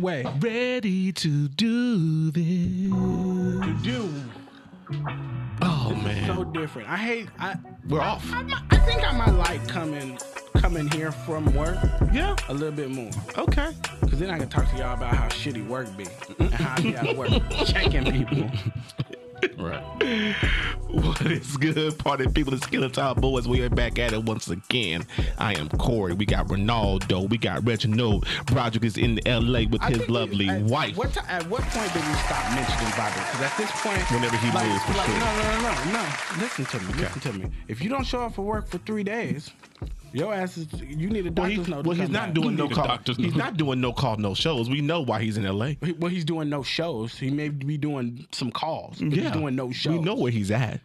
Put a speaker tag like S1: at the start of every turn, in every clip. S1: way.
S2: Ready to do this.
S1: To do
S2: Oh
S1: so
S2: man,
S1: different. I hate. I
S2: we're off.
S1: I, mi- I think I might like coming coming here from work
S2: Yeah.
S1: a little bit more.
S2: Okay.
S1: Cause then I can talk to y'all about how shitty work be and how I be out of work checking people.
S2: Right. What is good, party people? It's Killer Top Boys. We are back at it once again. I am Corey. We got Ronaldo. We got Reginald. Roderick is in LA with
S1: I
S2: his
S1: think we-
S2: lovely
S1: at,
S2: wife.
S1: What ti- at what point did we stop mentioning Bobby? Because at this point,
S2: Whenever he
S1: like,
S2: moves, for
S1: like,
S2: sure.
S1: No, no, no, no, no. Listen to me. Listen to me. If you don't show up for work for three days, your ass is. You need a
S2: Well,
S1: doctor's
S2: he's,
S1: note.
S2: well,
S1: to
S2: he's
S1: come
S2: not
S1: back.
S2: doing
S3: You
S2: no
S3: need a
S2: call.
S3: doctor's
S2: He's
S3: note.
S2: not doing no call, no shows. We know why he's in LA.
S1: He- Well, he's doing no shows. He may be doing some calls. But He's doing no shows.
S2: We know where he's at.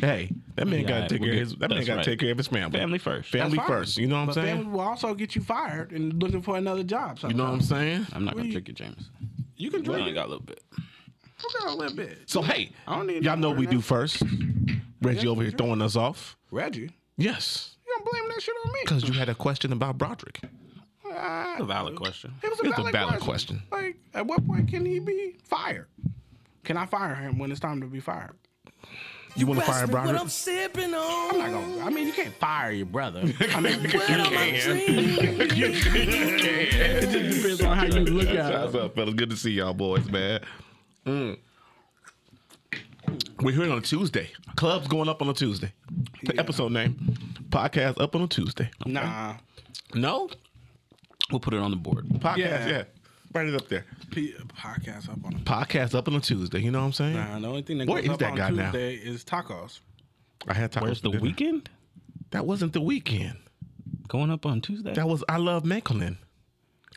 S2: Hey, that man
S3: Yeah,
S2: got to take care
S3: we'll
S2: of
S3: get-
S2: his. That man
S3: that's
S2: got to
S3: right.
S2: take care of his family.
S3: Family first.
S1: That's
S2: Family
S1: fine.
S2: first. You know what I'm
S1: but
S2: saying?
S1: Family will also get you fired and looking for another job.
S2: You know what I'm
S1: sometimes.
S2: saying?
S3: I'm not gonna
S1: We-
S3: drink it, James.
S1: You can
S3: We
S1: drink
S3: only
S1: it.
S3: got a little bit.
S1: You got a little bit.
S2: So hey,
S1: I don't need
S2: y'all
S1: no
S2: know we
S1: more
S2: do
S1: than
S2: first. Reggie over here throwing us off.
S1: Reggie, you
S2: Yes,
S1: don't blame that shit on me.
S2: because you had a question about Broderick.
S1: Ah,
S3: A valid question.
S1: It was a
S2: It's
S1: valid, question. Like, at what point can he be fired? Can I fire him when it's time to be fired?
S2: You want to fire Broderick?
S4: sipping
S1: I'm
S4: on.
S1: not gonna, I mean, you can't fire your brother. I mean, it
S4: What am I dreaming?
S1: just depends on how you look at
S2: What's
S1: it.
S2: up, fellas? Good to see y'all, boys, man. Mm. We're here on a Tuesday. Club's going up on a Tuesday. The episode name, podcast up on a Tuesday.
S1: Nah,
S2: No
S3: We'll put it on the board.
S2: podcast, yeah.
S1: Yeah.
S2: Write it up there.
S1: P- podcast up on him.
S2: Podcast up on a Tuesday. You know what I'm saying?
S1: Nah, the only thing that
S2: Where
S1: goes
S2: is
S1: up
S2: that
S1: on
S2: guy now?
S1: Tuesday is tacos.
S2: I had tacos.
S3: Where's
S2: for
S3: the
S2: dinner.
S3: weekend?
S2: That wasn't the weekend.
S3: Going up on Tuesday.
S2: That was I love Mekelin.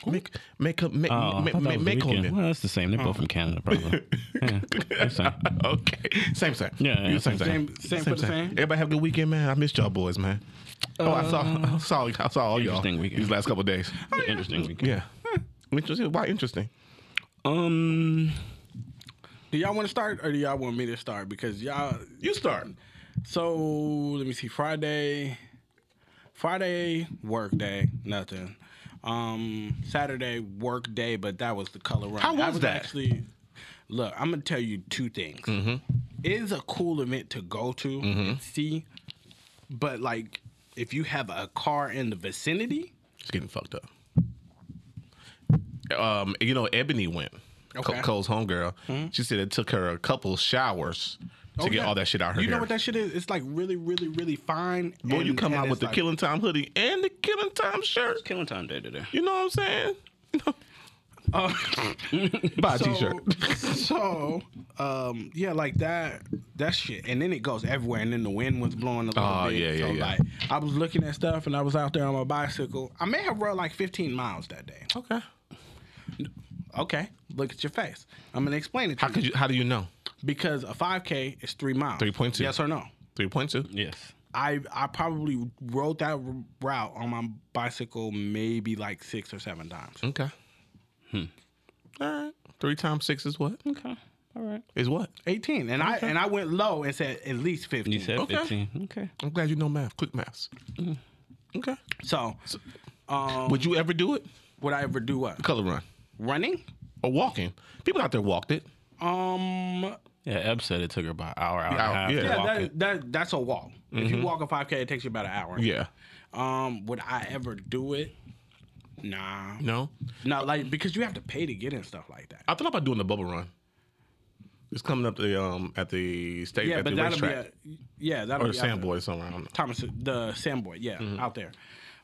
S2: Make make up make
S3: Oh, I
S2: make
S3: thought that was the weekend.
S2: Mekelin.
S3: Well, that's the same. They're both from Canada, probably. yeah, that's the same.
S2: Okay, same same.
S3: Yeah, yeah,
S2: same same.
S1: Same, same, for the same.
S2: Everybody have a good weekend, man. I missed y'all boys, man. oh, I saw I saw I saw all y'all
S3: Interesting weekend.
S2: these last couple days.
S3: Interesting weekend.
S2: Yeah, interesting. Why interesting?
S3: Um,
S1: Do y'all want to start or do y'all want me to start? Because y'all,
S2: You start.
S1: so let me see. Friday, Friday work day, nothing. Um, Saturday work day, but that was the color run.
S2: How
S1: I
S2: was that? Mm-hmm.
S1: Actually, look, I'm gonna tell you two things. It is a cool event to go to and see, but like if you have a car in the vicinity,
S2: It's getting fucked up. Um, you know, Ebony went.
S1: Okay. Hmm?
S2: Co- Cole's homegirl. She said it took her a couple showers to
S1: Oh,
S2: get
S1: yeah.
S2: all that shit out her
S1: you
S2: hair.
S1: know what that shit is? It's like really, really, really fine.
S2: Boy, you
S1: and-
S2: come
S1: and
S2: out
S1: it's
S2: with the
S1: like-
S2: Killing Time hoodie and the Killing Time shirt.
S3: it's killing time day today.
S2: You know what I'm saying?
S1: Uh,
S2: Buy a
S1: so,
S2: t-shirt.
S1: so, um, yeah, like that, that shit, and then it goes everywhere, and then the wind was blowing a little
S2: Oh,
S1: bit.
S2: yeah, yeah,
S1: so
S2: yeah.
S1: like, I was looking at stuff, and I was out there on my bicycle. I may have rode like 15 miles that day.
S2: Okay.
S1: Okay, look at your face. I'm gonna explain it to
S2: How could you? How do you know?
S1: because a 5K is three miles.
S2: 3.2.
S1: Yes or no?
S2: Three point two.
S3: Yes.
S1: I I probably rode that route on my bicycle maybe like six or seven times.
S2: Okay. Hmm. All right. Three times six is what?
S3: Okay. All right.
S2: Is what?
S1: 18, and I and I went low and said at least 15.
S3: You said
S2: Okay.
S3: 15. Okay.
S2: I'm glad you know math. Quick maths. Okay.
S1: so. Mm. Um,
S2: Would you ever do it?
S1: would I ever do what?
S2: Color run
S1: Running?
S2: or walking? People out there walked it.
S1: Um,
S3: Yeah, Eb said it took her about an hour,
S2: Hour,
S3: hour and a half.
S2: yeah. Mm-hmm.
S3: to
S1: yeah,
S3: walk
S1: that,
S3: it.
S1: that that's a walk. If you walk a five k, it takes you about an hour.
S2: Yeah.
S1: Um, would I ever do it? Nah,
S2: No.
S1: not like because you have to pay to get in stuff like that.
S2: I thought about doing the bubble run. It's coming up the um at the state
S1: Yeah,
S2: at
S1: but
S2: the
S1: that'll
S2: racetrack
S1: be a, yeah, that'll
S2: or the Mm-hmm.
S1: be out there.
S2: Sandboy somewhere. I don't know.
S1: Thomas, the Sandboy, yeah, out there.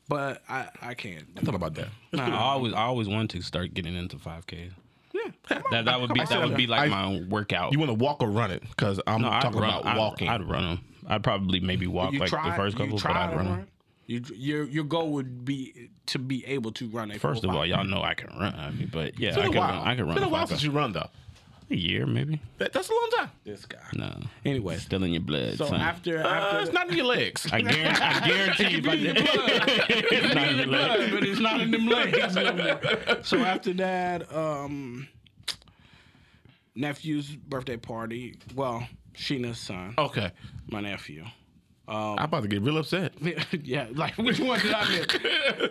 S1: But I I can't. do
S2: I thought about that.
S3: I always, I always wanted to start getting into 5K.
S1: it. Yeah,
S3: That, that would be, that would be like
S2: I-
S3: my own workout.
S2: You want to walk or run it? Because I'm
S3: No, I'd
S2: talking
S3: run-
S2: about
S3: I'd-
S2: walking.
S3: I'd run them. I'd probably maybe walk
S1: you
S3: like
S1: try
S3: the first
S1: you
S3: couple, but
S1: try
S3: I'd
S1: to
S3: run
S1: run.
S3: 'em.
S1: You your your goal would be to be able to run a
S3: First
S1: full
S3: of all,
S1: five.
S3: y'all know I can run. I mean, but yeah,
S2: It's been
S3: I
S2: a
S3: can
S2: while.
S3: run. I can
S2: It's
S3: run.
S2: Been a
S3: if I
S2: while
S3: could.
S2: since you run though.
S3: a year, maybe.
S2: That, that's a long time.
S1: this guy.
S3: No,
S1: Anyway,
S3: still in your blood.
S1: so
S3: son.
S1: after
S2: Uh,
S1: after
S2: it's not in your legs.
S3: I guarantee, I guarantee you, if I did- it's not in your blood.
S1: but it's not in them legs no more. So after that, um, nephew's birthday party. Well, Sheena's son,
S2: okay.
S1: my nephew.
S3: Oh.
S2: I'm about to get real upset.
S1: yeah, like which one did I miss?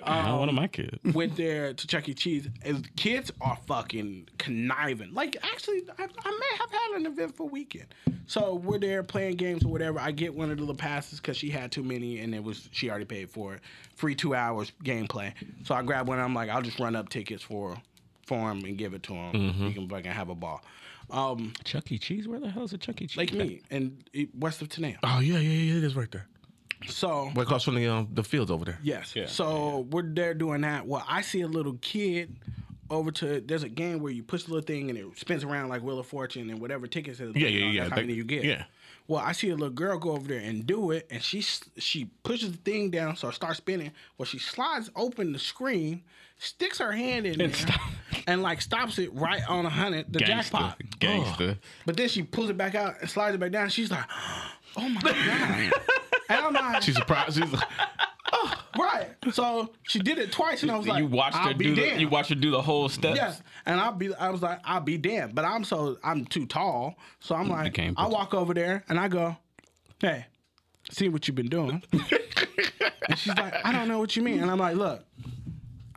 S3: Not
S1: Um,
S3: one of my kids.
S1: went there to Chuck E. Cheese, and kids are fucking conniving. Like, actually, I, I may have had an eventful weekend. So we're there playing games or whatever. I get one of the little passes because she had too many, and it was she already paid for it. Free two hours gameplay. So I grab one. I'm like, I'll just run up tickets for for him and give it to him. He can fucking have a ball. Um,
S3: Chuck E. Cheese? Where the hell is a Chuck E. Cheese?
S1: like me and it- west of Tanea.
S2: Oh yeah, yeah, yeah. It is right there.
S1: So
S2: What across from the um, the fields over there?
S1: Yes. So we're there doing that. Well, I see a little kid over to there's a game where you push the little thing and it spins around like Wheel of Fortune and whatever tickets is.
S2: Yeah, yeah, yeah.
S1: That's how
S2: They-
S1: many you get.
S2: yeah.
S1: Well, I see a little girl go over there and do it, and she s- she pushes the thing down, so it starts spinning. Well, she slides open the screen, sticks her hand in there, and like stops it right on a hundred, the jackpot.
S2: Gangster.
S1: But then she pulls it back out and slides it back down. She's like, "Oh my god!" and I'm like,
S2: She's surprised. She's like,
S1: Right. So she did it twice, and I was like,
S5: you watched
S1: I'll
S5: her
S1: be
S5: do
S1: damned.
S5: the, you watched her do the whole steps.
S1: Yes, and I'll be. I was like, I'll be damned. But I'm so I'm too tall, so I'm like,
S3: can't
S1: I
S3: put-
S1: walk over there and I go, hey, see what you've been doing. and she's like, I don't know what you mean, and I'm like, look,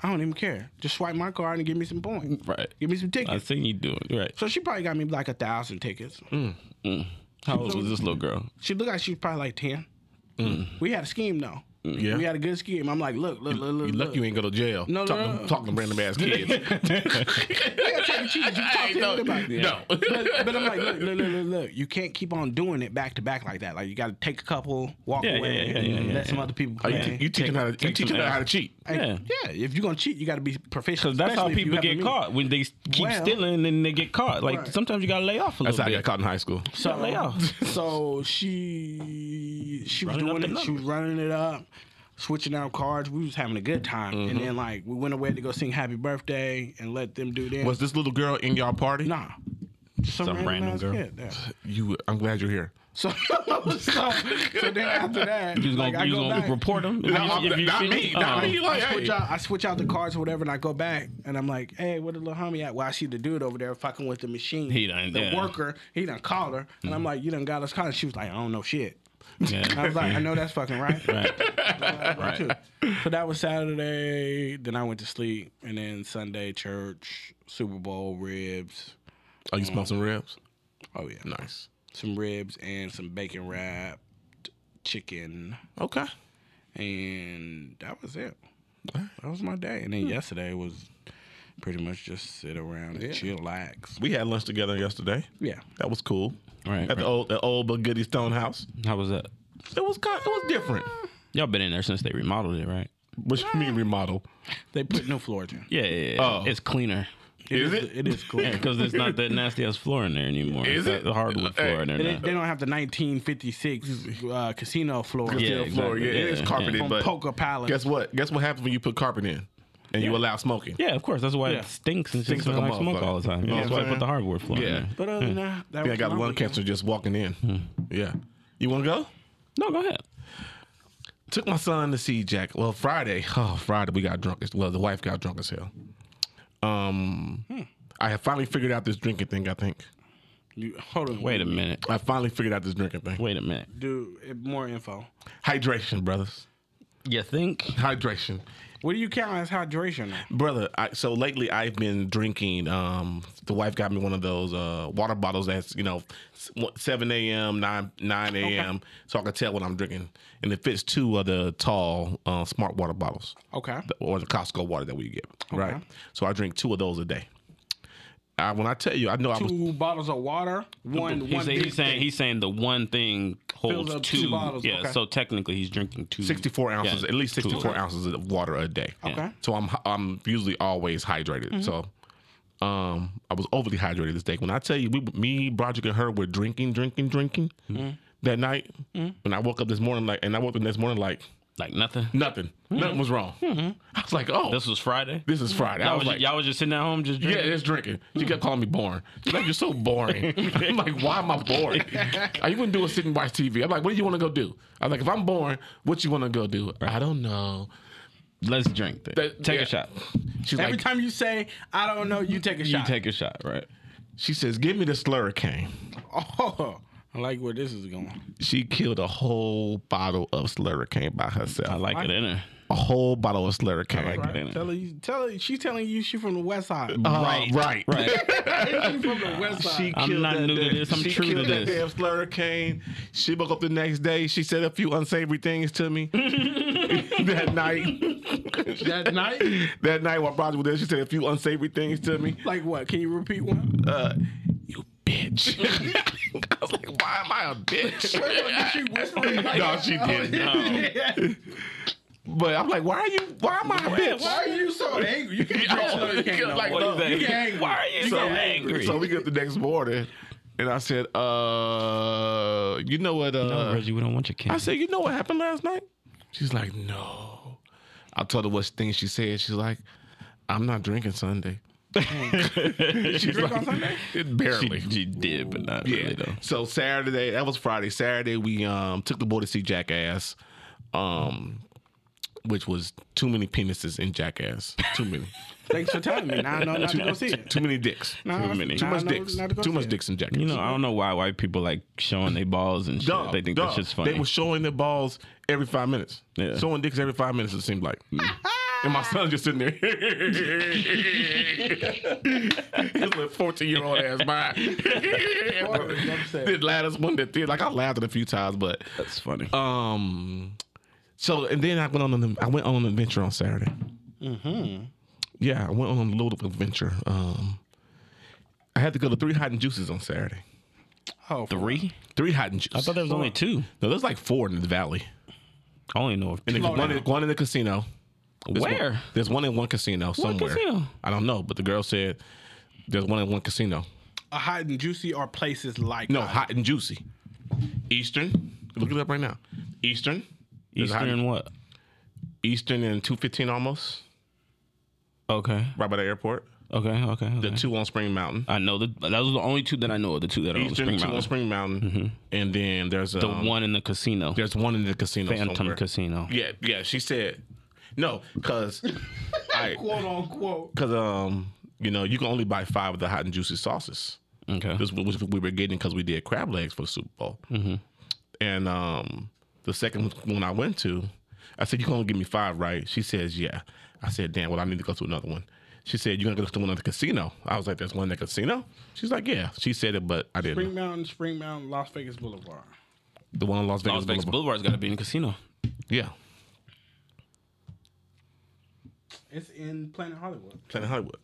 S1: I don't even care. Just swipe my card and give me some points.
S3: Right.
S1: Give me some tickets.
S3: I seen you do it. Right.
S1: so she probably got me like a thousand tickets.
S5: Mm.
S3: How old was this little girl?
S1: She looked like she was probably like ten.
S5: Mm.
S1: We had a scheme though.
S2: yeah.
S1: We had a good scheme. I'm like, look, look, look, look.
S2: you
S1: look.
S2: lucky you ain't go to jail.
S1: No, no,
S2: talking,
S1: no.
S2: To, talking to random ass kids.
S1: We had Chuck E. Cheese. You talked to anybody.
S2: No.
S1: but, but I'm like, look, look, look, look, look, you can't keep on doing it back to back like that. Like you got to take a couple, walk
S3: Yeah, yeah,
S1: away,
S3: yeah, yeah, yeah,
S1: let some other people
S2: Oh,
S1: play.
S2: you, te- you teaching her how to, you teaching
S3: some
S2: her how to
S3: L.
S2: cheat.
S1: yeah.
S3: Yeah.
S1: yeah, if you're gonna cheat, you got to be professional.
S3: Because that's how
S1: especially if you
S3: people
S1: have a
S3: get
S1: mean-
S3: caught when they keep
S1: Well-
S3: stealing and then they get caught. Like
S1: Right.
S3: sometimes you gotta lay off a little
S2: That's how I
S3: bit.
S2: got caught in high school.
S3: Gotta lay
S1: So,
S3: off.
S1: so she she was
S3: Running up
S1: doing
S3: the
S1: it. She was running it up, switching out cards. We was having a good time,
S3: Mm-hmm.
S1: and then like we went away to go sing Happy Birthday and let them do their
S2: Was this little girl in y'all party?
S1: nah. Some,
S3: random
S1: ass
S3: girl.
S1: kid, yeah.
S2: You. I'm glad you're here.
S1: So, so, so then after that,
S3: You was gonna,
S1: like, I
S3: you was
S1: go
S3: gonna
S1: back-
S3: report them.
S2: No, I'm- not me, not
S3: Um,
S2: me. Like,
S1: I switch
S2: hey.
S1: out, I switch out the cards or whatever, and I go back, and I'm like, "Hey, where the little homie at?" Well, I see the dude over there fucking with the machine.
S3: He done-
S1: the
S3: yeah. Mm-hmm.
S1: worker. He done called her, and I'm like, "You done got us caught." And she was like, "I don't know shit."
S3: oh,
S1: I was like, "I know that's fucking right."
S3: right.
S1: So that was Saturday. Then I went to sleep, and then Sunday church, Super Bowl ribs.
S2: Oh, you smell some ribs?
S1: Oh yeah,
S2: Nice.
S1: some ribs and some bacon wrapped chicken,
S2: Okay.
S1: and that was it. That was my day. And then yesterday was pretty much just sit around and chillax.
S2: We had lunch together yesterday.
S1: Yeah.
S2: That was cool.
S3: Right,
S2: At the
S3: right.
S2: old, the old but goody stone house.
S3: How was that?
S2: It was kind. It was different.
S3: Y'all been in there since they remodeled it, right?
S2: What you mean remodel?
S1: They put new floors in.
S3: Yeah, yeah. yeah.
S2: Oh.
S3: It's cleaner.
S2: Is it?
S1: It is cool.
S3: Because there's not that nasty ass floor in there anymore.
S2: Is
S3: It's
S2: it?
S3: The hardwood
S2: Hey.
S3: floor in there.
S1: They,
S3: now.
S1: they don't have the 1956 uh, casino floor.
S3: Yeah,
S2: Steel floor.
S3: exactly.
S2: Yeah, it is
S3: Yeah,
S2: carpeted,
S3: yeah.
S1: From
S2: but
S1: Poker Palace.
S2: guess what? Guess what happens when you put carpet in, and you allow smoking.
S3: Yeah, of course. That's why
S1: Yeah.
S3: it stinks and
S2: Stinks
S3: stinks like,
S2: like a
S3: smoke
S2: motherfucker.
S3: all the time.
S2: You know
S3: that's
S2: what
S3: why
S2: I'm
S3: I put the
S2: saying?
S3: hardwood floor. In
S2: Yeah.
S3: there.
S1: But other than that, that
S2: Yeah, I
S1: was
S2: got
S1: my
S2: lung
S1: weekend.
S2: cancer just walking in.
S3: Hmm.
S2: Yeah. You want to go?
S3: No, go ahead.
S2: Took my son to see Jack. Well, Friday. Oh, Friday we got drunk. As, well, the wife got drunk as hell. Um,
S3: Hmm.
S2: I have finally figured out this drinking thing. I think
S1: You, hold on.
S3: Wait a minute.
S2: I finally figured out this drinking thing.
S3: Wait a minute.
S1: Dude, eh, more info.
S2: Hydration, brothers.
S3: You think?
S2: Hydration,
S1: What do you count as hydration? now?
S2: brother. I, so lately I've been drinking. Um, the wife got me one of those uh water bottles that's you know s- one- seven a.m. nine nine a.m. So I can tell when I'm drinking, and it fits two of the tall uh, smart water bottles.
S1: Okay.
S2: the- or the Costco water that we get, right? So I drink two of those a day. I, when I tell you, I know I was
S1: Two bottles of water. One.
S3: He's,
S1: one
S3: say-
S1: big
S3: he's saying
S1: thing.
S3: he's saying the one thing holds
S1: up
S3: two.
S1: two bottles,
S3: Yeah,
S1: okay.
S3: so technically he's drinking two.
S2: 64 ounces,
S3: Yeah,
S2: at least
S3: two.
S2: 64 ounces of water a day.
S1: Okay.
S2: So I'm I'm usually always hydrated. So um, I was overly hydrated this day. When I tell you, we, me, Broderick, and her were drinking, drinking, drinking
S3: Mm.
S2: that night. When I woke up this morning, like, and I woke up the next morning like
S3: Like nothing.
S2: nothing, nothing was wrong. I was like, oh,
S3: This was Friday.
S2: this is Friday. I
S3: Y'all
S2: was
S3: was,
S2: like,
S3: y'all was just sitting at home just
S2: Yeah,
S3: drinking.
S2: it's drinking. She kept calling me boring. She's like, you're so boring. I'm like, why am I boring? Are you gonna do a sit and watch TV? I'm like, what do you want to go do? I'm like, if I'm boring, what you want to go do? I don't know.
S3: Let's drink. Then.
S2: That-
S3: take
S2: yeah.
S3: a shot.
S2: She's
S1: Every
S2: like,
S1: time you say I don't know, you take a
S3: You
S1: shot.
S3: take a shot, right?
S2: she says, give me the slurricane.
S1: oh, I like where this is going.
S2: She killed a whole bottle of Slurricane by herself.
S3: I like it in her.
S2: a whole bottle of Slurricane.
S3: I like it in her.
S1: Tell her, you, tell her, she's telling you she from the West Side.
S2: Uh,
S3: Right.
S2: right,
S3: Right.
S1: she from the West Side.
S2: She
S3: I'm
S2: killed
S3: not
S2: that
S3: new to
S2: damn-
S3: this. I'm
S2: she
S3: true to
S2: killed that
S3: this.
S2: damn slurricane. She woke up the next day. She said a few unsavory things to me that night.
S1: that night.
S2: that night while Roger was there, she said a few unsavory things to me.
S1: Like what? Can you repeat one?
S2: Uh, you bitch. I was like, why am I a bitch?
S1: she whispering like
S2: no, she didn't. But I'm like, why are you? Why am I a bitch?
S1: Why are you so angry? You can't drink
S2: Oh,
S1: Slurricane no
S2: like,
S1: more.
S2: no,
S3: What is
S1: You
S3: that?
S1: get angry.
S3: Why are you so angry?
S2: So we get the next morning, and I said, uh, you know what? Uh,
S3: No, Reggie, we don't want your
S2: I
S3: kids.
S2: said, you know what happened last night? She's like, no. I told her what thing she said. She's like, I'm not drinking Sunday. She's
S1: drink on Sunday?
S2: It barely.
S3: She did, but not
S2: yeah.
S3: really though.
S2: So Saturday, that was Friday. Saturday, we um took the boy to see Jackass, um, which was too many penises in Jackass. Too many.
S1: Thanks for telling me. Now I know not to go see it.
S2: too many dicks.
S1: Now-
S3: Too many.
S1: now
S2: Too
S1: I
S2: much
S1: know
S2: dicks.
S1: not to go
S2: Too
S1: see
S2: much
S1: it.
S2: dicks in Jackass.
S3: You know, I don't know why white people like showing their balls and shit.
S2: Duh,
S3: they think
S2: duh.
S3: that shit's funny.
S2: They were showing their balls every five minutes.
S3: Yeah. Mm.
S2: Showing dicks every five minutes, it seemed like. and my son just sitting there. His little 14 year old ass mind.
S1: Boy, was upset.
S2: the loudest one that did. Like, I laughed at a few times, but.
S3: That's funny.
S2: um So, and then I went on an, I went on an adventure on Saturday. Mm-hmm. Yeah, I went on a little adventure. Um, I had to go to three hot and juices on Saturday.
S1: Oh,
S3: Three?
S2: Three hot and juices.
S3: I thought there was only two.
S2: No, there's like four in the valley.
S3: I only know of
S2: And
S3: two.
S2: there's one, in, one in the casino. There's
S3: Where?
S2: One, there's one in one casino somewhere.
S3: casino?
S2: I don't know, but the girl said there's one in one casino.
S1: a hot and juicy or places like
S2: No,
S1: that.
S2: hot and juicy. Eastern. Look it up right now. Eastern. There's a hot-
S3: Eastern and what?
S2: Eastern and 215 almost,
S3: Okay.
S2: right by the airport.
S3: Okay. Okay.
S2: The
S3: okay.
S2: two on Spring Mountain.
S3: I know that those are the only two that I know of. The two that are
S2: Eastern,
S3: on Spring
S2: two on
S3: Mountain. Mm-hmm.
S2: Spring Mountain. And then there's
S3: the
S2: um,
S3: one in the casino,
S2: There's one in the casino
S3: Phantom
S2: somewhere.
S3: Casino.
S2: Yeah, yeah. She said, no, because.
S1: quote unquote.
S2: Because um, you know, you can only buy five of the hot and juicy sauces.
S3: Okay. Mm-hmm.
S2: This was what we were getting because we did crab legs for the Super Bowl. And um, the second one I went to, I said, "You gonna give me five, right?" She says, "Yeah." I said, "Damn, well, I need to go to another one." She said, "You gonna go to the one at the casino?" I was like, "There's one at the casino." She's like, "Yeah." She said it, but I didn't.
S1: Spring Mountain, Spring Mountain, Las Vegas Boulevard.
S2: The one in Las Vegas.
S3: Las Vegas
S2: Boulevard.
S3: Boulevard's got to be in the casino.
S2: Yeah,
S1: It's in Planet Hollywood.
S2: Planet Hollywood.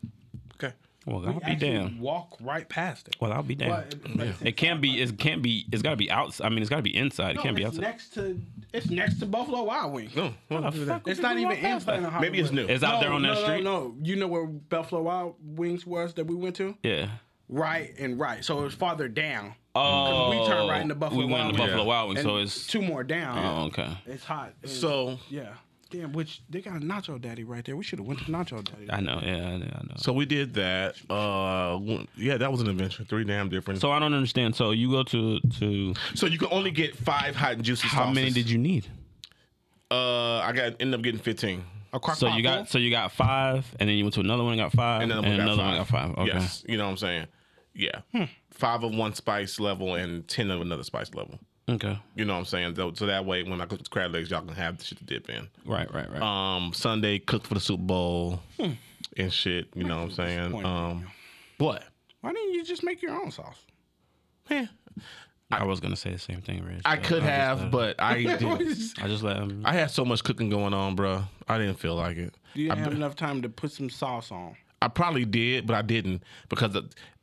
S2: Okay.
S3: Well, I'll be
S1: Actually
S3: damned.
S1: Walk right past it.
S3: Well, I'll be damned.
S1: But but it's
S3: it can't be. It can't be. It's got to be outside. I mean, it's got to be inside.
S1: no,
S3: it can't be
S1: it's
S3: outside.
S1: Next to it's next to Buffalo Wild Wings.
S2: No, no,
S3: How the fuck
S1: It's
S3: would
S1: not
S3: you
S1: even
S3: walk
S1: in
S3: past that?
S1: Planet Hollywood.
S2: maybe it's new.
S3: It's out there on
S1: no,
S3: that
S1: no,
S3: street.
S1: No, You know where Buffalo Wild Wings was that we went to?
S3: Yeah.
S1: Right and right. So it was farther down.
S3: Oh.
S1: we turned right into Buffalo
S3: We went
S1: Wild
S3: into
S1: Wings.
S3: Buffalo
S2: Yeah.
S3: Wild Wings,
S1: And
S3: so it's.
S1: two more down.
S3: Oh, okay.
S1: It's hot. And-
S2: so
S1: yeah. Damn, which they got a Nacho Daddy right there. We should have went to Nacho Daddy.
S3: I know. Yeah, I know. I know.
S2: so we did that. Uh, one- yeah, that was an adventure. Three damn different.
S3: So I don't understand. So you go to to
S2: So you can only get five hot and juicy.
S3: how many did you need?
S2: you? Uh, I got ended up getting fifteen.
S1: A crock
S3: So
S1: pot
S3: you
S1: full?
S3: got so you got five, and then you went to another one and got five, and, another one got five. Okay. Hmm.
S2: Yes, you know what I'm saying. Yeah, five of one spice level and ten of another spice level.
S3: Okay.
S2: You know what I'm saying. So, so that way, when I cook the crab legs, y'all can have the shit to dip in.
S3: Right. Right. Right.
S2: Um, Sunday cooked for the Super Bowl
S3: Hmm.
S2: and shit. You know what I'm saying.
S1: disappointed
S2: Um, what?
S1: Why didn't you just make your own sauce?
S2: Yeah,
S3: I, was gonna say the same thing, Rich.
S2: I could have, but I didn't.
S3: I just let him.
S2: I had so much cooking going on, bro. I didn't feel like it.
S1: You
S2: I
S1: didn't have enough time to put some sauce on.
S2: I probably did, but I didn't because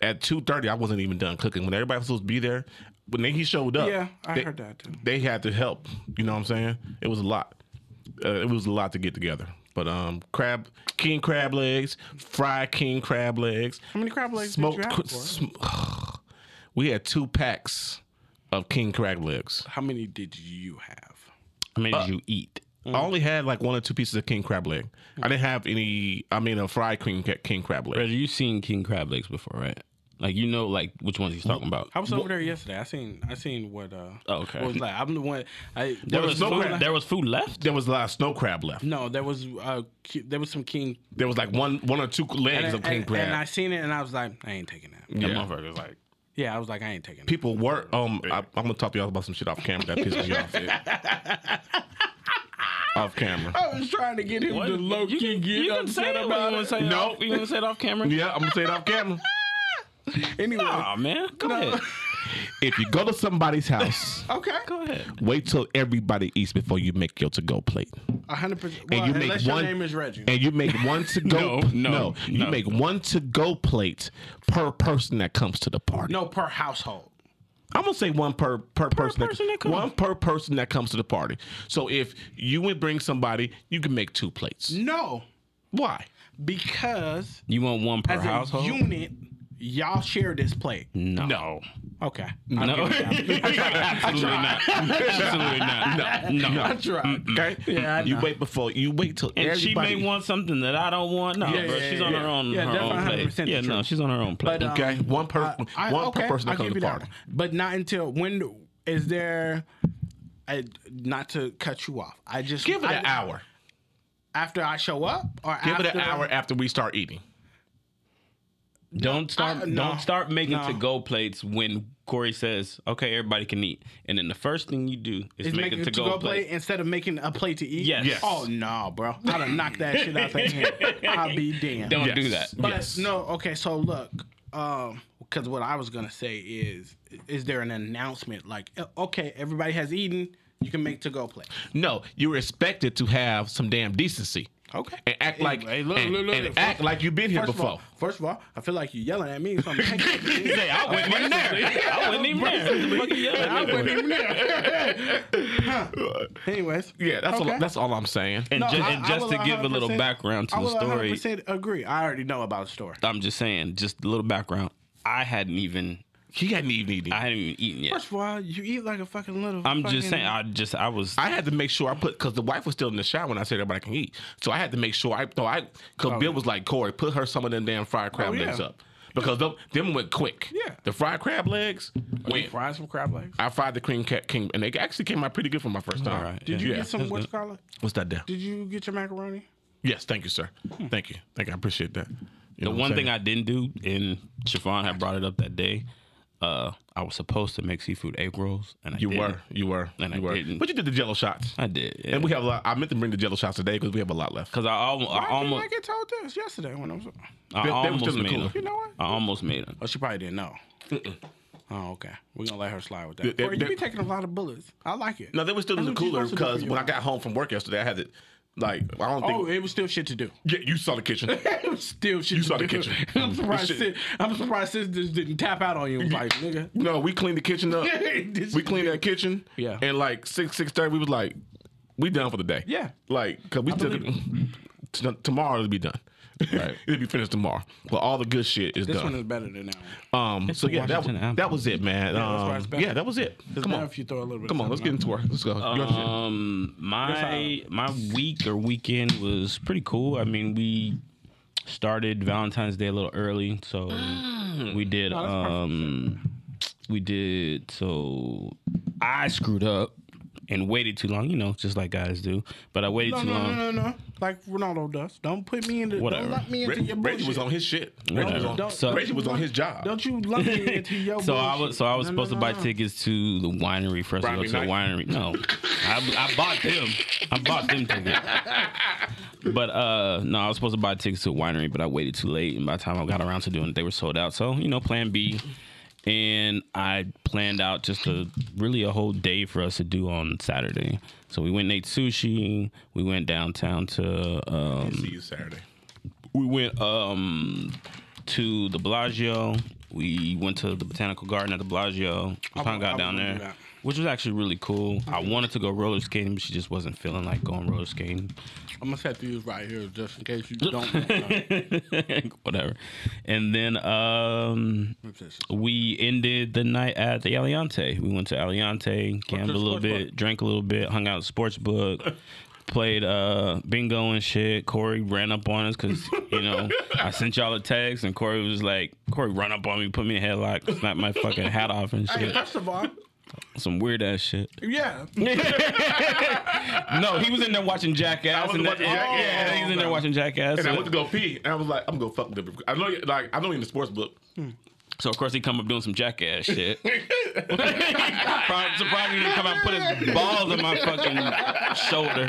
S2: at two thirty I wasn't even done cooking. When everybody was supposed to be there, when they, he showed up,
S1: Yeah, I
S2: they,
S1: heard that too.
S2: They had to help. You know what I'm saying? It was a lot. Uh, it was a lot to get together. But um, crab, king crab legs, fried king crab legs,
S1: How many crab legs
S2: smoked.
S1: did you
S2: cr-
S1: have for? it?
S2: sm- we had two packs of king crab legs.
S1: How many did you have?
S3: How many did you eat?
S1: Mm.
S2: I only had like one or two pieces of king crab leg. I didn't have any. I mean, a fried king king crab leg.
S3: Reggie, you seen King Crab Legs before, right? Like you know, like which ones he's talking about.
S1: I was over there yesterday. I seen I seen what uh
S3: Oh, okay.
S1: what was like. I'm the one I
S3: There
S1: what
S3: was
S2: no
S3: food.
S2: crab-
S3: There was food left.
S2: There was a lot of snow crab left.
S1: no, there was uh ki- there was some king
S2: There was like one one or two legs
S1: and,
S2: of king
S1: and-
S2: crab.
S1: and I seen it and I was like, I ain't taking that.
S2: yeah.
S3: That motherfucker was like,
S1: Yeah, I was like, I ain't taking it.
S2: People were um. I, I'm gonna talk to y'all about some shit off camera that pissed me off. off camera.
S1: I was trying to get him to low
S3: you
S1: key
S3: can,
S1: get
S3: you can
S1: upset
S3: say it.
S1: about
S3: you
S1: it.
S3: want to say it
S2: No.
S3: off- you want to say it off camera?
S2: Yeah, I'm gonna say it off camera.
S1: Anyway,
S3: Aw, man, go ahead.
S2: If you go to somebody's house,
S1: okay,
S3: Go ahead.
S2: wait till everybody eats before you make your to go plate.
S1: a hundred percent. Well,
S2: you make
S1: unless
S2: one-
S1: your name is Reggie.
S2: And you make one to go.
S3: No,
S2: no,
S3: no,
S2: You
S3: no.
S2: make one to go plate per person that comes to the party.
S1: no, per household.
S2: I'm gonna say one per per, person,
S3: person
S2: that,
S3: that comes.
S2: one per person that comes to the party. So if you would bring somebody, you can make two plates.
S1: No,
S2: Why?
S1: because
S3: You want one per
S1: as
S3: household?
S1: a unit, y'all share this plate.
S3: no.
S2: No,
S1: Okay,
S3: No. Absolutely not. Absolutely not. No. No.
S1: I tried.
S2: okay.
S1: Yeah, I
S2: you
S1: know.
S2: wait before you wait till
S3: And
S2: everybody.
S3: she may want something that I don't want. No,
S1: Yeah,
S3: bro.
S1: yeah,
S3: she's on
S1: yeah.
S3: her own,
S1: Yeah,
S3: her
S1: that's
S3: own
S1: 100%
S3: plate.
S1: the
S3: Yeah, no,
S1: truth.
S3: she's on her own plate.
S1: But, uh,
S2: okay, one per
S1: I-
S2: one
S1: okay,
S2: per person that
S1: I'll
S2: comes
S1: give
S2: to the
S1: you that
S2: party.
S1: one. But not until when do- is there? I, not to cut you off. I just
S2: Give it
S1: I-
S2: an hour.
S1: after I show up, or
S2: Give
S1: after
S2: it an hour after we start eating.
S3: Don't start.
S1: I- no.
S3: don't start making
S1: No.
S3: to go plates when Corey says, "Okay, everybody can eat," and then the first thing you do is,
S1: Is
S3: make
S1: making
S3: a to go plate.
S1: instead of making a plate to eat.
S3: Yes. Yes.
S1: Oh no, bro! I done knocked that shit out their hand. I'll be damned.
S3: Don't
S2: Yes.
S3: do that.
S1: But
S2: Yes.
S1: no, okay. So look, um, because what I was gonna say is, is there an announcement like, uh, okay, everybody has eaten, you can make to go plate.
S2: No, you're expected to have some damn decency.
S1: Okay.
S2: And act like
S1: Hey, look,
S2: and,
S1: look, look,
S2: and
S1: first-
S2: act like you've been here
S1: First of,
S2: before.
S1: all, first of all, I feel like you're yelling at me. So I'm
S3: Say, I wasn't even there. I wasn't even there. What the fuck you yelling at me for?
S1: Anyways,
S2: Yeah, that's all,
S1: okay.
S2: that's all I'm saying.
S3: And,
S1: No,
S3: ju-
S1: I-
S3: and
S1: I
S3: just to
S1: will
S3: give a little
S1: 100%
S3: background to
S1: I
S3: the
S1: will
S3: story,
S1: 100% agree. I already know about the story.
S3: I'm just saying, just a little background. I hadn't even,
S2: He hadn't even eaten.
S3: I
S2: I,
S3: hadn't even eaten yet.
S1: First of all, you eat like a fucking little.
S3: I'm
S1: fucking-
S3: just saying, I just, I was,
S2: had to make sure I put because the wife was still in the shower when I said everybody can eat. So I had to make sure I no I because Bill was like Corey, put her some of them damn fried crab
S1: Oh, yeah.
S2: legs up because them, them went quick.
S1: Yeah.
S2: the fried crab legs went.
S1: fry some crab legs.
S2: I fried the cream ca- king and they actually came out pretty good for my first time.
S3: All right,
S2: Did
S3: yeah.
S2: you?
S1: Get some what's called?
S2: What's that there?
S1: Did you get your macaroni?
S2: Yes, thank you, sir. Thank you, thank you. I appreciate that. You know
S3: the
S2: what I'm
S3: one
S2: saying?
S3: thing I didn't do, and Siobhan had brought it up that day, uh, I was supposed to make seafood egg rolls, and I
S2: You
S3: didn't.
S2: were, you were,
S3: And
S2: you
S3: I
S2: were.
S3: didn't.
S2: But you did the Jello shots,
S3: I did. Yeah.
S2: and we have a lot. I meant to bring the Jello shots today because we have a lot left.
S3: Cause I, almo- I
S1: Why
S3: almost,
S1: didn't I get told this yesterday when I was?
S2: They-
S3: I
S2: they were still
S3: almost
S2: in the
S3: made
S2: cooler.
S3: them.
S1: You know what?
S3: I almost made them.
S1: Oh, she probably didn't know. Oh, okay. We're gonna let her slide with that.
S2: Th- th-
S1: Corey, you be
S2: th-
S1: taking a lot of bullets. I like it.
S2: No, they were still in the
S1: That's what you
S2: cooler
S1: supposed to do
S2: because
S1: for
S2: when I
S1: your-
S2: got home from work yesterday, I had it like I don't think.
S1: Oh, it was still shit to do.
S2: yeah, you saw the kitchen.
S1: It was still shit.
S2: You
S1: to
S2: saw the
S1: do.
S2: kitchen.
S1: I'm surprised.
S2: Shit.
S1: Sis, I'm surprised sis just didn't tap out on you. and was Like nigga.
S2: no, we cleaned the kitchen up.
S1: This
S2: we
S1: is-
S2: cleaned that kitchen.
S1: Yeah.
S2: and like six six thirty, we was like, we done for the day.
S1: Yeah.
S2: like because we took
S1: believe
S2: t- tomorrow it'll be done. Right, it'll be finished tomorrow. But all the good shit is
S1: This
S2: done.
S1: one is better than that one.
S2: um, so
S3: the
S2: yeah, that,
S3: Washington
S2: was- that was it, man.
S1: that's why
S2: Um,
S1: it's
S2: Yeah,
S1: better.
S2: that was it.
S1: It's
S2: Come
S1: better
S2: on,
S1: if you throw a Uh, little bit.
S2: come on, let's get into our let's go. Your shit.
S3: Um, my my week or weekend was pretty cool. I mean, we started Valentine's Day a little early, so we did.
S1: Ah. that's perfect.
S3: Um, we did. So I screwed up and waited too long. You know, just like guys do. But I waited
S1: No,
S3: too
S1: no,
S3: long.
S1: no, no, no. Like Ronaldo does. Don't put me into.
S3: um, Whatever.
S1: Don't lump me into
S2: Reg-
S1: your bullshit.
S2: Reggie was on his shit. Reggie was
S3: Whatever.
S2: on,
S3: So-
S2: Reggie was on his job.
S1: Don't you lump me into your
S3: So
S1: bullshit.
S3: I was so I was
S1: No,
S3: supposed
S1: no,
S3: to
S1: no,
S3: buy
S1: no.
S3: tickets to the winery for us to go
S2: Friday
S3: to the winery. No, I, I bought them. I bought them tickets. But uh, no, I was supposed to buy tickets to a winery, but I waited too late, and by the time I got around to doing it, they were sold out. So you know, Plan B, and I planned out just a really a whole day for us to do on Saturday. So we went and ate sushi. We went downtown to um,
S2: See you Saturday.
S3: we went um to the Bellagio. We went to the botanical garden at the Bellagio. We
S1: I
S3: hung out
S1: would
S3: down
S1: do
S3: there,
S1: that.
S3: which was actually really cool. I wanted to go roller skating, but she just wasn't feeling like going roller skating.
S1: I'm gonna set these right here just in case you don't. know.
S3: Whatever. And then um, we ended the night at the Aliante. We went to Aliante, gambled a little
S1: sports
S3: bit, drank a little bit, hung out at the sports book, played uh, bingo and shit. Corey ran up on us because, you know, I sent y'all a text and Corey was like, Corey run up on me, put me in a headlock, snapped my fucking hat off and
S1: hey,
S3: shit.
S1: first of all,
S3: Some weird ass shit.
S1: yeah.
S3: No, he was in there watching Jackass.
S2: was
S3: and
S2: watching
S3: that-
S2: Jackass.
S3: Yeah, he was in there watching Jackass.
S2: And I
S3: so-
S2: went to go pee, and I was like, I'm gonna fuck with them. I know, you- like, I know you in the sports book,
S3: So of course he come up doing some jackass shit. Probably surprised he didn't come out and put his balls on my fucking shoulder.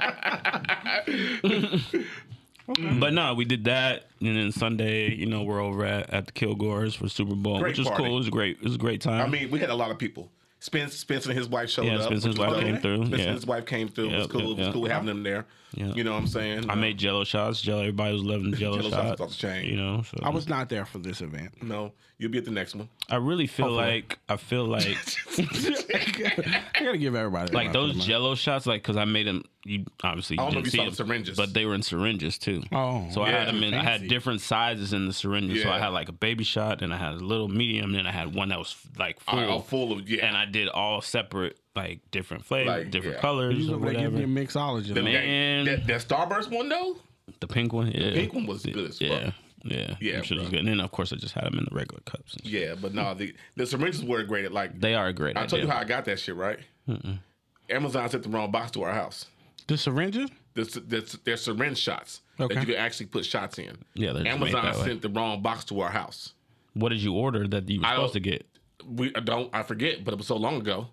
S3: But no, we did that, and then Sunday, you know, we're over at, at the Kilgores for Super Bowl,
S2: Great
S3: which was
S2: party.
S3: cool. It was great. It was a great time.
S2: I mean, we had a lot of people. Spence, Spence and his wife showed
S3: Yeah,
S2: up.
S3: Spence and his
S2: which was
S3: wife
S2: dope.
S3: came through,
S2: Spence
S3: yeah.
S2: and his wife came through. it was
S3: Yep,
S2: cool.
S3: yep,
S2: it was
S3: yep.
S2: cool having them there.
S3: Yep.
S2: You know what I'm saying? Uh,
S3: I made Jello shots. Jello, everybody was loving the Jello,
S2: Jell-O shots
S3: shots.
S2: was off the chain.
S3: You know, so
S1: I was not there for this event.
S2: No, you'll be at the next one.
S3: I really feel like I feel like
S1: I gotta give everybody
S3: like
S1: a run
S3: those
S1: for
S3: Jello shots, like because I made them. You obviously
S2: I don't know
S3: didn't
S2: if you saw
S3: see
S2: the
S3: them,
S2: syringes.
S3: but they were in syringes too.
S1: Oh,
S3: so I
S2: yeah,
S3: had them in. I had
S1: fancy.
S3: different sizes in the syringes. So I
S2: Yeah.
S3: had like a baby shot, and I had a little medium, and I had one that was like full.
S2: All full of yeah.
S3: And I did all separate, like different flavors,
S2: Like,
S3: different
S1: mine.
S2: yeah.
S3: colors,
S1: You
S3: or
S1: over there giving
S3: whatever.
S1: me a mixologist.
S2: Them
S1: man.
S3: man.
S2: guy- that, that Starburst one though,
S3: the pink one, yeah,
S2: pink one was good as fuck.
S3: yeah, yeah,
S2: Yeah,
S3: Them shit was
S2: bruh.
S3: good. And then of course I just had them in the regular cups. and shit.
S2: Yeah, but no, the the syringes were great. Like
S3: They are a great.
S2: I told you
S3: idea.
S2: how I got that shit right. Amazon sent the wrong box to our house.
S1: The syringes?
S2: There's, there's, there's syringe shots
S1: Okay.
S2: that you can actually put shots in.
S3: Yeah, they're just made
S2: Amazon
S3: that way.
S2: sent the wrong box to our house.
S3: What did you order that you were
S2: I don't-
S3: supposed to get?
S2: We I don't, I forget, but it was so long ago.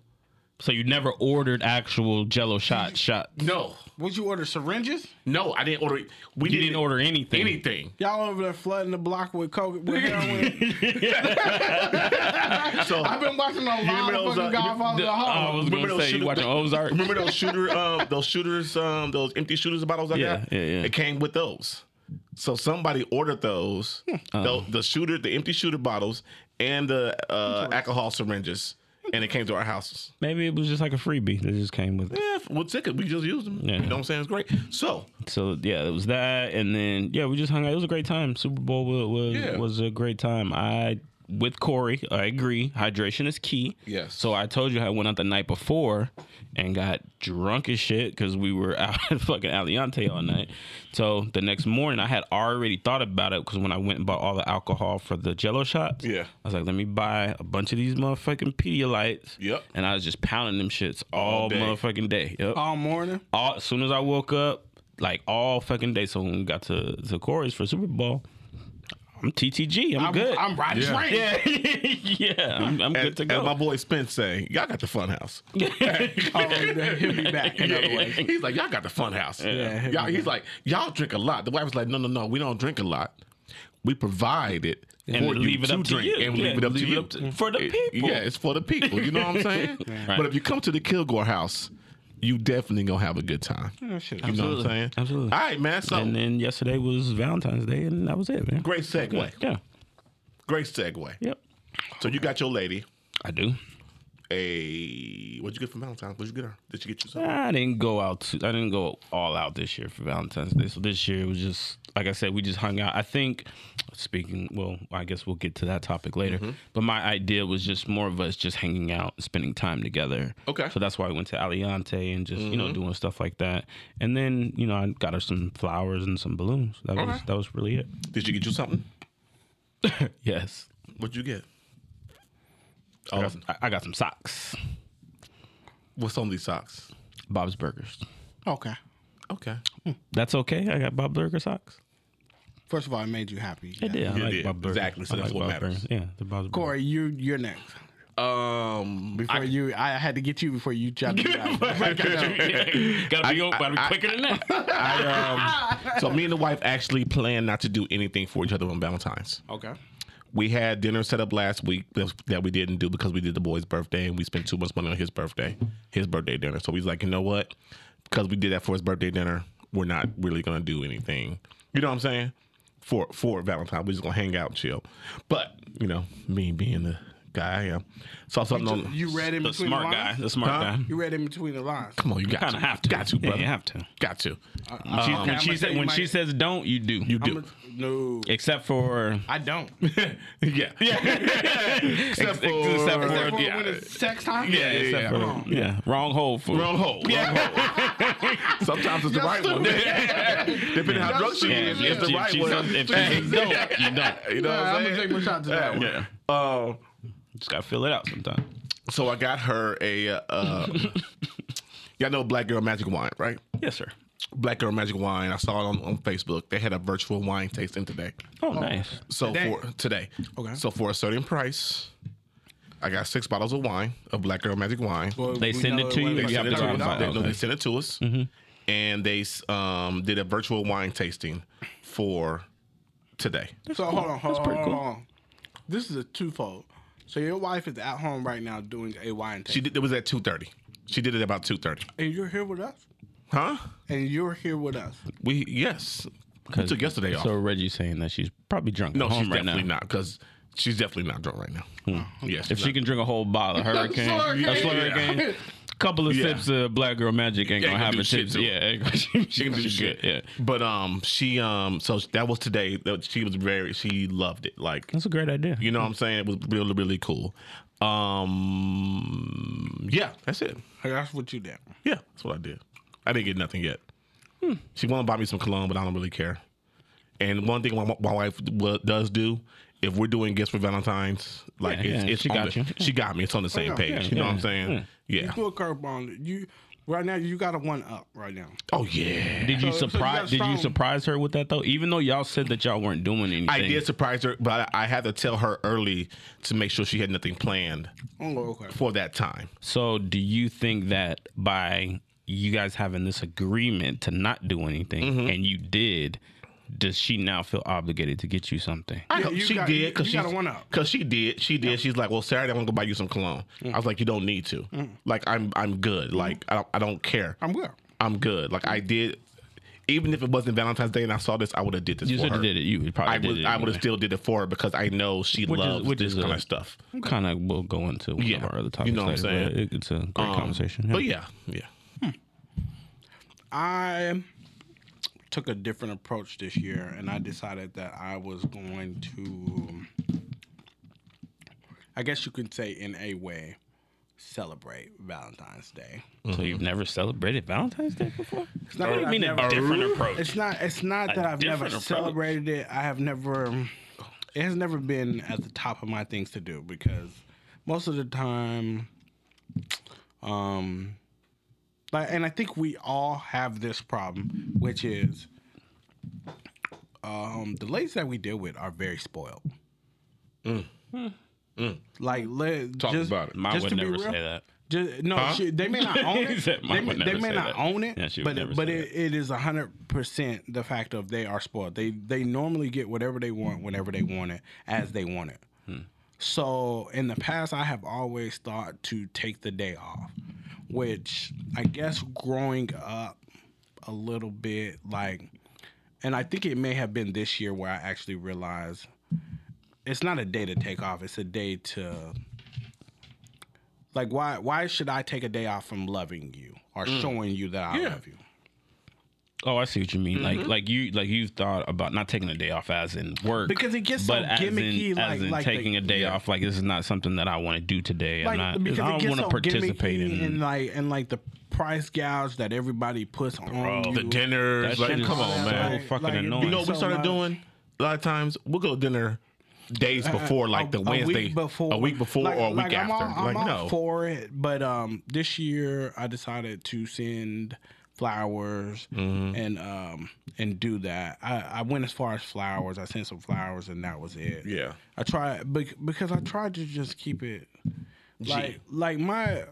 S3: So you never ordered actual Jello shot shot.
S2: No,
S1: Would you order syringes?
S2: no, I didn't order. We
S3: You didn't order anything.
S2: anything.
S1: Y'all over there flooding the block with coke with heroin.
S2: So
S1: I've been watching a lot
S2: remember
S1: of
S2: those,
S1: fucking
S2: uh,
S1: Godfather
S2: the-
S1: of the
S3: Oh, I
S1: Hall.
S3: was
S2: Remember
S3: gonna
S2: those
S3: say you
S2: shooter-
S3: watching Ozark.
S2: Remember those shooter, um, those shooters, um, those empty shooters bottles I
S3: Yeah,
S2: got?
S3: yeah, yeah.
S2: It came with those. So somebody ordered those,
S3: Uh-huh.
S2: the, the shooter, the empty shooter bottles, and the uh, alcohol syringes, and it came to our houses.
S3: Maybe it was just like a freebie that just came with it.
S2: Yeah, we'll take it. We just used them.
S3: Yeah.
S2: You know what I'm saying? It's great. So
S3: So yeah, it was that, and then yeah, we just hung out. It was a great time. Super Bowl was was,
S2: Yeah.
S3: was a great time. I with Corey, I agree. Hydration is key.
S2: Yes.
S3: So I told you I went out the night before and got drunk as shit because we were out at fucking Aliante all night. So the next morning, I had already thought about it because when I went and bought all the alcohol for the Jello shots,
S2: Yeah.
S3: I was like, let me buy a bunch of these motherfucking Pedialites.
S2: Yep.
S3: And I was just pounding them shits all,
S2: day.
S3: motherfucking day. Yep
S1: All morning.
S3: all as soon as I woke up, like all fucking day. So when we got to to Corey's for Super Bowl, I'm TTG. I'm,
S1: I'm
S3: good.
S1: I'm riding train.
S2: Yeah.
S3: yeah, yeah. I'm, I'm
S2: as,
S3: good to
S2: as
S3: go.
S2: my boy Spence say, y'all got the fun house.
S1: Oh, he'll be back in other ways.
S2: He's like, y'all got the fun house.
S1: Yeah.
S2: Y'all, he's like, y'all drink a lot. The wife was like, no, no, no, we don't drink a lot. We provide it
S3: And
S2: for
S3: leave
S2: you
S3: it
S2: to
S3: up to
S2: drink,
S3: you.
S2: and
S3: Yeah,
S2: leave it up
S3: leave
S2: to
S3: it
S2: you
S3: up to- for the
S2: It-
S3: people.
S2: yeah, it's for the people. You know what I'm saying? But if you come to the Kilgore house, you definitely gonna have a good time.
S1: shit.
S2: You know what I'm saying?
S3: Absolutely.
S2: All right, man. So
S3: and then yesterday was Valentine's Day, and that was it, man.
S2: great segue.
S3: Yeah.
S2: Great segue.
S3: Yep.
S2: So you got your lady.
S3: I do.
S2: A what'd you get for Valentine's? What'd you get her? Did you get you something?
S3: I didn't go out. To, I didn't go all out this year for Valentine's Day. So this year it was just like I said, we just hung out. I think speaking. Well, I guess we'll get to that topic later.
S2: Mm-hmm.
S3: But my idea was just more of us just hanging out, and spending time together.
S2: Okay. Mm-hmm.
S3: So that's why I went to Aliante and just you know doing stuff like that. And then you know I got her some flowers and some balloons. That was
S2: Okay.
S3: that was really it.
S2: Did you get you something?
S3: Yes.
S2: What'd you get?
S3: I got some, I- I got some socks.
S2: What's on these socks?
S3: Bob's Burgers.
S1: Okay.
S2: Okay.
S3: That's okay. I got Bob Burger socks.
S1: First of all, it made you happy.
S3: It did. I
S2: It
S3: like
S2: did.
S3: Bob Burgers.
S2: Exactly. So
S3: I
S2: that's what
S3: Bob
S2: matters.
S3: Burgers. Yeah, the Bob's Burgers.
S1: Corey, you you're next.
S2: Um,
S1: Before you, I had to get you before you jumped. in.
S3: yeah, gotta be, gotta be quicker than that.
S2: I, um, so me and the wife actually planned not to do anything for each other on Valentine's.
S1: okay.
S2: We had dinner set up last week that that we didn't do because we did the boy's birthday and we spent too much money on his birthday, his birthday dinner. So we was like, you know what? Because we did that for his birthday dinner, we're not really gonna do anything. You know what I'm saying? For for Valentine, we just gonna hang out, and chill. But you know, me being the guy I am, saw something on.
S1: You read in
S3: The
S1: between the
S3: smart guy,
S1: lines.
S3: the smart
S2: Huh?
S3: guy.
S1: You read in between the lines.
S2: Come on, you got
S3: Kind
S2: to,
S3: of have to.
S2: got to,
S3: Yeah,
S2: brother,
S3: you have to. Uh,
S2: got to.
S3: She-
S1: Okay,
S3: when
S1: I'ma
S3: she
S1: tell
S3: said
S1: you
S3: when
S1: my-
S3: she says don't, you do.
S2: You do.
S1: I'ma- no,
S3: Except for
S1: I don't.
S2: yeah. except,
S3: Ex- except for-
S1: Except for
S2: yeah.
S1: when it's sex time.
S2: Yeah, yeah, yeah.
S3: except for-
S1: wrong.
S3: yeah, wrong hole for
S2: Wrong hole. Sometimes it's the
S1: You're
S2: right one. Depending how drunk she
S3: Yeah,
S2: is,
S3: if
S2: it's the
S3: she-
S2: right
S3: she
S2: one.
S3: says- if she says don't, you don't.
S2: You know what
S1: I'm
S2: I'm
S1: gonna take
S2: saying?
S1: my shot to that one.
S3: Yeah,
S2: Uh,
S3: just gotta fill it out sometime.
S2: so I got her a. Uh, y'all know Black Girl Magic Wand, right?
S3: Yes, sir.
S2: Black Girl Magic Wine. I saw it on, on Facebook. They had a virtual wine tasting today.
S3: Oh, nice.
S2: So
S1: Today?
S2: for today,
S1: Okay.
S2: So for a certain price, I got six bottles of wine of Black Girl Magic Wine.
S1: Well,
S3: They
S1: we
S3: send
S1: know
S3: it to you?
S1: wasn't
S3: You have
S2: They
S1: $39.
S3: to
S2: sent it to
S3: buy
S2: us.
S3: it.
S2: They- no, they sent it to us,
S3: Mm-hmm.
S2: and they um, did a virtual wine tasting for today.
S1: So hold on, hold on,
S3: pretty
S1: hold
S3: cool.
S1: on. This is a twofold. So your wife is at home right now doing a wine taste,
S2: She did. It was at two thirty. She did it about two thirty.
S1: and you're here with us,
S2: Huh?
S1: and you're here with us.
S2: We yes. We
S3: 'Cause-
S2: took yesterday off.
S3: So Reggie's saying that she's probably drunk
S2: no,
S3: at home
S2: she's
S3: right now. Hmm.
S2: definitely not because she's definitely not drunk right now. Yes.
S3: If she can drink a whole bottle of hurricane, a
S2: Slurricane.
S3: slurricane,
S2: Yeah.
S3: couple of
S2: Yeah.
S3: sips of Black Girl Magic ain't
S2: Yeah,
S3: gonna
S2: can
S3: have
S2: do
S3: a
S2: shit
S3: shit.
S2: to it.
S3: Yeah, ain't gonna- she,
S2: She can do
S3: gonna
S2: shit.
S3: good, Yeah,
S2: But um, she um, so that was today. That She was very. She loved it. Like
S3: that's a great idea.
S2: you know, what I'm saying it was really really cool. Um, yeah, that's it.
S1: Hey, that's what you did.
S2: Yeah, that's what I did. I didn't get nothing yet.
S1: Hmm.
S2: She wanted to buy me some cologne, but I don't really care. And one thing my, my wife wa- does do, if we're doing gifts for Valentine's, like
S3: Yeah,
S2: it's,
S3: yeah,
S2: it's
S3: she
S2: on
S3: got
S2: the-
S3: you.
S2: She got me. It's on the same
S1: yeah,
S2: page.
S1: Oh, yeah, Hmm.
S2: you know what I'm
S3: yeah,
S2: saying? Yeah.
S1: You threw a curve on it. you. Right now, you got a one up right now.
S2: Oh yeah.
S3: Did you
S1: So- so you
S3: surprise?
S1: got
S3: did you
S1: strong-
S3: surprise her with that though? Even though y'all said that y'all weren't doing anything,
S2: I did surprise her, but I I had to tell her early to make sure she had nothing planned
S1: Oh, okay.
S2: for that time.
S3: So, do you think that by you guys having this agreement to not do anything,
S2: Mm-hmm.
S3: and you did, does she now feel obligated to get you something?
S2: I
S1: Yeah,
S2: hope
S1: you
S2: she
S1: got- you-
S2: did because
S1: you
S2: she
S1: got a one-up.
S2: Because she did, she did. She's like, well, Saturday I'm gonna go buy you some cologne.
S1: Mm.
S2: I was like, you don't need to. Like I'm, I'm good. Like I don't, I don't care.
S1: I'm good.
S2: I'm good. Like I did, even if it wasn't Valentine's Day and I saw this, I would have did this
S3: You
S2: for
S3: should
S2: her.
S3: have did it. You probably
S2: I
S3: did
S2: would,
S3: it.
S2: I would have
S3: anyway.
S2: still did it for her because I know she
S3: Which is-
S2: loves
S3: which
S2: this
S3: is
S2: kind
S3: a-
S2: of stuff.
S3: kind of we'll go into one
S2: Yeah.
S3: of our other topics.
S2: You know what I'm
S3: later, but
S2: saying?
S3: it- It's a great
S2: Um,
S3: conversation.
S2: But yeah, yeah.
S1: I took a different approach this year, and I decided that I was going to, I guess you could say, in a way, celebrate Valentine's Day.
S3: So you've never celebrated Valentine's Day before?
S1: It's not
S3: What
S1: that
S3: do you
S1: I've
S3: mean
S1: never-
S3: a different approach?
S1: It's not. It's not that I've never
S3: different approach.
S1: celebrated it. I have never. It has never been at the top of my things to do because most of the time, um, like, and I think we all have this problem, which is, um, the ladies that we deal with are very spoiled.
S3: Mm.
S1: Like, let,
S2: Talk
S1: just,
S2: about it.
S3: Hmm. Mine
S1: just
S3: would
S1: to be
S3: never
S1: real,
S3: say that.
S1: just, no,
S2: Huh?
S1: she, they may not own
S3: He
S1: it.
S3: said
S1: they
S3: mine
S1: may,
S3: would
S1: they
S3: never
S1: may
S3: say
S1: not
S3: that.
S1: own it,
S3: Yeah, she would
S1: but
S3: never
S1: but
S3: say
S1: it, it is hundred percent the fact of they are spoiled. They they normally get whatever they want whenever they want it as they want it.
S3: Hmm.
S1: So in the past, I have always thought to take the day off, which I guess growing up a little bit like, and I think it may have been this year where I actually realized it's not a day to take off. It's a day to like why why should I take a day off from loving you or
S3: Mm.
S1: showing you that I
S2: Yeah.
S1: love you?
S3: Oh, I see what you mean. Like, like you, like you've thought about not taking a day off as in work
S1: Because it gets so
S3: but as in-
S1: gimmicky,
S3: As in,
S1: like- like the-
S3: taking a day
S1: yeah.
S3: off, like this is not something that I want to do today. I'm
S1: Like
S3: not,
S1: because
S3: I
S1: it
S3: don't
S1: gets
S3: want
S1: so
S3: to participate
S1: gimmicky
S3: in.
S1: and like and like the price gouge that everybody puts on you.
S2: The dinners,
S3: That
S2: like,
S3: shit is
S2: come
S3: so
S2: on, man.
S3: fucking
S1: it'd be
S3: annoying.
S2: You know, what we
S1: so
S2: started
S1: much.
S2: doing a lot of times. We'll go to dinner days before, like the
S1: Uh, a-
S2: Wednesday,
S1: a week before,
S2: a week before
S1: Like-
S2: or a week
S1: like,
S2: after.
S1: I'm all, I'm
S2: like
S1: all
S2: no,
S1: for it, but um, this year I decided to send flowers
S2: Mm-hmm.
S1: and um and do that. I, I went as far as flowers. I sent some flowers, and that was it.
S2: yeah.
S1: I try bec- because I tried to just keep it like like my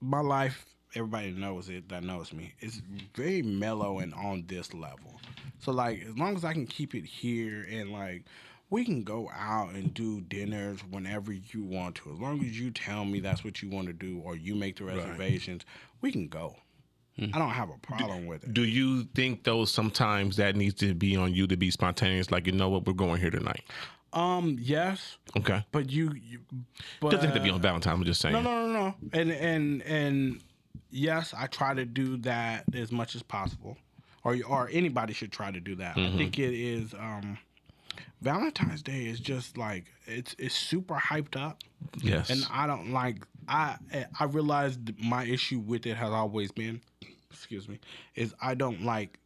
S1: my life. Everybody knows it that knows me. It's very mellow and on this level. So like as long as I can keep it here and like we can go out and do dinners whenever you want to. As long as you tell me that's what you want to do or you make the reservations, we can go.
S2: Hmm.
S1: I don't have a problem with it.
S2: Do you think though sometimes that needs to be on you to be spontaneous? Like you know what, we're going here tonight.
S1: Um, yes,
S2: Okay,
S1: but you, you but
S2: doesn't have to be on Valentine's. I'm just saying.
S1: No, no, no, no. And and and yes, I try to do that as much as possible, or or anybody should try to do that. I think it is. um Valentine's Day is just like it's it's super hyped up,
S2: Yes,
S1: and I don't like I I realized my issue with it has always been, excuse me, is I don't like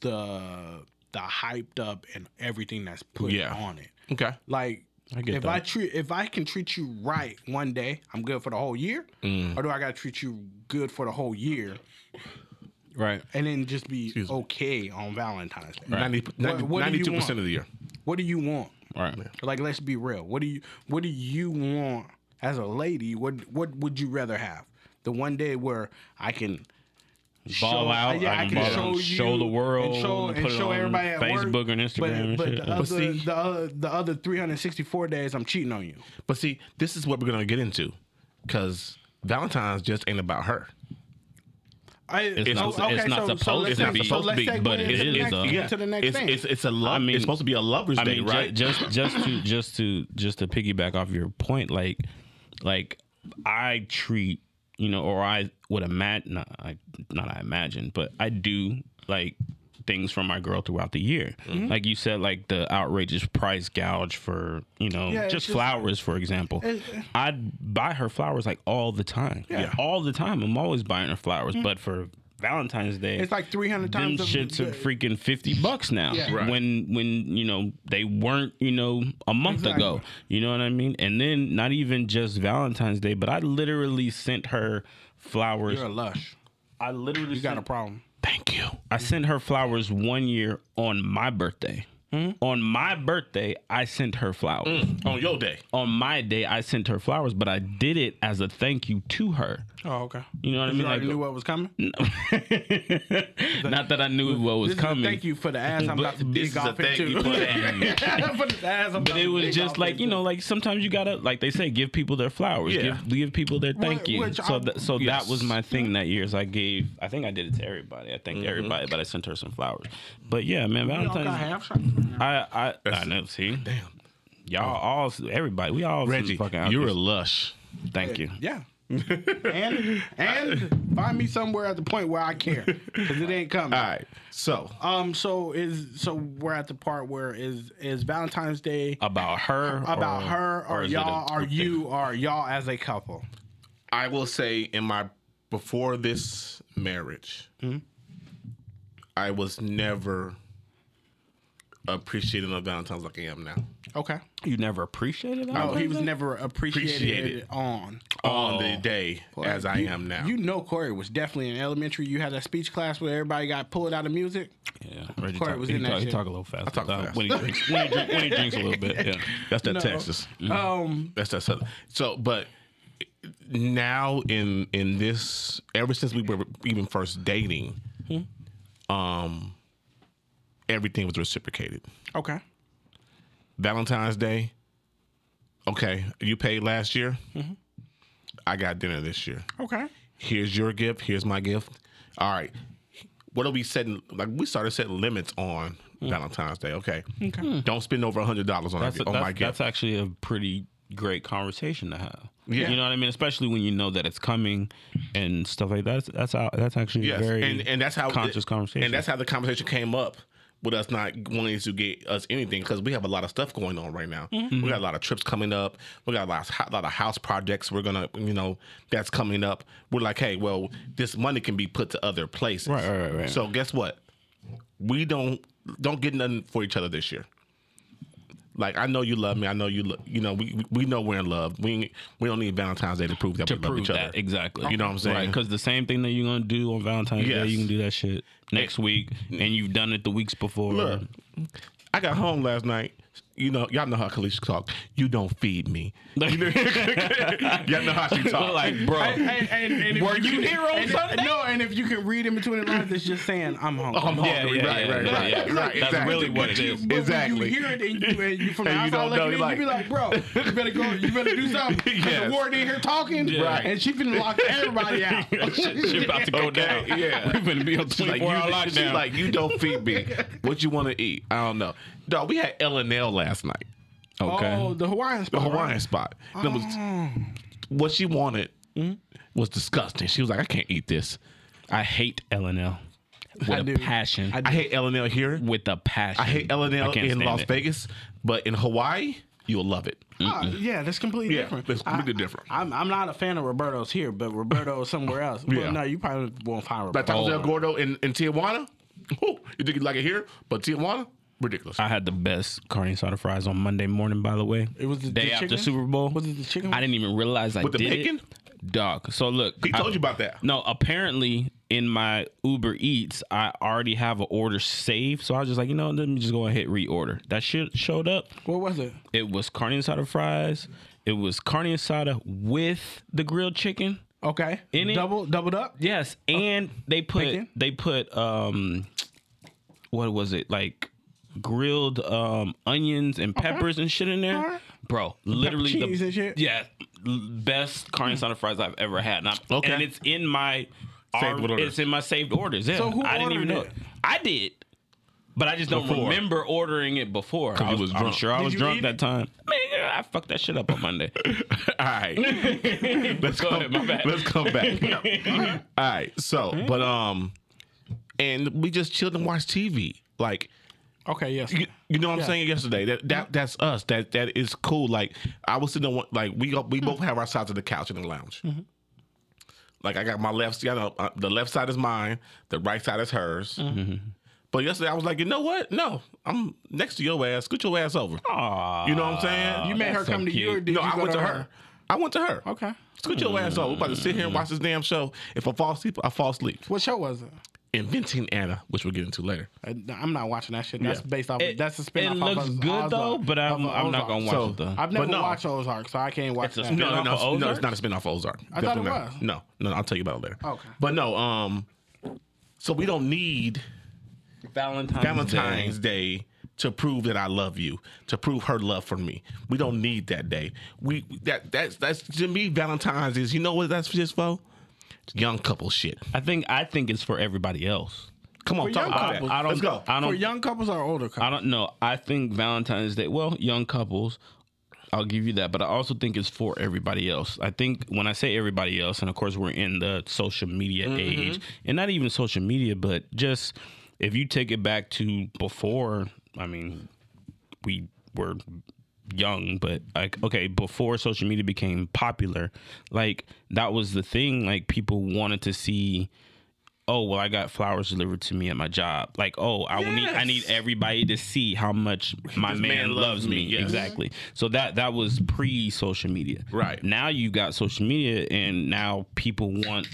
S1: the the hyped up and everything that's put
S2: Yeah.
S1: on it.
S2: okay.
S1: Like
S3: get
S1: if
S3: that.
S1: I treat if I can treat you right one
S3: Mm.
S1: day, I'm good for the whole year. Or do I gotta treat you good for the whole year?
S2: Right.
S1: and then just be
S2: Excuse me.
S1: okay on Valentine's Day.
S2: 90,
S1: What- what do you
S2: 92%
S1: want?
S2: of the year.
S1: What do you want?
S3: Right.
S1: Like, let's be real. What do you What do you want as a lady? What What would you rather have? The one day where I can
S3: Ball out, I can ball- show the world,
S1: and show,
S3: put
S1: and
S3: it
S1: show
S3: on
S1: everybody at work,
S3: Facebook and Instagram and
S1: But, but
S3: shit.
S1: the
S3: But
S1: other
S2: see-
S1: the other the other 364 days, I'm cheating on you.
S2: But see, this is what we're going to get into because Valentine's just ain't about her.
S1: I,
S3: It's not- it's not supposed
S1: let's
S2: to
S1: not-
S2: be.
S1: so let's
S3: Supposed to be,
S1: segue
S3: but it
S1: into the
S3: is,
S1: next-
S3: though.
S1: into the next
S2: it's,
S1: thing.
S2: It's, it's a love.
S3: I mean-
S2: it's supposed to be a lover's
S3: I mean,
S2: day,
S3: ju-
S2: right?
S3: just just to just to just to piggyback off your point, like like I treat you know, or I would imagine not I not I imagine, but I do like things for my girl throughout the year.
S1: Mm-hmm.
S3: Like you said, like the outrageous price gouge for you know
S1: Yeah, it's
S3: just
S1: just-
S3: flowers, for example.
S1: And-
S3: I'd buy her flowers like all the time,
S1: Yeah. Mm-hmm.
S3: all the time. I'm always buying her flowers, but for Valentine's Day,
S1: it's like 300
S3: them
S1: times. the-
S3: shits
S1: the-
S3: are freaking 50 bucks now
S1: Yeah.
S2: Right.
S3: when when you know they weren't you know a month
S1: Exactly.
S3: ago you know what i mean and then not even just valentine's day but i literally sent her flowers
S1: You're a lush.
S3: i literally
S1: You got a
S3: sent-
S1: problem.
S2: Thank you.
S3: i sent her flowers one year on my birthday
S1: Hmm?
S3: on my birthday i sent her flowers
S1: Mm.
S2: Mm, On your day.
S3: on my day i sent her flowers but i did it as a thank you to her
S1: Oh, okay.
S3: you know what i
S1: You
S3: mean
S1: already
S3: like
S1: knew what was coming.
S3: not that i knew what was
S1: This is a
S3: coming
S1: Thank you for the ass I'm about to dig off into. For the ass I'm
S3: But
S1: about
S3: it
S1: to
S3: was
S1: dig
S3: just
S1: off
S3: like you
S1: into.
S3: know, like sometimes you gotta, like they say, give people their flowers,
S2: Yeah.
S3: give give people their thank you.
S1: which
S3: so
S1: I-
S3: that so
S2: Yes.
S3: that was my thing that year. Is I gave, I think I did it to everybody. I
S2: Mm-hmm.
S3: thanked everybody, but I sent her some flowers. But yeah, man,
S1: You don't
S3: Valentine's.
S1: got half shots.
S3: I I I know. See,
S2: Damn.
S3: y'all all everybody, we all some
S2: Oh. Reggie,
S3: fucking out
S2: you're a
S3: there.
S2: lush.
S3: thank you.
S1: Yeah. and and find me somewhere at the point where I care because it ain't coming.
S2: All right. So,
S1: Um. So is so we're at the part where is is Valentine's Day
S3: About her,
S1: about
S3: or-
S1: her or,
S3: is it a
S1: y'all or
S3: group
S1: you or y'all as a couple?
S2: I will say in my before this marriage,
S1: Mm-hmm.
S2: I was never appreciating of Valentine's like I am now.
S1: Okay.
S3: thing? You never appreciated that.
S1: Oh, he was never appreciated,
S2: Appreciated.
S1: on.
S2: On
S1: Oh.
S2: the day as I am now.
S1: You know, Corey was definitely in elementary. You had that speech class where everybody got pulled out of music.
S3: yeah, Reggie
S1: Corey
S3: talk,
S1: was
S3: he
S1: in that
S3: talk, he
S1: shit.
S3: talk a little fast.
S2: talk
S3: uh,
S2: fast.
S3: when he drinks, when he, drink, when he drinks a little bit. Yeah,
S2: That's that
S1: No.
S2: Texas.
S1: Um.
S2: That's that Southern. So, but now in in this, ever since we were even first dating, um, everything was reciprocated.
S1: Okay.
S2: Valentine's Day. Okay, you paid last year. I got dinner this year.
S1: Okay.
S2: Here's your gift. Here's my gift. All right. What are we setting? Like we started setting limits on Valentine's Day. Okay. Okay. Don't spend over a hundred dollars on, our-
S3: That's,
S2: on
S3: that's,
S2: my gift.
S3: that's actually a pretty great conversation to have.
S2: Yeah.
S3: You know what I mean? Especially when you know that it's coming and stuff like that. That's that's, how, that's actually
S2: Yes,
S3: a very
S2: and and that's how
S3: conscious conversation.
S2: and that's how the conversation came up with us not wanting to get us anything because we have a lot of stuff going on right now.
S3: Mm-hmm.
S2: We got a lot of trips coming up. We got a lot, of, a lot of house projects. We're gonna, you know, that's coming up. We're like, hey, well, this money can be put to other places.
S3: Right, right, right, right.
S2: So guess what? We don't don't get nothing for each other this year. Like I know you love me. I know you. Lo- you know we we know we're in love. We ain't- we don't need Valentine's Day to prove that
S3: to
S2: we love
S3: prove
S2: each other.
S3: that exactly.
S2: You know what I'm saying?
S3: Because the same thing that you're gonna do on Valentine's
S2: Yes.
S3: Day, you can do that shit next week, and you've done it the weeks before.
S2: Look, I got home last night. You know, y'all know how Kalisha talk. You don't feed me.
S3: Like-
S2: Y'all know how she talk.
S3: like, bro,
S1: And, and, and if
S3: Were you here on
S1: and-
S3: Sunday?
S1: No, and if you can read in between the lines, it's just saying I'm hungry.
S2: Oh, I'm
S3: Yeah,
S2: hungry.
S3: yeah,
S2: right,
S3: yeah,
S2: right,
S3: yeah,
S2: right,
S3: yeah.
S2: right.
S3: That's really what it is.
S1: But
S2: Exactly.
S1: When you hear it and you, and you from the
S2: And you
S1: outside
S2: don't know,
S1: looking in,
S2: like-
S1: you be like, bro, you better go. You better do something. 'Cause
S2: Yes.
S1: The warden in here talking,
S2: Right.
S1: and she been lock everybody out.
S3: shit, shit about to go
S2: Okay,
S3: down.
S2: yeah.
S3: we gonna be on
S2: She's
S3: 24
S2: like,
S3: hour
S2: you, she's
S3: lockdown.
S2: like, you don't feed me. What you want to eat? I don't know. Dog, we had L and L last night.
S3: okay,
S1: Oh, the Hawaiian
S2: The
S1: spot. right?
S2: Hawaiian spot. That was-
S3: Oh.
S2: what she wanted
S3: Hmm?
S2: was disgusting. She was like, I can't eat this.
S3: I hate LNL with
S1: I
S3: a
S1: do.
S3: passion.
S2: I hate L and L here.
S3: with a passion.
S2: I hate L and
S3: I
S2: L
S3: can't
S2: in
S3: stand
S2: Las
S3: it.
S2: Vegas, but in Hawaii, you'll love it.
S1: Ah, yeah, that's completely
S2: Yeah,
S1: different.
S2: that's completely
S1: I-
S2: different.
S1: I'm, I'm not a fan of Roberto's here, but Roberto's somewhere else.
S2: Yeah.
S1: Well, no, you probably won't find
S2: Like Tacos
S3: Oh.
S1: Roberto.
S2: El Gordo in, in Tijuana, whew, you think you like it here, but Tijuana, ridiculous.
S3: I had the best carne asada fries on Monday morning. By the way,
S1: It was the-
S3: day
S1: the
S3: after
S1: chicken?
S3: Super Bowl.
S1: Was it the chicken?
S3: I didn't even realize I
S2: With the
S3: did it.
S2: bacon?
S3: Doc. So look,
S2: He
S3: I-
S2: told you about that.
S3: No, apparently in my Uber Eats, I already have an order saved. So I was just like, you know, let me just go and hit reorder. That shit showed up.
S1: What was it?
S3: It was carne asada fries. It was carne asada with the grilled chicken.
S1: Okay.
S3: Any-
S1: double doubled up.
S3: Yes,
S1: Oh,
S3: and they put
S1: Bacon?
S3: they put um, what was it like? Grilled um onions and peppers and shit in there,
S1: Alright.
S3: bro. Literally
S1: cheese
S3: the
S1: and shit?
S3: yeah l- best carne asada fries I've ever had. And, I'm-
S2: Okay.
S3: and it's in my
S2: Saved
S3: saved
S2: orders.
S3: it's in my saved orders. Yeah,
S1: So who
S3: I didn't even know.
S1: ordered
S3: it.
S1: it?
S3: I did, but I just don't
S2: Before.
S3: remember ordering it before.
S2: 'Cause
S3: I
S2: you was
S3: I'm
S2: drunk.
S3: sure I
S1: Did
S3: was
S1: you
S3: drunk
S1: eat
S3: that
S1: it?
S3: time. Man, I fucked that shit up on Monday.
S2: All right. let's
S3: Go
S2: come,
S3: ahead, my bad.
S2: Let's come back. All right. So, but um, and we just chilled and watched TV. Like
S1: Okay. Yes.
S2: you, you know what I'm
S1: Yeah.
S2: saying yesterday. That that that's us. That that is cool. Like I was sitting on one- like we go-
S1: Hmm.
S2: we both have our sides of the couch in the lounge.
S1: Mm-hmm.
S2: Like I got my left side. Uh, the left side is mine. The right side is hers.
S1: Mm-hmm.
S2: Mm-hmm. But yesterday I was like, you know what? No, I'm next to your ass. Scoot your ass over.
S3: Aw,
S2: You know what I'm saying?
S1: you made her
S3: that's so
S1: come to you. Or
S3: cute.
S1: did
S2: no,
S1: you
S2: I
S1: go
S2: went to her. I went to her.
S1: Okay. Mm-hmm.
S2: Scoot your ass over. We're about to sit here and watch this damn show. If I fall asleep, I fall asleep.
S1: What show was it?
S2: Inventing Anna, which we'll get into later.
S1: I- I'm not watching that shit. That's
S2: Yeah.
S1: based off.
S3: It-
S1: that's a spin
S3: It
S1: off.
S3: looks good though, but I'm, I'm not gonna watch
S2: So,
S3: it though.
S1: I've never
S2: But no.
S1: watched Ozark, so I can't watch
S3: It's a
S1: that.
S3: spin-
S2: No, no,
S3: Spin-off
S2: no,
S3: of
S2: no, it's
S3: Ozark?
S2: not a spin off of Ozark.
S1: I thought it
S2: Definitely not.
S1: was.
S2: No, no, I'll tell you about it later.
S1: Okay.
S2: But no, um, so we don't need
S3: Valentine's,
S2: Valentine's Day. to prove that I love you, to prove her love for me. We don't need that day. We that that's that's to me Valentine's is you know what that's just for? Young couple shit.
S3: I think I think it's for everybody else.
S2: Come on,
S1: For
S2: talk
S1: young
S2: about
S1: couples.
S2: that.
S3: I don't.
S2: Let's go.
S3: I
S1: For
S3: don't.
S1: young couples or older
S3: I
S1: couples?
S3: don't know. I think Valentine's Day. Well, young couples. I'll give you that, but I also think it's for everybody else. I think when I say everybody else, and of course we're in the social media age, and not even social media, but just if you take it back to before, I mean, we were young, but like okay, before social media became popular, like that was the thing. Like people wanted to see, oh well, I got flowers delivered to me at my job. Like oh, I will need I need
S2: Yes.
S3: everybody to see how much my
S2: This
S3: man,
S2: man
S3: loves,
S2: loves
S3: me.
S2: me, yes.
S3: Exactly. So that that was pre social media.
S2: Right.
S3: now you got social media, and now people want.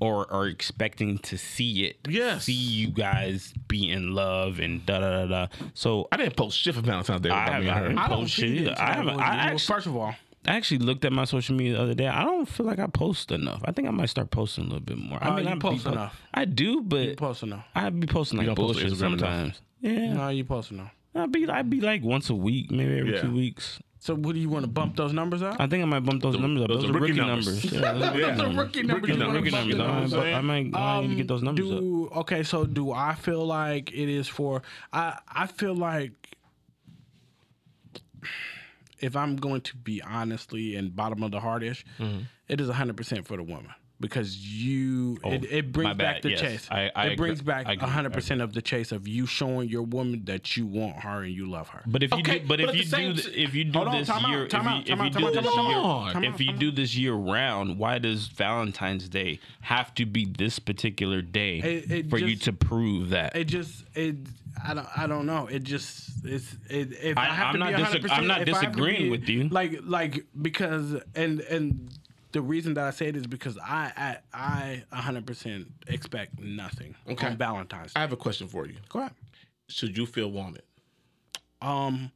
S3: Or are expecting to see it,
S2: Yes.
S3: see you guys be in love and da da da da. So
S2: I didn't post shit for Valentine's Day.
S3: I
S2: without me
S3: haven't- I
S2: and her.
S3: haven't
S1: I don't
S3: post
S1: see
S3: shit
S1: it.
S3: either. I haven't- I
S1: Well,
S3: actu-
S1: First of all,
S3: I actually looked at my social media the other day. I don't feel like I post enough. I think I might start posting a little bit more. I
S1: Uh, you
S3: I be
S1: post
S3: po-
S1: enough.
S3: I do, but
S1: post enough.
S3: I'd be posting like
S2: don't post on
S3: bullshit
S2: Instagram enough.
S3: sometimes. Yeah,
S1: No, you post enough.
S3: I'd be I'd be like once a week, maybe every
S2: Yeah.
S3: two weeks.
S1: So, what do you want to bump those numbers up?
S3: I think I might bump those numbers up. Those, are rookie, numbers. Yeah, those are rookie
S2: Yeah.
S3: numbers.
S1: rookie numbers.
S3: Those are
S2: numbers.
S3: rookie numbers.
S2: You know what
S3: I
S2: I'm
S3: might, bu-
S2: saying?
S3: I might, I need to get those numbers up.
S1: Um, do okay so do i feel like it is for i i feel like if i'm going to be honestly and bottom of the heartish
S3: Mm-hmm.
S1: it is 100% for the woman because you it, it brings
S3: Oh, my
S1: back
S3: bad.
S1: the
S3: Yes.
S1: chase
S3: I- I
S1: it brings
S3: agree.
S1: back
S3: I agree. I
S1: 100% of the chase of you showing your woman that you want her and you love her
S3: But if
S2: Okay,
S3: you do,
S2: but
S3: but,
S2: at
S3: if you
S2: the same
S3: do, th-
S2: t-
S3: if you do
S1: Hold on,
S3: this
S1: time out,
S3: year,
S1: time out,
S3: if you,
S1: time
S3: if
S1: out,
S3: you do
S1: time out,
S3: this
S1: time out,
S3: year,
S2: time out,
S3: if you do this year round, why does Valentine's Day have to be this particular day
S1: It- it
S3: for you
S1: just-
S3: to prove that?
S1: it just it I don't I don't know. It just it's it if I,
S3: I-
S1: have
S3: I'm
S1: to
S3: not
S1: be
S3: disa-
S1: 100
S3: I'm not disagreeing with you.
S1: Like like because and and the reason that I say it is because I I I 100% expect nothing
S2: Okay.
S1: on Valentine's. Day.
S2: I have a question for you.
S1: Go ahead.
S2: Should you feel wanted?
S1: Um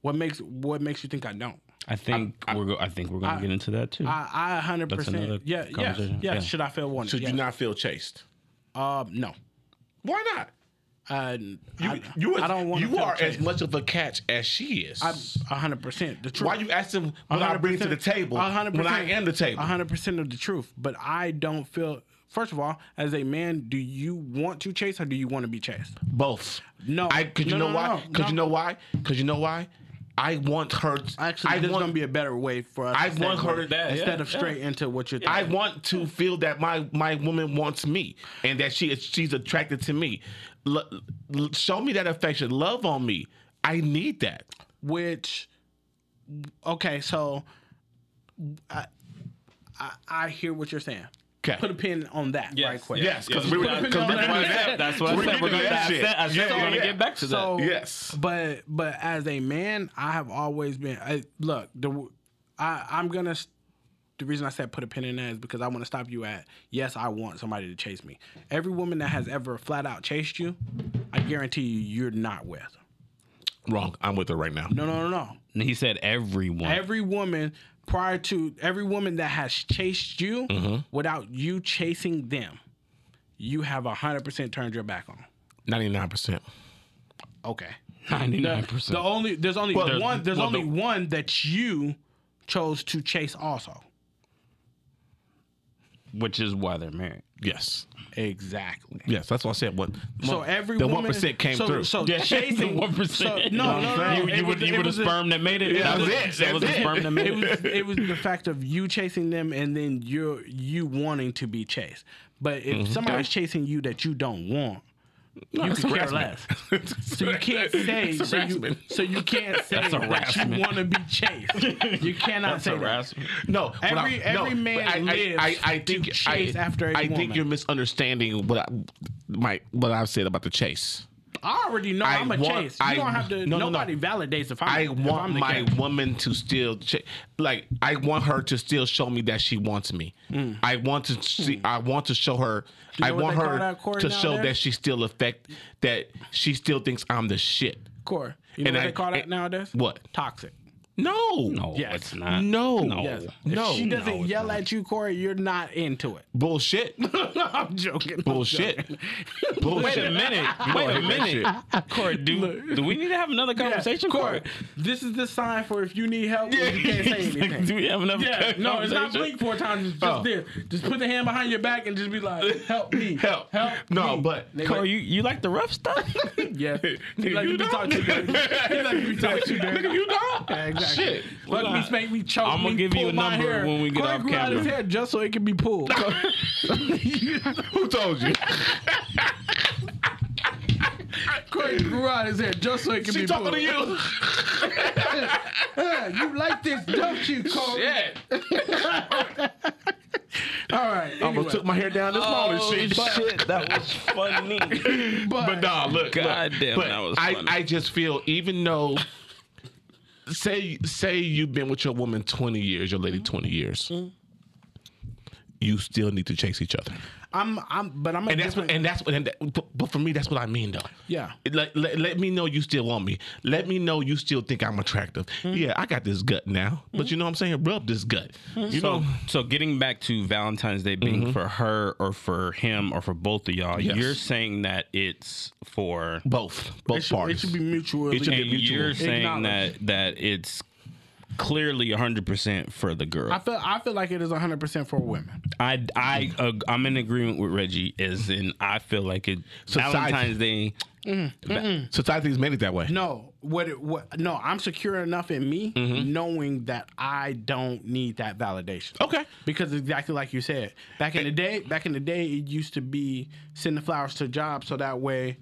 S1: what makes what makes you think I don't?
S3: I think we're go- I think we're gonna get into that too.
S1: I I 100%
S3: another
S1: yeah, yeah, yeah
S3: conversation. Yeah.
S1: should I feel one?
S2: Should
S1: yes.
S2: you not feel chased?
S1: Um no.
S2: Why not?
S1: Uh,
S2: You,
S1: I,
S2: you,
S1: I don't want
S2: you are as much of a catch as she is.
S1: I'm 100% the truth.
S2: Why you asking what I bring to the table when I am the table?
S1: hundred percent of the truth. But I don't feel. First of all, as a man, do you want to chase or do you want to be chased?
S2: Both.
S1: No.
S2: I because you
S1: No,
S2: know
S1: no,
S2: why?
S1: no,
S2: Because
S1: no.
S2: you know why? Because you know why? I want her.
S1: Actually,
S2: I
S1: there's
S2: want,
S1: gonna be a better way for us.
S2: I
S1: to stay
S2: want her-
S1: with-
S2: that,
S1: instead
S3: yeah,
S1: of straight into what you're.
S2: I
S1: thinking.
S2: want to feel that my my woman wants me and that she is she's attracted to me. L- l- show me that affection, love on me. I need that.
S1: which okay, so I, I I hear what you're saying.
S2: Okay.
S1: Put a pin on that right quick.
S2: Yes, because we were
S3: That's
S2: because we
S3: what
S2: were
S3: I
S2: doing
S3: said.
S2: that.
S3: That's what I
S2: We're
S3: said. We're
S2: doing
S3: gonna
S2: that
S3: I
S2: shit.
S3: said- I said
S2: Yeah,
S3: we're gonna
S2: yeah.
S3: get back to that.
S1: So
S2: Yes.
S1: but but as a man, I have always been. I, look, the I, I'm gonna s- the reason I said put a pin in that is because I want to stop you at yes, I want somebody to chase me. Every woman that has ever flat out chased you, I guarantee you, you're not with.
S2: Wrong. I'm with her right now.
S1: No, no, no, no.
S3: And he said everyone.
S1: Every woman prior to every woman that has chased you without you chasing them, you have hundred percent turned your back on.
S2: 99%.
S1: Okay.
S3: Ninety-nine
S1: The
S3: percent.
S1: only there's only
S2: Well,
S1: one there's
S2: well,
S1: only
S2: the-
S1: one that you chose to chase also.
S3: Which is why they're married.
S2: Yes.
S1: Exactly.
S2: Yes. That's what I said. What?
S1: So every
S2: the
S1: woman,
S2: 1% came
S1: so,
S2: through.
S1: So
S3: Yeah,
S1: chasing
S3: the 1%.
S1: So, no, no, no,
S2: You-
S1: no.
S3: You, you
S1: It
S3: were,
S1: was-
S3: you
S1: it
S3: were the
S1: was a-
S3: sperm that made it.
S2: Yeah,
S3: that
S2: that's
S3: was
S2: it,
S3: That was the
S2: that's it.
S3: sperm that made
S1: it
S3: it.
S1: was it was the fact of you chasing them and then you you wanting to be chased. But if
S3: Mm-hmm.
S1: somebody's chasing you that you don't want, you
S2: it's
S1: could care
S2: harassment.
S1: less. So you can't say
S2: It's
S1: so you,
S2: harassment.
S1: so you can't say
S3: That's
S1: that you
S3: harassment.
S1: want to be chased. You cannot
S3: That's
S1: say that.
S3: harassment.
S2: No, what
S1: Every-
S2: I, no,
S1: every man
S2: but I,
S1: lives
S2: I, I, I think
S1: to chase
S2: I,
S1: after a
S2: I think
S1: woman.
S2: you're misunderstanding what I, my what I've said about the chase.
S1: I already know I
S2: I
S1: am a
S2: want-
S1: chase. You
S2: I-
S1: don't have to.
S2: no, no, no.
S1: nobody validates if I'm.
S2: I
S1: if
S2: want
S1: I'm the
S2: my
S1: catch.
S2: woman to still cha- like I want her to still show me that she wants me. I want to see I want to show her I
S1: know what
S2: want
S1: they call
S2: her
S1: that, Corey,
S2: to
S1: now
S2: show
S1: there?
S2: that she still affect that she still thinks I'm the shit.
S1: core. You know
S2: and
S1: what
S2: I-
S1: they call that
S2: and-
S1: nowadays?
S2: What?
S1: Toxic.
S2: No.
S3: No,
S1: Yes.
S3: it's not.
S2: No.
S3: No.
S1: Yes.
S2: No.
S1: If she
S3: No,
S1: doesn't
S3: it's
S1: yell
S3: not.
S1: at you, Corey, you're not into it.
S2: Bullshit.
S1: I'm joking. I'm
S2: Bullshit.
S1: joking.
S3: Wait a
S2: Bullshit.
S3: minute. Wait a minute. Corey, do, do we need to have another conversation,
S1: Corey,
S3: Corey?
S1: this is the sign for if you need help, you can't say
S3: do
S1: anything.
S3: we have another
S1: Yeah, no, it's not
S3: conversation?
S1: blink four times. It's just
S2: Oh.
S1: this. Just put the hand behind your back and just be like, "Help me,
S2: Help.
S1: help."
S2: No,
S1: me.
S2: but
S3: Corey, you, you like the rough stuff?
S1: yeah, he like to be
S2: you don't.
S1: talked to. dirty. He like to be talked to. dirty.
S2: Nigga, you don't.
S1: Yeah, exactly.
S2: Shit.
S1: Fuck
S3: Well,
S1: me,
S3: I-
S1: spank me, choke
S3: I'ma
S1: me,
S3: give you
S1: pull
S3: a
S1: my
S3: number
S1: hair.
S3: when we get
S1: Corey
S3: off
S1: grew out
S3: camera.
S1: his hair just so it can be pulled.
S2: Who told you?
S1: Corey grew out his hair just so it can
S2: she
S1: be
S2: talking
S1: pulled.
S2: to you.
S1: Uh, you like this, don't you, Corey?
S2: Shit.
S1: All right.
S2: Almost
S1: Anyway,
S2: took my hair down this
S1: Oh,
S2: morning. Shit.
S3: that was funny.
S1: but,
S2: Oh, But nah, look.
S3: God
S2: look,
S3: damn,
S2: but
S3: that was
S2: I,
S3: funny.
S2: I just feel even though say say you've been with your woman twenty years, your
S3: Mm-hmm.
S2: lady twenty years, you still need to chase each other.
S1: I'm, I'm, but I'm a
S2: And that's what
S1: different-
S2: and that's what and that, but, but for me that's what I mean though.
S1: Yeah.
S2: It- Let, let, let me know you still want me. Let me know you still think I'm attractive.
S1: Hmm?
S2: Yeah, I got this gut now. But you know what I'm saying? Rub this gut.
S1: Hmm?
S2: You know
S3: So getting back to Valentine's Day being
S1: Mm-hmm.
S3: for her or for him or for both of y'all,
S2: Yes.
S3: you're saying that it's for
S2: both. Both
S1: it should, it
S2: parties.
S1: should be mutual.
S2: It should be
S3: and you're saying
S1: Acknowledge.
S3: that that it's clearly 100% for the girl.
S1: I feel, I feel like it is 100 percent for women.
S3: I I ag- I'm in agreement with Reggie as in I feel like it
S2: Society.
S3: Valentine's Day
S2: Society's made it that way.
S1: No, what, it, what? No, I'm secure enough in me,
S2: Mm-hmm.
S1: knowing that I don't need that validation.
S2: Okay.
S1: Because exactly like you said, back in the day, back in the day, it used to be send the flowers to job so that way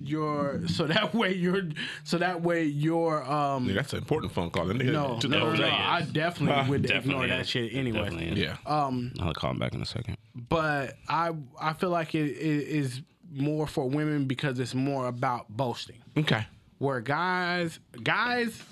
S1: your so that way your so that way your um
S2: Yeah, that's an important phone call. No,
S1: no no no, no, I definitely would ignore that shit anyway.
S3: Definitely is.
S2: Yeah.
S1: Uh,
S3: I'll call him back in a second.
S1: But I I feel like it, it is more for women because it's more about boasting.
S2: okay.
S1: Where guys guys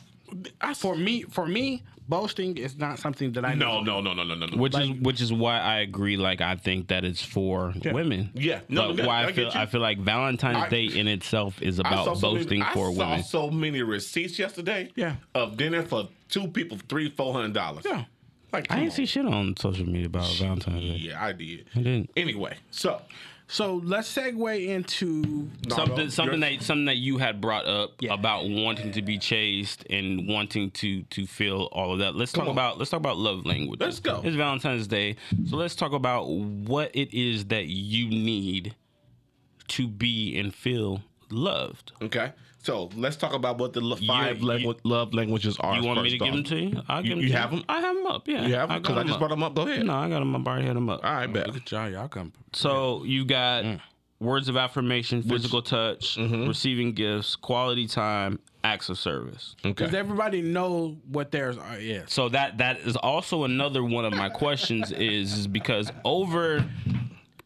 S1: for me for me boasting is not something that I
S2: No,
S1: need.
S2: no, no, no, no, no. no.
S3: Which is which is why I agree. Like I think that it's for women.
S2: Yeah. No,
S3: but
S2: yeah,
S3: why
S2: I
S3: I,
S2: get
S3: feel
S2: you.
S3: I feel like Valentine's
S2: I-
S3: Day in itself is
S2: I saw
S3: about
S2: so many-
S3: boasting for
S2: I
S3: women.
S2: saw so many receipts yesterday.
S1: Yeah.
S2: Of dinner for two people, three, four hundred dollars.
S1: Yeah.
S2: Like
S3: I
S2: come
S3: didn't
S2: on.
S3: see shit on social media about Valentine's Day.
S2: Yeah, I did.
S3: I didn't.
S2: Anyway, so
S1: So let's segue into
S2: Nardo,
S3: Something, something
S2: you're-
S3: that something that you had brought up
S1: Yeah.
S3: about wanting to be chased and wanting to to feel all of that. Let's talk
S2: on.
S3: about let's talk about love language.
S2: Let's go.
S3: It's Valentine's Day, so let's talk about what it is that you need to be and feel loved.
S2: okay. So let's talk about what the lo- five
S3: you-
S2: langu- love languages are.
S3: You want me
S2: first
S3: to
S2: off.
S3: give them to you? I
S2: You-
S3: give 'em
S2: you
S3: to
S2: have 'em?
S3: I have them up. Yeah,
S2: You have because I,
S3: got 'em
S2: just brought them up. Go ahead.
S3: No, I got them up. I already had them up.
S2: All right, bet.
S1: y'all, y'all come.
S3: So you got
S2: Mm.
S3: words of affirmation, physical touch,
S2: Mm-hmm.
S3: receiving gifts, quality time, acts of service.
S1: Does
S2: Okay.
S1: everybody know what theirs are? Yeah.
S3: So that that is also another one of my questions is, is because over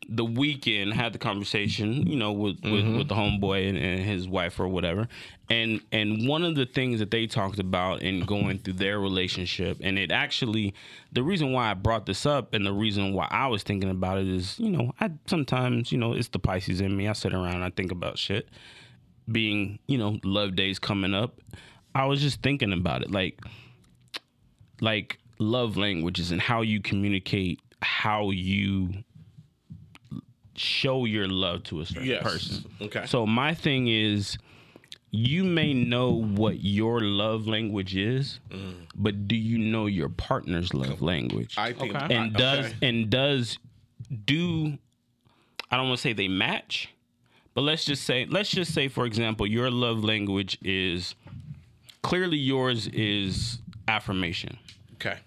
S3: the weekend had the conversation, you know, with with, with the homeboy and, and his wife or whatever, and and one of the things that they talked about in going through their relationship, and it actually, the reason why I brought this up and the reason why I was thinking about it is, you know, I sometimes, you know, it's the Pisces in me. I sit around and I think about shit, being, you know, love days coming up. I was just thinking about it, like like love languages and how you communicate how you show your love to a certain
S2: Yes.
S3: person.
S2: Okay.
S3: So my thing is you may know what your love language is, but do you know your partner's love language?
S2: Mm. I think
S1: Okay.
S2: I-
S3: and does
S2: okay.
S3: and does do I don't want to say they match, but let's just say let's just say for example your love language is clearly yours is affirmation.
S2: okay.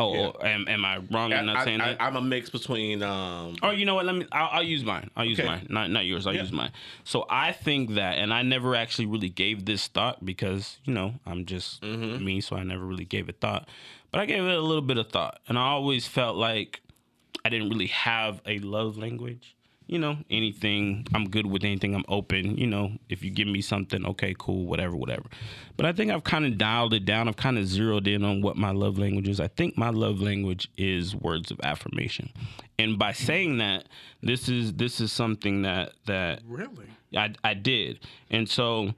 S3: Oh,
S2: Yeah.
S3: oh, am, am I wrong in not saying
S2: I,
S3: that?
S2: am a mix between um
S3: Oh, you know what? Let me. I'll, I'll use mine. I'll use
S2: Okay.
S3: mine. Not not yours. I'll
S2: Yeah.
S3: use mine. So I think that, and I never actually really gave this thought because you know I'm just
S2: Mm-hmm.
S3: me, so I never really gave it thought. But I gave it a little bit of thought, and I always felt like I didn't really have a love language. You know, anything. I'm good with anything. I'm open. You know, if you give me something, okay, cool, whatever, whatever. But I think I've kind of dialed it down. I've kind of zeroed in on what my love language is. I think my love language is words of affirmation. And by saying that, this is this is something that that
S1: Really?
S3: I, I did. And so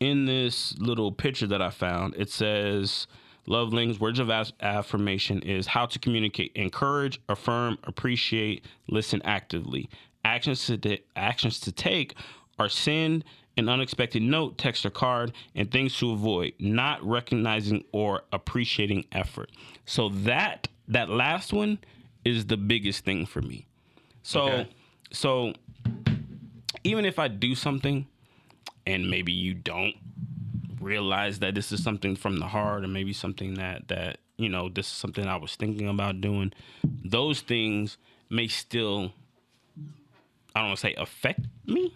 S3: in this little picture that I found, it says Loveling's words of aff- affirmation is how to communicate, encourage, affirm, appreciate, listen actively. Actions to ta- actions to take are send an unexpected note, text or card, and things to avoid, not recognizing or appreciating effort. So that that last one is the biggest thing for me. So
S2: Okay.
S3: so even if I do something and maybe you don't realize that this is something from the heart or maybe something that that you know this is something I was thinking about doing those things may still I don't want to say affect me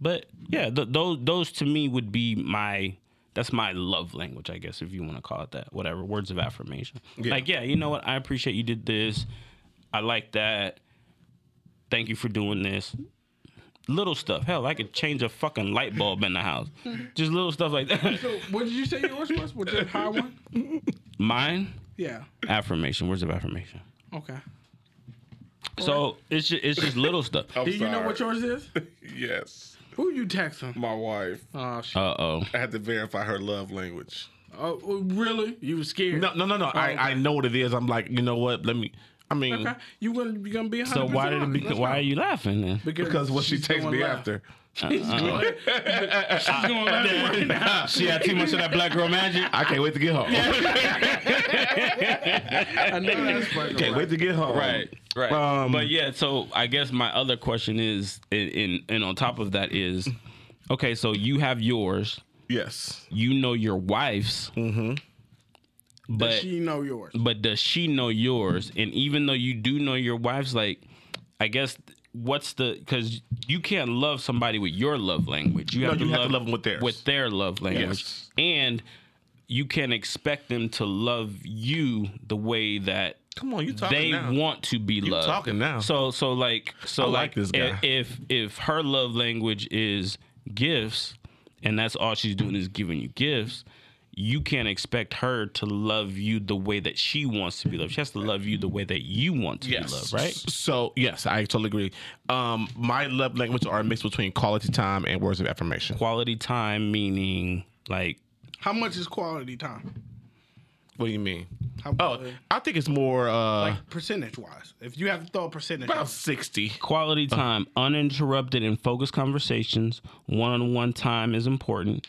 S3: but yeah th- those those to me would be my that's my love language I guess if you want to call it that whatever words of affirmation like yeah you know what I appreciate you did this I like that thank you for doing this little stuff hell I could change a fucking light bulb in the house just little stuff like that
S1: So what did you say yours was? Was it a high one?
S3: Mine
S1: Yeah.
S3: affirmation. Words of affirmation.
S1: Okay.
S3: So it's just, it's just little stuff.
S2: I'm
S1: Do you know what
S2: sorry.
S1: yours is?
S2: Yes.
S1: Who you texting?
S2: My wife.
S1: Oh shit.
S3: Uh oh.
S2: I had to verify her love language.
S1: Oh,
S2: Oh,
S1: oh, really? You were scared?
S2: No, no, no, no. I,
S1: okay.
S2: I know what it is. I'm like, you know what? Let me. I mean,
S1: Okay. You gonna you gonna be? 100%
S3: So why did it be,
S1: honest. Let's
S3: why
S1: go.
S3: are you laughing then?
S2: because what she
S1: she's
S2: takes
S1: going
S2: me
S1: left.
S2: after.
S1: She's going left right now.
S3: she had too much of that black girl magic.
S2: I can't wait to get home.
S3: Um,
S1: I know that's right.
S2: can't wait to get home.
S3: Right, right.
S2: Um,
S3: but yeah, so I guess my other question is, and and, and on top of that is, okay, so you have yours,
S2: Yes.
S3: you know your wife's, Mm-hmm. but
S1: Does she know yours?
S3: but does she know yours? And even though you do know your wife's, like, I guess what's the because you can't love somebody with your love language. You
S2: No,
S3: have, to,
S2: you
S3: love
S2: have to love 'em with theirs.
S3: With their love language,
S2: Yes.
S3: and you can expect them to love you the way that
S2: Come on, you talking
S3: they
S2: now.
S3: want to be loved.
S2: talking now.
S3: So so like so
S2: I like
S3: like,
S2: this guy.
S3: i- If if her love language is gifts, and that's all she's doing is giving you gifts. You can't expect her to love you the way that she wants to be loved. She has to love you the way that you want to be loved, right?
S2: So yes, I totally agree. Um, my love language are a mix between quality time and words of affirmation.
S3: Quality time meaning like
S1: How much is quality time?
S2: What do you mean?
S1: How,
S2: Oh, I think it's more uh,
S1: like percentage wise. If you have to throw a percentage,
S2: about
S1: out.
S2: sixty.
S3: Quality
S2: Uh.
S3: time, uninterrupted and focused conversations, one on one time is important.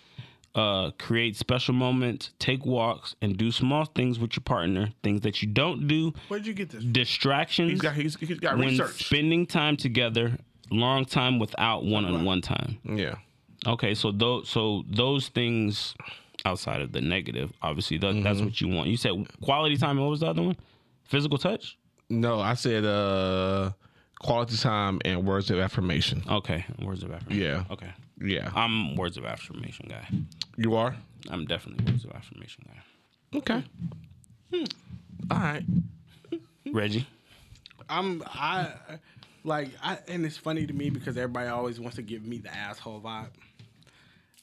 S3: Uh, create special moments, take walks, and do small things with your partner, things that you don't do,
S1: where'd you get this?
S3: distractions,
S2: He's got he's, he's got
S3: when
S2: research.
S3: spending time together, long time without one on one time.
S2: yeah.
S3: Okay, so those so those things outside of the negative, obviously, tha-
S2: Mm-hmm.
S3: that's what you want. You said quality time, and what was the other one? Physical touch?
S2: No, I said uh, quality time and words of affirmation.
S3: Okay, words of affirmation.
S2: Yeah.
S3: Okay.
S2: Yeah,
S3: I'm words of affirmation guy.
S2: Uh, you are.
S3: I'm definitely words of affirmation guy.
S2: Okay. Hmm. All right.
S3: Reggie,
S1: I'm I Like, I, and it's funny to me because everybody always wants to give me the asshole vibe.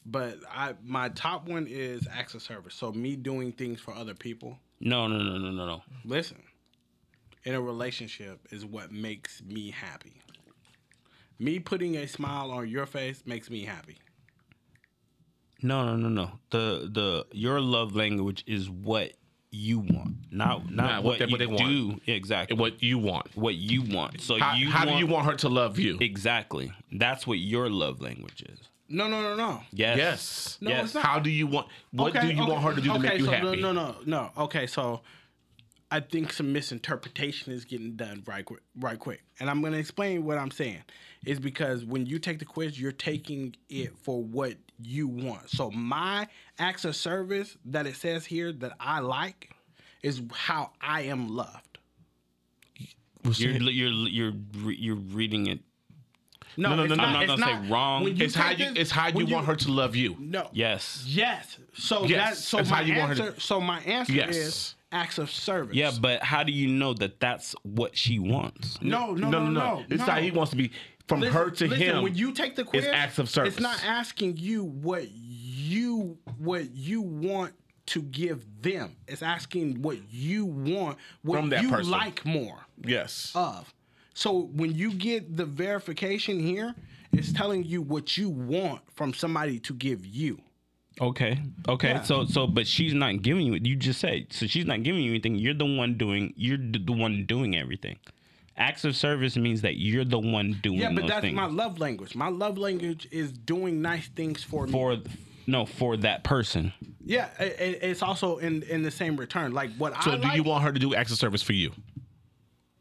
S1: But I, my top one is acts of service. So me doing things for other people.
S3: No, no, no, no, no, no.
S1: Listen, in a relationship is what makes me happy. Me putting a smile on your face makes me happy.
S3: No, no, no, no. The the your love language is what you want, not not,
S2: Not what
S3: what,
S2: they-
S3: you
S2: what they want.
S3: do. Yeah, exactly. What
S2: What you want?
S3: what you want. So
S2: How,
S3: you
S2: how
S3: want,
S2: do you want her to love you?
S3: exactly? That's what your love language is.
S1: No, no, no, no.
S3: Yes.
S2: Yes.
S1: No, it's not.
S2: How do you want? What
S1: Okay,
S2: do you
S1: okay,
S2: want her to do to
S1: okay,
S2: make you
S1: so
S2: happy?
S1: No, no, no, no. Okay, so I think some misinterpretation is getting done right, qui- right quick, and I'm going to explain what I'm saying. Is because when you take the quiz, you're taking it for what you want. So my acts of service that it says here that I like is how I am loved.
S3: You're you're you're re- you're reading it.
S1: No,
S2: no,
S1: it's
S2: no, no,
S1: not-
S3: I'm not
S1: it's
S3: gonna say wrong.
S1: when
S2: It's how
S1: take
S2: you.
S1: this-
S2: It's how you
S1: when
S2: want her to love you.
S1: No.
S3: Yes.
S1: Yes. So
S2: Yes,
S1: that. So
S2: that's
S1: my
S2: how you want her
S1: answer.
S2: to-
S1: So my answer
S2: Yes.
S1: is acts of service.
S3: Yeah, but how do you know that that's what she wants?
S1: No, no, no, no.
S2: It's
S1: no.
S2: how he wants to be from
S1: Listen-
S2: her to
S1: listen,
S2: him.
S1: When you take the quiz,
S2: acts of service.
S1: It's not asking you what you what you want to give them. It's asking what you want, what
S2: From that
S1: you
S2: person.
S1: like more
S2: yes.
S1: of. So when you get the verification here, it's telling you what you want from somebody to give you.
S3: Okay. Okay.
S1: Yeah.
S3: So so but she's not giving you it. You just said so she's not giving you anything. You're the one doing you're the the one doing everything. Acts of service means that you're the one doing
S1: Yeah, but
S3: those
S1: that's
S3: things.
S1: my love language. My love language is doing nice things for, me.
S3: for no, for that person.
S1: Yeah, i- i- it's also in in the same return. Like what
S2: So
S1: I
S2: do
S1: like,
S2: you want her to do acts of service for you?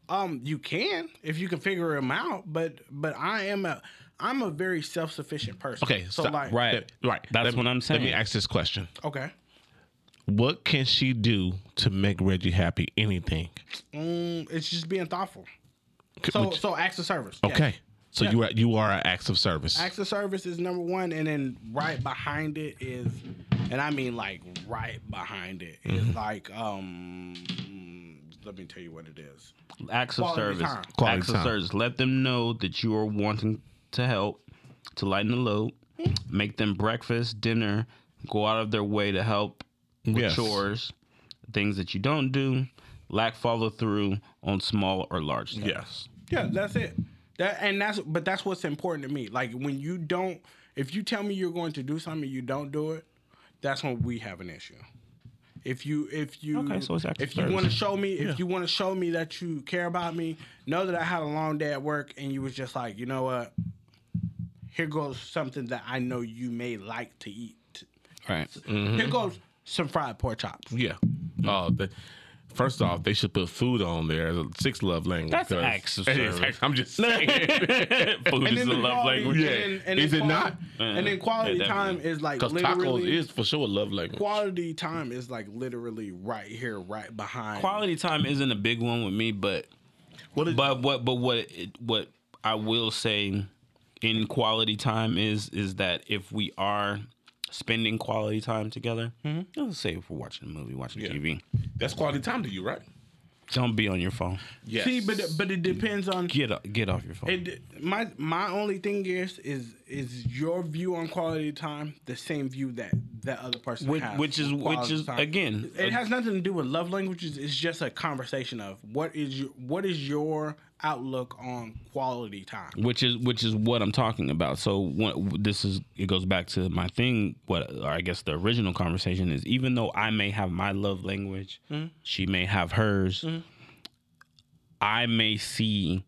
S1: Um, you can if you can figure them out, but but I am a I'm a very self sufficient person.
S2: Okay.
S1: so
S2: stop.
S1: like
S3: Right.
S2: Let- Right.
S3: That's
S2: Let me-
S3: what I'm saying.
S2: Let me ask this question.
S1: okay,
S2: What can she do to make Reggie happy? Anything?
S1: mm, it's just being thoughtful.
S2: Could-
S1: So
S2: would you-
S1: so acts of service. yes.
S2: okay. So you are you are an acts of service.
S1: acts of service is number one, and then right behind it is, and I mean like right behind it is
S2: Mm-hmm.
S1: like um. Let me tell you what it is.
S3: Acts of
S1: Quality
S3: service.
S1: time.
S2: Quality
S3: Acts
S2: time.
S3: of service. Let them know that you are wanting to help, to lighten the load, make them breakfast, dinner, go out of their way to help with
S2: Yes.
S3: chores, things that you don't do, lack follow through on small or large tasks.
S2: yes.
S1: Yeah, that's it. That and that's but that's what's important to me. Like when you don't, if you tell me you're going to do something, and you don't do it. That's when we have an issue. If you if you
S3: Okay, so it's acts of
S1: if you
S3: service.
S1: want to show me if you want to show me that you care about me, know that I had a long day at work and you was just like, you know what? Here goes something that I know you may like to eat.
S3: Right.
S1: Here goes some fried pork chops.
S2: Yeah. Oh, the, first off, they should put food on there. as a Six love language.
S3: That's
S2: 'cause-
S3: acts of
S2: It is
S3: service.
S2: acts- I'm just saying.
S3: Food is a
S1: the
S3: love
S1: quality-
S3: language.
S2: Yeah.
S1: and then- and then
S2: Is it
S1: quality-
S2: not?
S1: And then quality
S3: Yeah,
S1: time
S3: definitely.
S1: is like
S2: Because
S1: literally-
S2: tacos is for sure a love language.
S1: quality time is like literally right here, right behind.
S3: Quality time isn't a big one with me, but
S2: What is-
S3: but what but what it, what I will say in quality time is is that if we are spending quality time together,
S1: Mm-hmm.
S3: let's say if we're watching a movie, watching TV,
S2: That's quality time to you, right?
S3: don't be on your phone.
S2: Yes.
S1: See, but but
S3: Mm-hmm.
S1: it depends on
S3: Get o- get off your phone.
S1: it. My my only thing is is is your view on quality time the same view that that other person
S3: which,
S1: has
S3: which is
S1: on
S3: which
S1: quality
S3: is
S1: time?
S3: again
S1: It has nothing to do with love languages. It's just a conversation of what is your what is your outlook on quality time.
S3: which is which is what I'm talking about. So what, this is it goes back to my thing. What or I guess the original conversation is, even though I may have my love language, she may have hers. I may see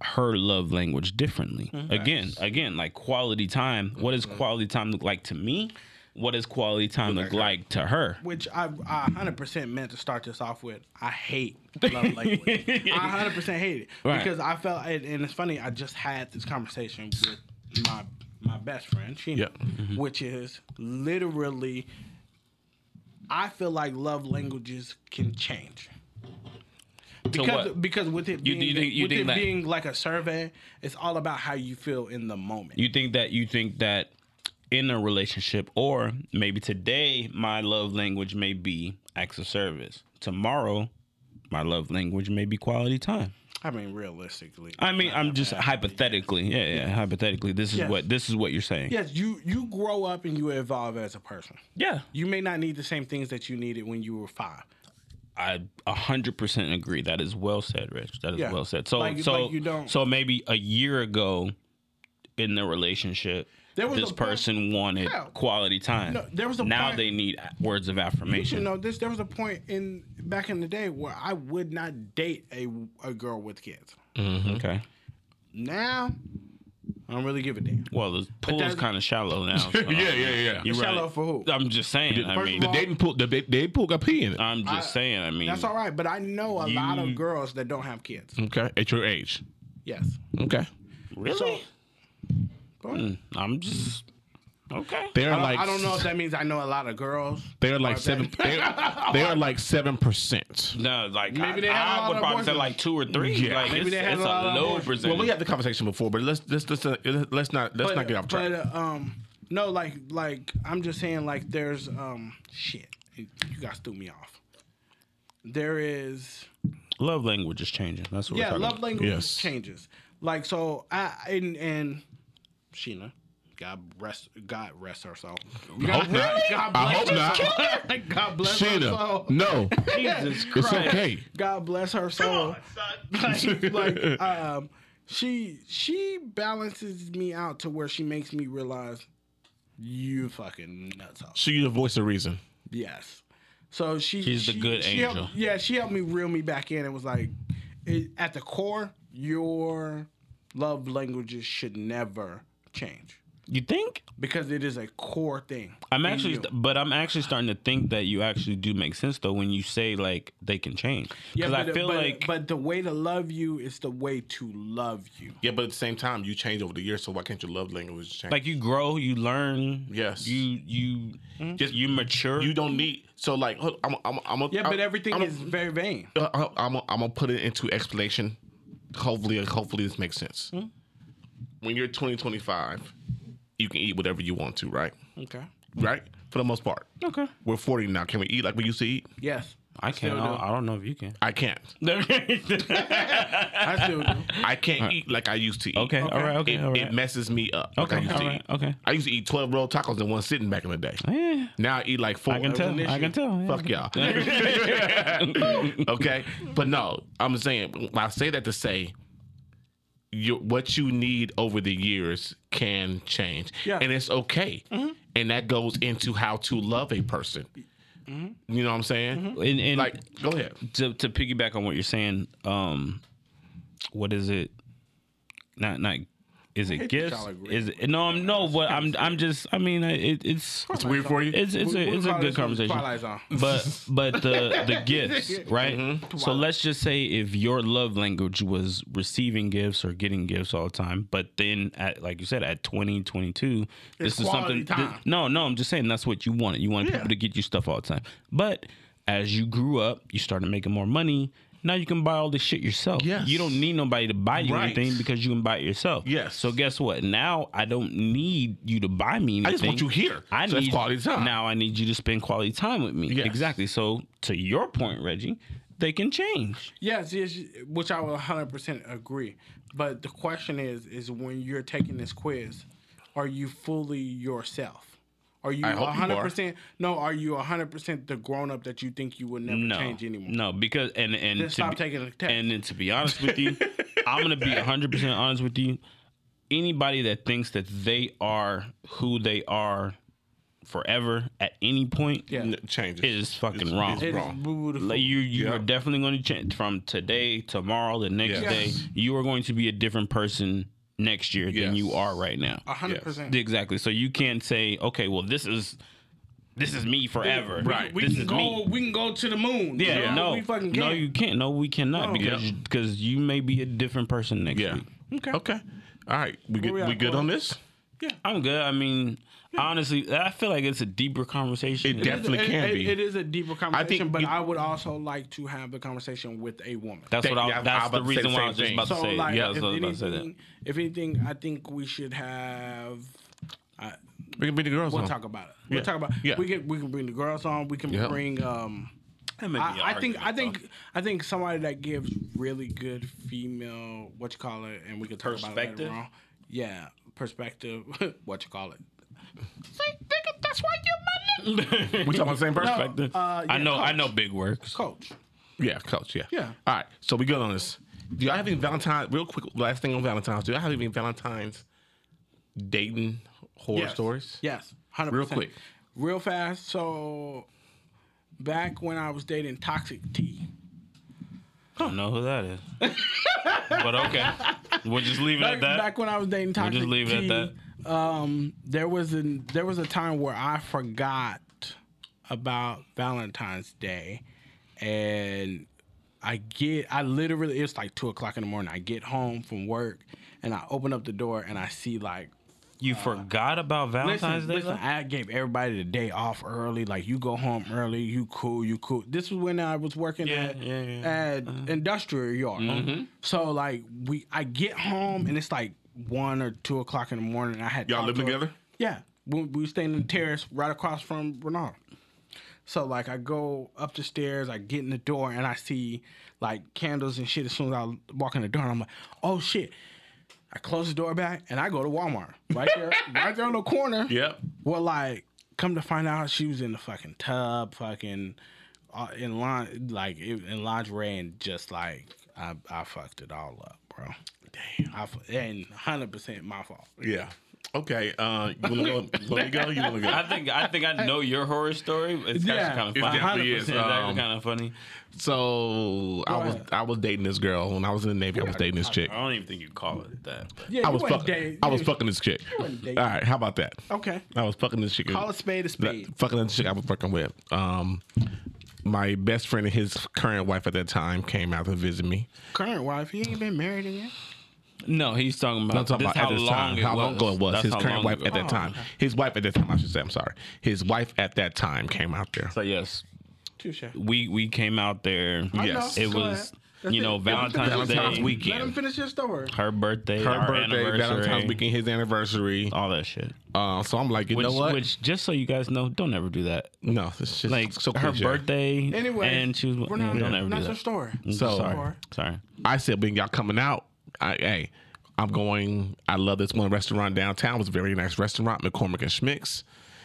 S3: her love language differently. Again, again, like quality time. What does quality time look like to me? What does quality time Mm-hmm. look like to her?
S1: Which I, I 100% meant to start this off with. I hate love language. I 100% hate it
S3: Right.
S1: because I felt, and, and it's funny. I just had this conversation with my my best friend, Sheena,
S2: Yep.
S3: Mm-hmm.
S1: which is literally. I feel like love languages can change. Because,
S3: what?
S1: because with it
S3: You-
S1: being,
S3: you think- you
S1: with
S3: think
S1: it
S3: that-
S1: being like a survey, it's all about how you feel in the moment.
S3: You think that you think that in a relationship, or maybe today, my love language may be acts of service. Tomorrow, my love language may be quality time.
S1: I mean, realistically.
S3: I mean, I'm just hypothetically. Yeah, yeah. Hypothetically, this is
S1: Yes.
S3: what this is what you're saying.
S1: yes, you you grow up and you evolve as a person.
S3: Yeah.
S1: You may not need the same things that you needed when you were five.
S3: I a hundred percent agree. That is well said, Rich. That is
S1: Yeah.
S3: well said. So
S1: Like-
S3: so
S1: like you don't-
S3: so maybe a year ago in their relationship,
S1: There was a
S3: this
S1: point-
S3: person wanted
S1: Yeah.
S3: quality time.
S1: No, there was a
S3: now
S1: point-
S3: they need words of
S1: You
S3: affirmation.
S1: know, this there was a point in back in the day where I would not date a a girl with kids.
S3: Okay.
S1: Now, I don't really give a damn.
S3: Well, the pool is
S1: that's-
S3: kind of shallow now. so-
S2: yeah, yeah, yeah.
S3: You're
S1: Shallow
S3: right.
S1: for who?
S3: I'm just saying. I
S1: First
S3: mean,
S1: of all-
S2: Dating pool, the da- dating pool got pee in it.
S3: I'm just
S1: I-
S3: saying. I mean,
S1: That's all right, but I know a lot
S3: You-
S1: of girls that don't have kids.
S2: Okay, at your age.
S1: Yes.
S2: Okay,
S3: really. Mm,
S1: So, go ahead.
S3: I'm just okay.
S2: they're
S1: I don't,
S2: like
S1: I don't know if that means I know a lot of girls.
S2: They're like seven. They're, they are like seven percent.
S3: No, like
S1: Maybe
S3: I,
S1: they had a
S3: I
S1: lot
S3: would
S1: of
S3: probably say
S1: abortions.
S3: like two or three.
S2: Yeah.
S3: like
S1: Maybe
S3: it's,
S1: they had
S3: it's
S1: a lot
S3: a
S1: of
S3: low
S1: abortions.
S3: percentage.
S2: Well, we had the conversation before, but let's let's let's uh, let's not let's not get off track.
S1: But, uh, um, no, like, like I'm just saying, like, there's um, shit. You guys threw me off. There is,
S3: love language is changing. That's what
S1: yeah,
S3: we're talking
S1: love
S3: about.
S1: language
S2: Yes.
S1: changes. Like, so I and and Sheena, God rest, God rest her soul. God,
S2: hope not.
S1: God
S2: I
S1: bless,
S2: hope not.
S1: God bless her
S2: Sheena,
S1: soul.
S2: no,
S3: Jesus
S2: it's
S3: Christ.
S2: okay.
S1: God bless her soul. like, like, um, she she balances me out to where she makes me realize you fucking nuts off.
S2: She's the voice of reason.
S1: Yes. So she
S3: She's the
S1: she-
S3: good
S1: she helped-
S3: angel.
S1: yeah, she helped me reel me back in and was like, it, at the core, your love languages should never change
S3: You think?
S1: because it is a core thing.
S3: I'm
S1: in
S3: actually,
S1: you.
S3: but I'm actually starting to think that you actually do make sense though when you say like they can change.
S1: yeah,
S3: Because
S1: but, uh,
S3: I feel
S1: but-
S3: like
S1: but the way to love you is the way to love you.
S2: Yeah, but at the same time, you change over the years, so why can't your love language change?
S3: like you grow, you learn.
S2: Yes.
S3: You you
S2: Just-
S3: you mature.
S2: you don't need. So like, hold- I'm I'm I'm.
S1: Yeah, but everything
S2: I'm,
S1: is very vain.
S2: Uh, I'm, I'm, I'm gonna put it into explanation. Hopefully, hopefully this makes sense.
S3: Hmm?
S2: When you're 20, 25, you can eat whatever you want to, right?
S1: Okay.
S2: Right, for the most part.
S3: okay.
S2: We're 40 now. Can we eat like we used to eat?
S1: Yes.
S3: I can't. I don't, I don't know if you can.
S2: I can't.
S1: I still do.
S2: I can't eat like I used to eat.
S3: okay. All right. Okay.
S2: It,
S3: all
S2: it
S3: right.
S2: messes me up. like I
S3: okay.
S2: used
S3: All
S2: to
S3: right.
S2: eat.
S3: Okay.
S2: I used to eat 12 roll tacos in one sitting back in the day.
S3: Yeah.
S2: Now I eat like four.
S3: I can
S1: an
S3: tell. I
S1: issue.
S3: can tell. yeah.
S2: Fuck y'all. okay, but no, I'm saying I say that to say, your what you need over the years can change,
S1: Yeah. Mm-hmm.
S2: and it's okay, and that goes into how to love a person.
S1: Mm-hmm.
S2: You know what I'm saying?
S3: And, and
S2: Like, go ahead.
S3: to, to piggyback on what you're saying, um, what is it? Not not is it
S1: that
S3: gifts?
S1: y'all agree.
S3: Is it no? I'm no. But I'm I'm just. I mean, I- it, it's
S2: It's weird for you.
S3: it's it's
S1: We-
S3: a
S1: we
S3: it's a
S1: call
S3: good
S1: this one
S3: conversation.
S1: Twilight Zone.
S3: But but the the gifts, right?
S2: Mm-hmm.
S3: So let's just say if your love language was receiving gifts or getting gifts all the time, but then at like you said at 20, 22, this
S1: It's
S3: is
S1: quality
S3: something
S1: time.
S3: no, no, I'm just saying that's what you wanted. You wanted
S1: Yeah.
S3: people to get you stuff all the time. But as you grew up, you started making more money. Now you can buy all this shit yourself.
S2: Yes.
S3: You don't need nobody to buy you
S2: Right.
S3: anything because you can buy it yourself.
S2: Yes.
S3: So guess what? Now I don't need you to buy me anything.
S2: I just want you here.
S3: I
S2: So
S3: need
S2: that's quality time.
S3: Now I need you to spend quality time with me.
S2: Yes.
S3: Exactly. So to your point, Reggie, they can change.
S1: Yes, yes, which I will 100% agree. But the question is, is when you're taking this quiz, are you fully yourself? Are you
S2: I hope you are.
S1: 100%? No, are you 100% the grown up that you think you would never
S3: No,
S1: change anymore?
S3: no, because and and
S1: Then
S3: to
S1: stop
S3: be-
S1: taking the test.
S3: And then to be honest with you, I'm gonna be 100 percent honest with you. Anybody that thinks that they are who they are forever at any point
S1: Yeah.
S2: N- changes
S3: is fucking wrong.
S1: It is
S2: wrong.
S1: beautiful.
S3: Like you, you
S2: Yeah.
S3: are definitely going to change from today, tomorrow, the next
S2: Yes.
S3: day. You are going to be a different person next year than
S2: Yes.
S3: you are right now.
S1: 100%.
S3: Exactly. So you can't say, okay, well, this is this is me forever.
S2: Right.
S1: We
S3: this
S1: can
S3: is
S1: go.
S3: me.
S1: We can go to the moon.
S3: Yeah.
S1: You know,
S3: No.
S1: we fucking
S3: No,
S1: can.
S3: you can't. No, we
S1: No.
S3: cannot because
S2: Yeah.
S3: because you may be a different person next
S2: Yeah.
S3: week.
S1: Okay.
S2: Okay. All right. We good.
S1: we
S2: We,
S1: at,
S2: good
S1: Corey?
S2: on this?
S3: I'm good. I mean, honestly, I feel like it's a deeper conversation.
S2: It definitely
S1: It-
S2: can
S1: it-
S2: be.
S1: it is a deeper conversation, but
S2: you-
S1: I would also like to have the conversation with a woman.
S3: that's what
S2: Yeah,
S3: I.
S2: I'm
S3: That's
S2: about
S3: the
S2: to say the
S3: reason why I was
S2: same
S3: just
S2: thing.
S3: about to
S1: So
S3: say.
S1: like,
S3: yeah, I
S1: if
S3: was about to say that.
S1: anything, if anything, I think we should have. I,
S2: We can be the girls.
S1: we'll
S2: on.
S1: talk about it. We'll
S2: Yeah.
S1: talk about.
S2: Yeah.
S1: We can we can bring the girls on. We can
S2: Yeah.
S1: bring um,
S3: That may be an
S1: I, I think I
S3: argument,
S1: think I think somebody that gives really good female what you call it, and we can talk about it
S3: Perspective?
S1: later on. Yeah, perspective. what you call it? See, nigga, that's why you my nigga.
S2: We talking about the same person?
S3: though. Perspective.
S1: uh,
S3: I
S1: yeah,
S3: know. I
S1: coach.
S3: know. Big works.
S1: Coach.
S2: Yeah, coach. Yeah.
S1: Yeah.
S2: All right. So we good on this. Do y'all have any Valentine's? Real quick, last thing on Valentine's. Do y'all have any Valentine's dating horror
S1: Yes.
S2: stories?
S1: Yes, hundred
S2: Real quick.
S1: real fast. So, back when I was dating Toxic T,
S3: I don't know who that is. but okay, we'll just leave it
S1: back,
S3: at that.
S1: back when I was dating Toxic
S3: just leave it
S1: T,
S3: at
S1: Um, there was an there was a time where I forgot about Valentine's Day, and I get I literally it's like two o'clock in the morning. I get home from work and I open up the door and I see like
S3: You forgot about Valentine's
S1: Listen,
S3: Day.
S1: listen,
S3: though?
S1: I gave everybody the day off early. Like you go home early, you cool, you cool. This was when I was working
S3: Yeah,
S1: at,
S3: yeah, Uh-huh. Mm-hmm. yeah.
S1: at industrial yard. So like we, I get home and it's like one or two o'clock in the morning. And I had
S2: Y'all
S1: talked
S2: living
S1: to her-
S2: together?
S1: Yeah, we, we were staying in the terrace right across from Renard. So like I go up the stairs, I get in the door, and I see like candles and shit. As soon as I walk in the door, and I'm like, oh shit. I close the door back and I go to Walmart right there, right there on the corner.
S2: Yep.
S1: Well, like, come to find out, she was in the fucking tub, fucking uh, in lin- like it- in lingerie, and just like I, I fucked it all up, bro. Damn, I, fu- and hundred percent my fault.
S2: Yeah. Okay. Uh, you wanna go? Let me go. You wanna go?
S3: I think I think I know your horror story. It's
S1: Yeah,
S3: actually kind
S1: it
S3: of funny.
S2: definitely is.
S3: It's actually
S2: Um,
S3: kind of funny.
S2: So I was
S1: ahead.
S2: I was dating this girl when I was in the Navy. I was dating this chick.
S3: I don't even think you call it that. but-
S1: Yeah,
S2: I
S1: you
S2: was
S1: wasn't
S2: fucking.
S1: dating-
S2: I was
S1: you-
S2: fucking this chick. All
S1: wasn't dating.
S2: right. How about that?
S1: Okay,
S2: I was fucking this chick.
S1: call a spade a spade.
S2: that fucking other chick I was working with. Um, my best friend and his current wife at that time came out to visit me.
S1: Current wife, he ain't been married in yet.
S3: No, he's talking about.
S2: I'm talking
S3: this
S2: about
S3: how
S2: at this
S3: long
S2: time,
S3: it
S2: how
S3: was.
S2: long ago it was.
S3: That's
S2: his
S3: how
S2: current
S3: long
S2: wife
S3: ago.
S2: at that time. His wife at that time. I should say. I'm sorry. His wife at that time came out there.
S3: So yes,
S1: Touche.
S3: we we came out there.
S2: Yes.
S1: know.
S3: it
S1: Go
S3: was.
S1: ahead. That's
S3: you
S1: it.
S3: know Valentine's,
S2: Valentine's
S3: Day,
S2: weekend.
S1: Let him finish his story.
S3: her birthday,
S2: Her
S3: our
S2: birthday,
S3: anniversary,
S2: Valentine's weekend, his anniversary.
S3: all that shit.
S2: Uh, so I'm like, you
S3: Which,
S2: know what?
S3: which, just so you guys know, don't ever do that.
S2: no, it's just
S3: Like
S2: so
S3: her
S2: cliche.
S3: birthday,
S1: Anyway,
S3: and she was.
S1: we're not,
S3: yeah, don't ever
S1: not
S3: do
S1: your
S3: that.
S1: story.
S2: So-
S3: sorry, sorry.
S2: I said, when y'all coming out, I, hey, I'm going. I love this one restaurant downtown. It was a very nice restaurant, McCormick and Schmick's.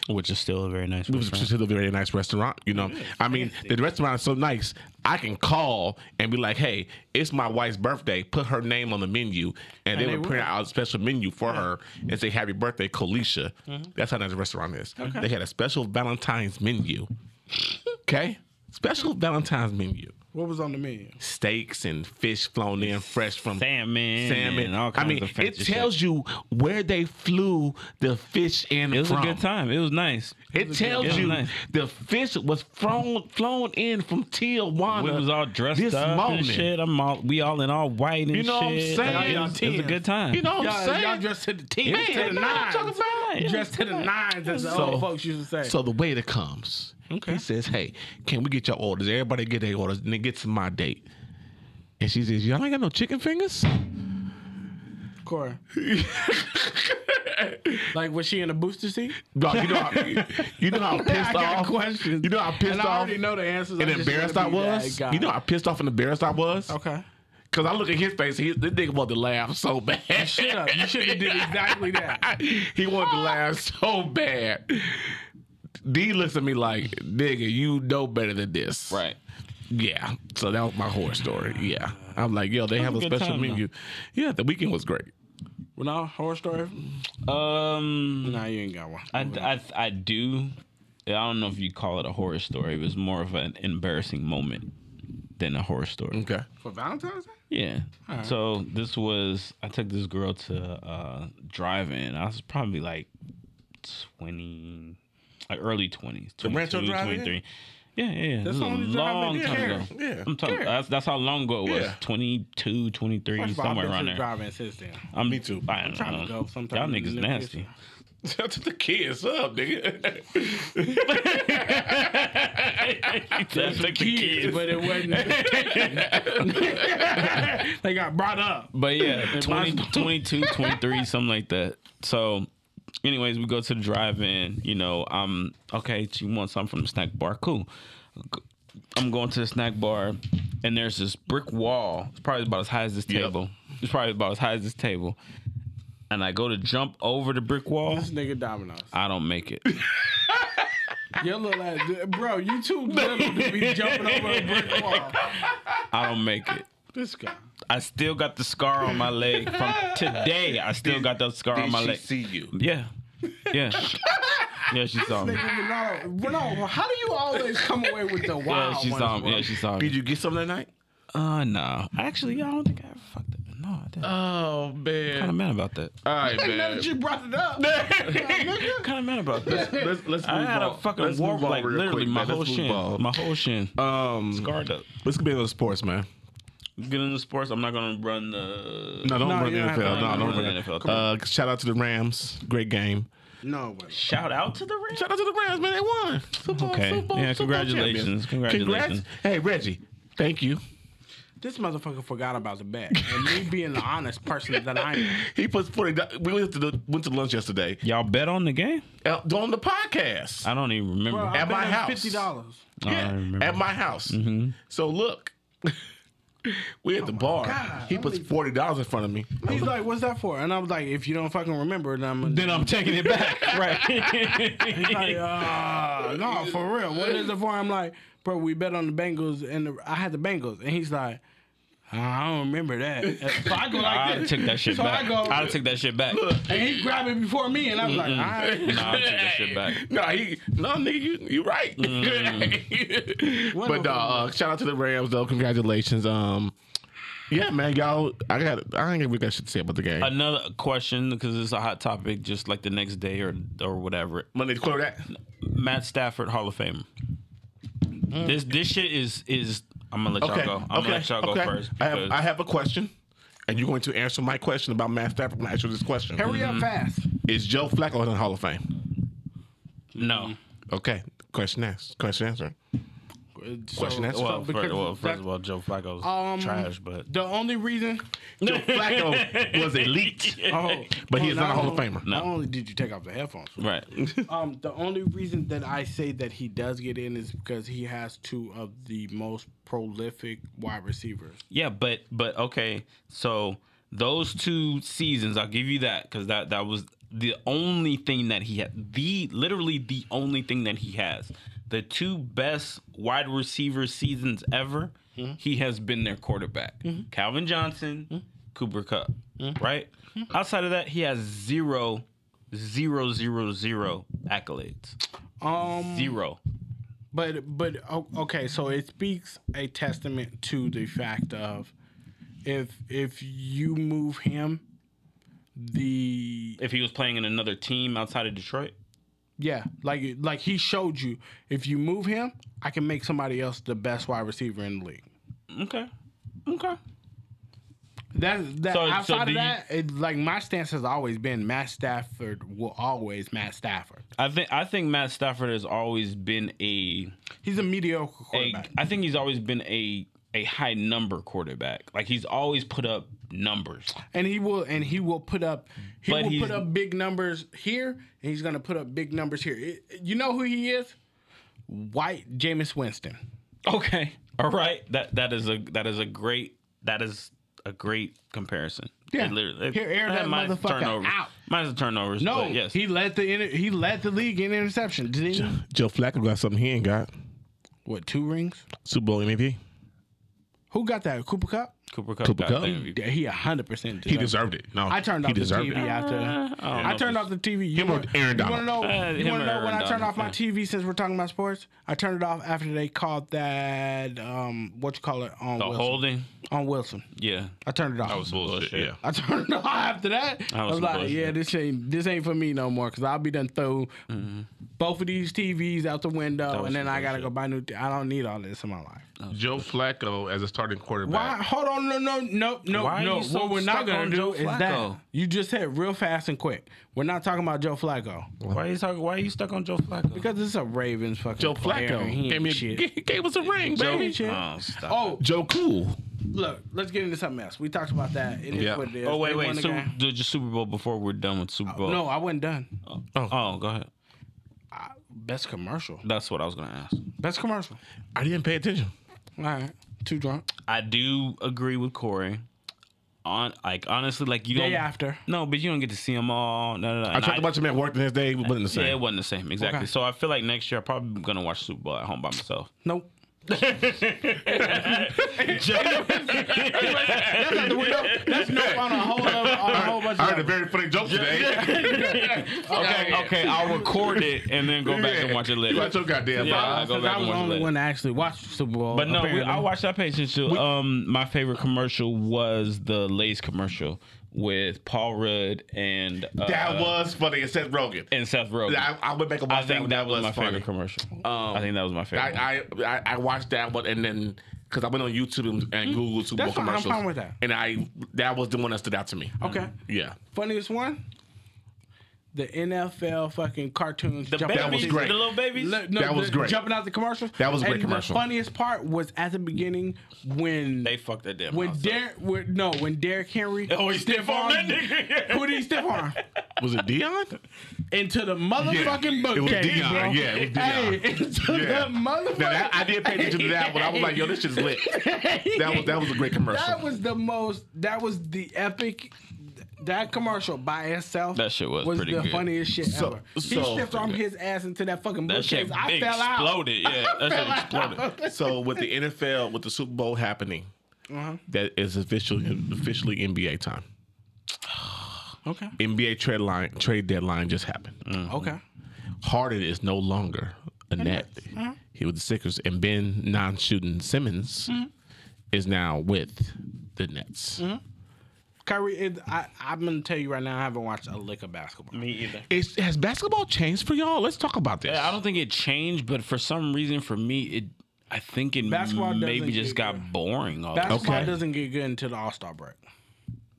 S3: Which is still a very nice.
S2: It was
S3: restaurant.
S2: still a very nice restaurant. You know, I mean, the restaurant is so nice. I can call and be like, hey, it's my wife's birthday. Put her name on the menu, and, they,
S1: they
S2: would print out a special menu for her and say, happy birthday, Kalisha.
S3: Mm-hmm.
S2: That's how nice the restaurant is. They had a special Valentine's menu. okay, special Valentine's menu.
S1: What was on the menu?
S2: Steaks and fish flown in fresh from
S3: salmon,
S2: salmon.
S3: and all kinds
S2: I mean,
S3: of
S2: it
S3: fancy
S2: tells you where they flew the fish in
S3: It was
S2: from.
S3: a good time. It was nice.
S2: It
S3: it
S2: tells
S3: was
S2: you
S3: nice.
S2: the fish was flown flown in from Tijuana.
S3: We was all dressed
S2: this
S3: up
S2: morning.
S3: and shit. I'm all we all in all white and
S2: You know what I'm
S3: shit.
S2: saying?
S3: Like, it, was, it was a good time.
S2: You know what I'm
S1: Y'all,
S2: saying?
S1: y'all dressed to the teens,
S2: Yeah,
S1: to the
S2: no, I'm
S1: nines.
S2: talking about-
S1: Dressed to the nines, as the
S2: So-
S1: old folks used to say.
S2: So the waiter comes.
S1: Okay.
S2: He says, "Hey, can we get your orders? Everybody get their orders." And it gets to my date, and she says, "Y'all ain't got no chicken fingers."
S1: Cora. like, was she in a booster seat?
S2: Dog, you know how you know how pissed
S1: I got
S2: off.
S1: questions.
S2: You know how pissed
S1: and I
S2: off
S1: already know the answers.
S2: and
S1: I just
S2: embarrassed I
S1: wanna be that
S2: was.
S1: guy.
S2: You know how pissed off and embarrassed I was.
S1: Okay.
S2: Cause I look at his face, he, this nigga wanted to laugh so bad.
S1: Shut up. You should have did exactly that.
S2: he wanted to laugh so bad. D looks at me like, nigga, you know better than this.
S3: Right.
S2: Yeah. So that was my horror story. Yeah. I'm like, yo, they have a
S3: a good
S2: special
S3: time, though.
S2: menu. Yeah, the weekend was great.
S1: Well, no, horror story?
S3: Um,
S1: Nah, you ain't got one.
S3: I, I I do. I don't know if you call it a horror story. It was more of an embarrassing moment than a horror story.
S2: Okay.
S1: For Valentine's Day?
S3: Yeah. So this was I took this girl to uh drive-in. I was probably like 20 like early 20s, 22,
S2: Rancho drive-in?
S3: 23. Yeah, yeah, yeah. This is a
S1: only drive-in
S3: long
S1: in
S3: time ago.
S1: here.
S2: Yeah.
S3: I'm talking.
S1: Here.
S3: That's, that's how long ago it was.
S2: Yeah.
S3: 22, 23,
S1: First of all, I've
S3: somewhere
S1: been
S3: around
S1: to the
S3: there.
S1: drive-in since then.
S3: I'm,
S2: Me too.
S3: I don't
S1: trying to
S3: know.
S1: go sometime
S3: Y'all
S1: in the
S3: niggas
S1: near
S3: nasty.
S1: future.
S2: Shout to the kids up, nigga.
S3: That's like the kids.
S1: But it wasn't. they got brought up.
S3: But yeah, 20,
S1: mine's-
S3: 22, 23, something like that. So, anyways, we go to the drive-in. You know, um, okay, she wants something from the snack bar. Cool. I'm going to the snack bar, and there's this brick wall. It's probably about as high as this
S2: Yep.
S3: table. It's probably about as high as this table. And I go to jump over the brick wall.
S1: This nigga Domino's.
S3: I don't make it.
S1: Your little ass, bro. You too little to be jumping over a brick wall.
S3: I don't make it.
S1: This guy.
S3: I still got the scar on my leg from today. I still got that scar on
S2: Did
S3: my
S2: she
S3: leg.
S2: see you?
S3: Yeah. Yeah. Yeah, she saw me.
S1: Nigga, Ronaldo, Ronaldo, how do you always come away with the
S3: Yeah,
S1: wild
S3: she
S1: ones,
S3: saw
S1: bro?
S3: me. Yeah, she saw
S2: Did
S3: me.
S2: you get something that night?
S3: Uh, no. Actually, I don't think I ever fucked up. No, I didn't.
S2: Oh
S3: kind
S2: man.
S3: of mad about that.
S2: All right,
S1: Now
S2: man.
S1: that you brought it up, nigga.
S3: Kind of mad about that.
S2: Let's let's move
S3: I had
S2: on.
S3: a fucking
S2: let's
S3: warp,
S2: move on
S3: like
S2: real
S3: literally
S2: quick,
S3: my
S2: man.
S3: whole
S2: let's
S3: shin,
S2: Move
S3: my whole shin,
S2: on. Um,
S3: scarred up.
S2: let's get into the sports, man.
S3: Get into sports. I'm not gonna run the.
S2: No, don't
S1: No,
S2: run the
S1: you don't have
S2: NFL.
S1: to
S2: No,
S1: run
S2: don't
S3: the
S2: run the
S3: NFL.
S2: NFL. Uh, shout out to the Rams. Great game.
S1: No, but
S3: Shout out to the Rams.
S2: Shout out to the Rams, man. They won. Football,
S3: Okay.
S2: football,
S3: Yeah,
S2: football champions.
S3: congratulations. Congratulations.
S2: Congrats. Hey, Reggie. Thank you.
S1: this motherfucker forgot about the bet. And me being the honest person that I am.
S2: He puts forty. do- We went to the, went to lunch yesterday
S3: Y'all bet on the game?
S2: uh, on the podcast.
S3: I don't even remember.
S1: Bro, I
S2: At my
S1: bet him
S2: house.
S1: Fifty dollars.
S3: I remember.
S2: at my house. So look, we at the bar.
S1: God,
S2: he
S1: I'm
S2: puts
S1: leaving.
S2: forty dollars in front of me.
S1: He's like, "What's that for?" And I was like, "If you don't fucking remember, then I'm."
S3: then I'm taking it back. right.
S1: like, uh, no, for real. What is it for? I'm like, bro, we bet on the Bengals, and the, I had the Bengals, and he's like, I don't remember that. So I go like
S3: I
S1: this,
S3: took that shit
S1: So
S3: back.
S1: I go-
S3: I took that shit back.
S1: and he grabbed it before me, and I was like, all right.
S3: Nah, I took that shit back.
S2: No, he no nigga, you you right. but
S1: What
S3: Mm.
S2: no,
S1: up,
S2: uh, shout out to the Rams though. Congratulations. Um, yeah, man, y'all. I got. I ain't we got shit to say about the game.
S3: Another question because it's a hot topic. Just like the next day or or whatever.
S2: Monday's quarterback.
S3: Matt Stafford Hall of Fame. This this shit is is. I'm gonna let y'all
S2: Mm. Okay.
S3: go. I'm gonna let y'all go
S2: okay.
S3: first.
S2: I have,
S3: because-
S2: I have a question, and you're going to answer my question about Matt Stafford. I'm going to ask you this question:
S1: Hurry up fast.
S2: Is Joe Flacco in the Hall of Fame? Mm.
S3: no.
S2: Okay. Question asked. Question answered.
S1: So-
S2: Question answered.
S3: Well, fir-
S1: because
S3: well,
S1: that-
S3: first of all, Joe Flacco's
S1: Um,
S3: trash, but
S1: The only reason.
S2: Joe Flacco was elite,
S1: Oh,
S2: but he
S1: oh,
S2: is not a Hall of
S1: only-
S2: Famer.
S1: Not only did you take off the headphones,
S3: right.
S1: um, the only reason that I say that he does get in is because he has two of the most prolific wide receivers.
S3: Yeah, but but okay. So those two seasons, I'll give you that because that that was the only thing that he had. The literally the only thing that he has. The two best wide receiver seasons ever. He has been their quarterback. Calvin Johnson, Cooper Cup. Right. Outside of that, he has zero, zero, zero, zero accolades.
S1: Um,
S3: Zero.
S1: But but o- okay, so it speaks a testament to the fact of if if you move him, the
S3: If he was playing in another team outside of Detroit,
S1: yeah, like like he showed you, if you move him, I can make somebody else the best wide receiver in the league.
S3: okay, okay.
S1: That that
S3: So- so
S1: outside
S3: do
S1: of
S3: you-
S1: that, it, like my stance has always been Matt Stafford will always Matt Stafford.
S3: I think I think Matt Stafford has always been a,
S1: He's a mediocre
S3: a
S1: quarterback.
S3: I think he's always been a a high number quarterback. Like he's always put up numbers.
S1: and he will and he will put up he
S3: But
S1: will
S3: he's-
S1: put up big numbers here and he's gonna put up big numbers here It- you know who he is white Jameis winston
S3: Okay. All right. That that is a that is a great that is a great comparison.
S1: Yeah.
S3: It literally-
S1: Here, air that
S3: minus the
S1: motherfucker
S3: turnovers.
S1: out.
S3: Minus the turnovers.
S1: no
S3: but yes.
S1: he led the inter- he led the league in interception did he
S2: Joe Flacco got something he ain't got.
S1: what two rings
S2: Super Bowl MVP.
S1: who got that cooper cup
S3: Cooper Cup.
S2: Cooper
S3: got
S2: Kupp?
S3: the MVP.
S1: yeah, he 100%
S2: He deserved it. No,
S1: I turned
S2: he
S1: off the
S2: deserved
S1: TV
S2: it.
S1: after.
S3: Uh, I don't
S1: I
S3: know
S1: turned
S3: if
S1: off the TV. You
S2: Him or
S1: want
S2: Aaron
S1: to
S2: Donald?
S1: know?
S3: Uh,
S1: you
S3: him
S1: want
S3: or
S1: to know
S3: Aaron
S1: when I turned
S3: Donald,
S1: off my
S3: yeah.
S1: TV? Since we're talking about sports, I turned it off after they called that um what you call it on
S3: The
S1: Wilson.
S3: holding.
S1: on Wilson.
S3: Yeah.
S1: I turned it off.
S2: Bullshit. Yeah.
S1: I turned it off after that. I
S3: was
S1: was,
S3: some
S1: like,
S3: bullshit.
S1: yeah, this ain't this ain't for me no more because I'll be done throw both of these TVs out the window
S3: Mm-hmm. was
S1: and then
S3: some
S1: I gotta
S3: bullshit.
S1: go buy new. T- I don't need all this in my life.
S2: Joe Flacco as a starting
S1: Why?
S2: quarterback.
S1: Hold on, no, no, no, no,
S3: Why are
S1: no.
S3: you so
S1: what we're
S3: stuck
S1: not gonna
S3: on
S1: do
S3: Joe
S1: is that
S3: Flacco?
S1: you just said real fast and quick. We're not talking about Jow Flacco
S3: Why are you talking why are you stuck on Joe Flacco?
S1: because it's a Ravens fucking
S2: Joe
S1: player,
S2: Flacco
S1: and he
S2: gave,
S1: ain't
S2: me
S1: shit.
S2: a, gave us a ring, baby.
S1: shit.
S3: Oh, stop.
S1: Oh,
S2: Joe Cool.
S1: look, let's get into something else. We talked about that. It is
S2: Yeah.
S1: what it is.
S3: Oh
S1: They
S3: wait,
S1: won
S3: wait.
S1: the
S3: So
S1: game. Oh,
S3: the the Super Bowl before we're done with Super Bowl.
S1: no, I wasn't done.
S3: Oh, go ahead.
S1: Best commercial.
S3: That's what I was gonna ask.
S1: Best commercial.
S2: I didn't pay attention.
S1: All right. Too drunk.
S3: I do agree with Corey. On like honestly, like you
S1: Day
S3: don't.
S1: after.
S3: No, but you don't get to see them all. No, no, no.
S2: I tried to watch him at work the next day. It wasn't the same.
S3: Yeah, it wasn't the same exactly.
S1: Okay.
S3: So I feel like next year I'm probably gonna watch Super Bowl at home by myself.
S1: Nope.
S2: That's no
S1: On a whole, other- on a whole bunch
S2: I heard a
S1: of
S2: very funny joke today.
S3: Okay, okay, I'll record it and then go back and watch it
S2: You
S3: later.
S2: watch your goddamn
S3: Yeah,
S2: mouth.
S3: I'll go
S1: Because
S3: back
S1: I was the
S3: and watch it
S1: only
S3: later.
S1: one that actually watched the Super Bowl.
S3: But no, we,
S1: apparently.
S3: I watched that page and shit. Um, my favorite commercial was the Lay's commercial with Paul Rudd and uh,
S2: That was funny. It said Rogan.
S3: and Seth Rogen. I,
S2: I, I went back and watched
S3: think
S2: one.
S3: that was, my
S2: funny.
S3: favorite commercial. I think that was my favorite. one.
S2: I, I I- I watched that one and then because I went on YouTube and, and Google Super
S1: That's
S2: Bowl
S1: fine. I'm
S2: commercials.
S1: fine with that.
S2: And I that was the one that stood out to me.
S1: Okay.
S2: Yeah,
S1: Funniest one? The NFL fucking cartoons.
S3: the
S1: jumping
S3: babies,
S1: out
S2: That was
S1: the-
S2: great.
S3: the little babies.
S1: Look, no,
S2: That was
S1: the-
S2: great.
S1: Jumping out the commercial.
S2: That was a great
S1: And
S2: commercial.
S1: The funniest part was at the beginning when
S3: they fucked that damn.
S1: when
S3: house up.
S1: Derek when, no when Derek Henry
S3: Oh, he stiff armed that nigga.
S1: who did he stiff arm
S2: was it Dion?
S1: into the motherfucking
S2: It was
S1: bookcase.
S2: Dion,
S1: bro.
S2: yeah, it was
S1: Hey,
S2: Dion.
S1: into
S2: Yeah.
S1: the motherfucking.
S2: Now that, I did pay attention to that one. I was like, yo, this shit's lit. That was that was a great commercial.
S1: That was the most. That was the epic. That commercial by itself.
S3: That shit was pretty
S1: the
S3: good.
S1: funniest shit
S2: So-
S1: ever. he
S2: so-
S1: stepped on his ass into that fucking
S3: that shit
S1: bookcase. I fell out.
S3: exploded. Yeah, that shit exploded.
S2: so with the NFL, with the Super Bowl happening, that is officially officially NBA time.
S1: Okay.
S2: NBA trade line trade deadline just happened.
S3: Mm. Mm-hmm.
S1: Okay.
S2: Harden is no longer a net. He was the Sixers, and Ben non-shooting Simmons is now with the Nets.
S1: Kyrie, it, I, I'm gonna tell you right now, I haven't watched a lick of basketball.
S3: Me either.
S2: Is, has basketball changed for y'all? Let's talk about this.
S3: I don't think it changed, but for some reason, for me, it. I think it
S1: Basketball doesn't
S3: maybe just
S1: get
S3: got
S1: good.
S3: boring. All
S1: Basketball
S2: Okay.
S1: doesn't get good until the All Star break.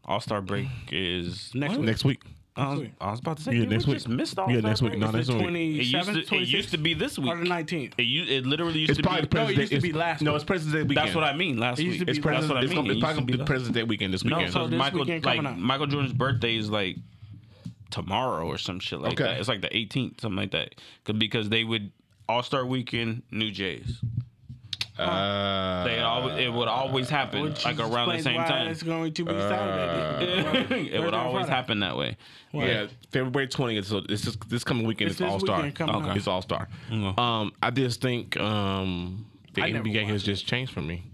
S3: All Star break is
S1: Next week.
S2: next week.
S3: I was, I was about to say
S2: Yeah,
S3: dude, we
S2: next week.
S3: just missed all
S2: Yeah,
S3: of
S2: next
S3: that,
S2: week.
S3: bro.
S2: No, next week.
S3: It used, to,
S1: 27th,
S3: it used to
S1: 26th,
S3: be this week.
S1: or the 19th.
S3: It, u- it literally used
S2: It's
S3: to be.
S2: probably
S1: No, it used
S2: President's
S1: to
S2: Day.
S1: be
S2: it's-
S1: last
S2: No,
S1: week.
S2: it's President's Day weekend.
S3: That's what I mean. Last
S1: It
S3: week.
S1: used to be
S2: It's
S1: last-
S2: President's.
S3: That's what I
S2: it's
S3: mean.
S2: gonna- it's probably
S3: It used to
S2: gonna be
S3: be
S2: the
S3: last-
S2: President's Day weekend this
S3: no,
S2: weekend.
S3: so
S1: this
S3: Michael
S1: weekend
S3: like
S1: coming up.
S3: Michael Jordan's birthday is like tomorrow or some shit like
S2: Okay.
S3: that. It's like the 18th, something like that. 'Cause- Because they would All Star Weekend, New Jays.
S2: uh,
S3: They always, it would always happen
S1: Which
S3: like
S1: just
S3: around the
S1: explains
S3: same
S1: why
S3: time. Uh,
S1: It's going to be Saturday.
S3: it would
S1: Thursday,
S3: always
S1: Friday.
S3: happen that way.
S2: yeah, February twentieth. So this is this coming weekend.
S1: It's
S2: It's,
S1: this
S2: All Star.
S1: weekend coming up.
S2: It's All Star. Um, I just think um, the
S1: I never
S2: NBA
S1: watched
S2: has just changed for me.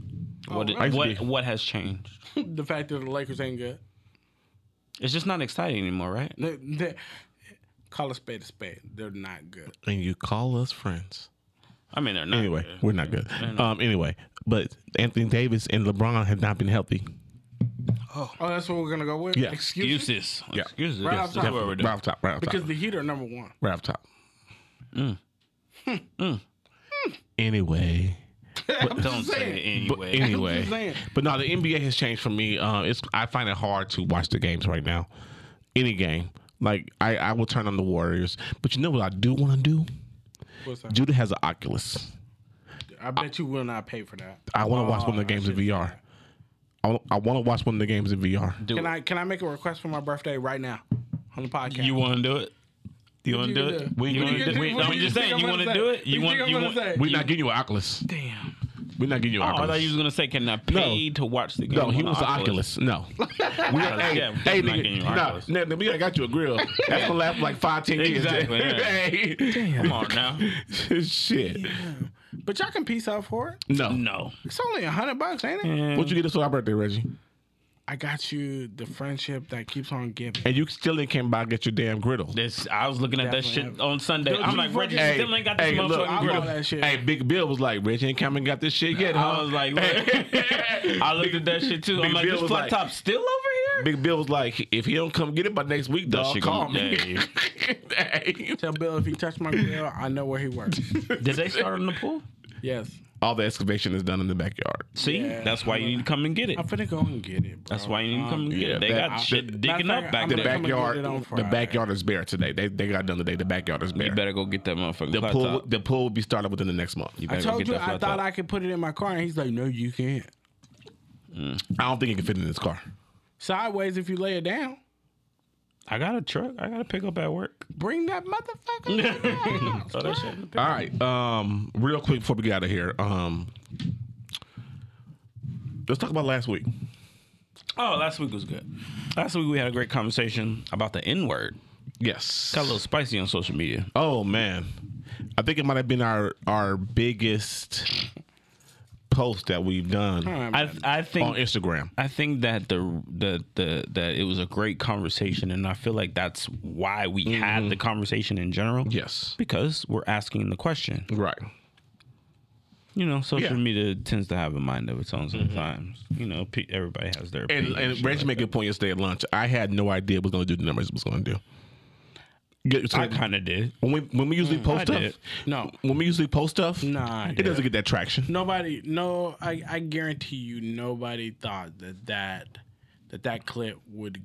S3: What,
S1: Oh, really?
S3: what what has changed?
S1: the fact that the Lakers ain't good.
S3: It's just not exciting anymore, right?
S1: They, they, call a spade a spade. They're not good.
S2: And you call us friends.
S3: I mean, they're not.
S2: Anyway,
S3: good.
S2: we're not good. Um, anyway, but Anthony Davis and LeBron have not been healthy.
S1: Oh, that's what we're gonna go with.
S2: Yeah.
S1: Excuse me?
S3: excuses.
S2: Yeah.
S3: Excuses.
S1: Right
S3: Yes,
S1: off
S3: that's
S1: top.
S3: what we're
S2: Right
S3: doing.
S2: off top. Right off top.
S1: because the Heat are number one.
S2: Right off top. Anyway.
S3: Don't say
S1: saying.
S3: it
S2: But
S3: anyway.
S1: I'm
S2: anyway,
S1: saying.
S2: but no, the NBA has changed for me. Uh, it's I find it hard to watch the games right now. Any game, like I, I will turn on the Warriors. But you know what I do want to do?
S1: What's that?
S2: Judah has an Oculus.
S1: I bet you will not pay for that.
S2: I want to watch one of the
S3: Oh,
S2: games in VR. I want, I want to watch one of the games in VR.
S3: Do
S1: Can
S3: it.
S1: I can I make a request for my birthday right now on the podcast?
S3: You want to do it? You
S1: you
S3: want to do
S1: gonna
S3: it?
S1: do? What
S3: You
S1: you
S3: want
S1: gonna do?
S3: to do it?
S1: What
S3: I'm
S1: you
S3: just
S1: think
S3: saying.
S1: I'm
S3: You
S1: gonna
S3: want to
S1: say?
S3: do it? You
S1: What you
S3: want?
S1: think
S3: You
S1: I'm
S3: want?
S1: gonna say?
S2: We're not getting you an Oculus.
S1: Damn.
S2: We're not getting you an
S3: Oh, I
S2: Oculus.
S3: thought you was gonna say, can I pay to watch the game?
S2: no, he
S3: on
S2: was an Oculus. No. we are, hey,
S3: Yeah,
S2: hey,
S3: I'm not getting
S2: nigga,
S3: you an
S2: nah,
S3: Oculus.
S2: nah, nah, we ain't got you a grill. That's gonna last like five, ten years.
S3: Exactly, yeah.
S2: hey,
S3: Come on now.
S2: shit.
S1: But y'all can peace out for it.
S2: No.
S3: No.
S1: It's only a hundred bucks, ain't it?
S2: What you get us for our birthday, Reggie?
S1: I got you the friendship that keeps on giving.
S2: And you still didn't came by and get your damn griddle.
S3: This, I was looking at that
S1: Definitely
S3: shit
S1: have.
S3: on Sunday.
S1: Don't
S3: I'm
S1: you
S3: like, Reggie
S1: fucking-
S3: still ain't got this
S2: Hey, look,
S3: motherfucking
S1: I
S3: grill.
S1: bought that shit.
S2: Hey, Big Bill was like, Reggie ain't come and got this shit yet, huh?
S3: I was like, look. I looked at that shit too. I'm
S2: Big
S3: like,
S2: Bill
S3: this
S2: was
S3: flat
S2: like-
S3: top still over here?
S2: Big Bill was like, if he don't come get it by next week, dog,
S3: shit
S2: call
S3: gonna-
S2: me. Hey.
S1: Tell Bill if he touched my grill, I know where he works.
S3: Did they start on the pool?
S1: yes.
S2: All the excavation is done in the backyard.
S3: See,
S1: Yeah.
S3: that's why you need to come and get it.
S1: I'm finna go and get it, bro. Uh,
S3: That's why you need to come and get
S2: yeah,
S3: it. They
S2: that-
S3: got
S2: I-
S3: shit digging
S1: matter of
S3: up
S1: fact,
S3: back
S1: I'm
S2: The
S1: gonna
S3: there.
S1: come and
S2: backyard,
S1: get it on
S2: the
S1: Friday.
S2: backyard is bare today. They they got done today. The backyard is bare.
S3: You better go get that motherfucking
S2: the
S3: flat
S2: pool
S3: top.
S2: the pool will be started within the next month.
S3: You
S1: I
S3: better go
S1: told
S3: get
S1: you
S3: that
S1: I
S3: flat
S1: thought
S3: top.
S1: I could put it in my car, and he's like, "No, you can't."
S2: I don't think it can fit in this car.
S1: Sideways if you lay it down.
S3: I got a truck. I got to pick up at work.
S1: Bring that motherfucker. to the house,
S3: Throw that
S1: bruh.
S3: shit in the
S2: All right. Um, real quick before we get out of here, um, let's talk about last week.
S3: Oh, last week was good. Last week we had a great conversation about the N word.
S2: Yes.
S3: Got a little spicy on social media.
S2: Oh man, I think it might have been our our biggest post that we've done
S1: All right,
S3: I
S1: man.
S3: I think
S2: on Instagram.
S3: I think that the the the that it was a great conversation, and I feel like that's why we
S2: Mm-hmm.
S3: had the conversation in general.
S2: Yes.
S3: because we're asking the question.
S2: Right.
S3: You know, social
S2: Yeah. Mm-hmm.
S3: media tends to have a mind of its own sometimes. You know, pe- everybody has their
S2: And
S3: opinion
S2: and
S3: shit
S2: Reggie
S3: like
S2: made a good point yesterday at lunch. I had no idea what was going to do the numbers was going to do. Get-
S3: that.
S2: so
S3: I kind of did.
S2: when we when we usually post
S3: I
S2: stuff,
S3: did.
S1: No.
S2: when we usually post stuff,
S1: Nah, I
S2: it
S1: did.
S2: doesn't get that traction.
S1: nobody no I, I guarantee you nobody thought that that that that clip would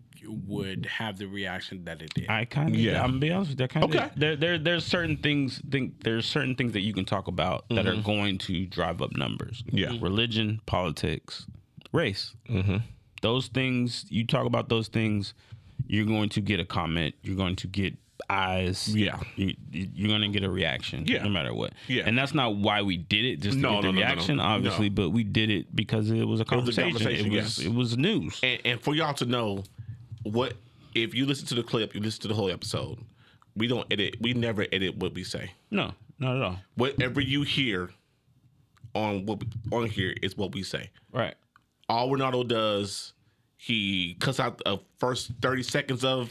S1: would have the reaction that it did
S3: I kind of
S2: Yeah.
S3: yeah. I'm gonna be honest with you. I kind of
S2: Okay.
S3: There, there, there's certain things. Think there's certain things that you can talk about that are going to drive up numbers.
S2: Mm-hmm. Yeah.
S3: Religion, politics, race. Mm-hmm. Those things you talk about. Those things you're going to get a comment. You're going to get eyes.
S2: Yeah.
S3: You, you- you're going to get a reaction.
S2: Yeah.
S3: No matter what.
S2: Yeah.
S3: And that's not why we did it. Just to
S2: No,
S3: get the
S2: no, no, no, no.
S3: reaction, obviously.
S2: No.
S3: But we did it because it
S2: was
S3: was a
S2: a
S3: conversation. It was.
S2: conversation,
S3: it, was,
S2: yes.
S3: news.
S2: and, and for y'all to know what if you listen to the clip, you listen to the whole episode. We don't edit. We never edit what we say.
S3: No, not at all.
S2: Whatever you hear on what on here is what we say.
S3: Right.
S2: All Ronaldo does, he cuts out the first thirty seconds of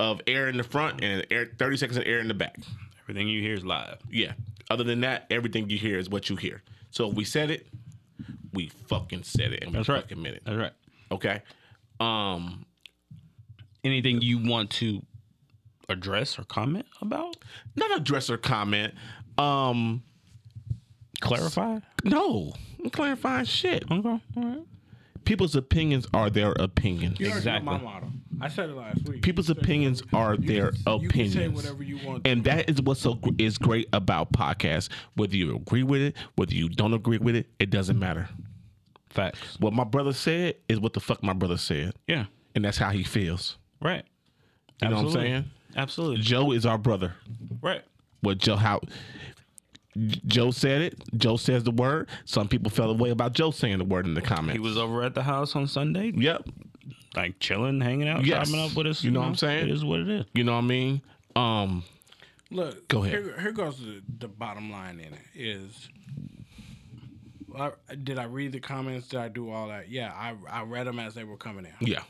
S2: of air in the front and air thirty seconds of air in the back.
S3: Everything you hear is live.
S2: Yeah. Other than that, everything you hear is what you hear. So if we said it, we fucking said it, and we
S3: That's right.
S2: fucking meant it.
S3: That's right.
S2: Okay. Um,
S3: anything you want to address or comment about?
S2: not a dresser comment. Um,
S3: Clarify.
S2: no, I'm clarifying shit.
S3: Okay. All right.
S2: People's opinions are their opinions.
S1: you already know my
S3: exactly.
S1: motto i said it last week
S2: People's
S1: You said-
S2: opinions are their
S1: you can
S2: opinions.
S1: say whatever you want
S2: and that is what's so gr- is great about podcasts. Whether you agree with it, whether you don't agree with it, it doesn't matter.
S3: Facts.
S2: What my brother said is what the fuck my brother said,
S3: Yeah.
S2: and that's how he feels.
S3: Right.
S2: You know what I'm
S3: Absolutely.
S2: saying?
S3: Absolutely.
S2: Joe is our brother.
S3: Right.
S2: What Joe how Joe said it. Joe says the word. Some people fell away about Joe saying the word in the comments.
S3: He was over at the house on Sunday,
S2: Yep.
S3: like chilling, hanging out,
S2: Yes.
S3: chopping up with us.
S2: You know what I'm saying?
S3: It is what it is.
S2: You know what I mean? Um,
S1: look
S2: Go ahead.
S1: here, here goes the, the bottom line in it is I, did i read the comments did i do all that yeah i i read them as they were coming in
S2: yeah,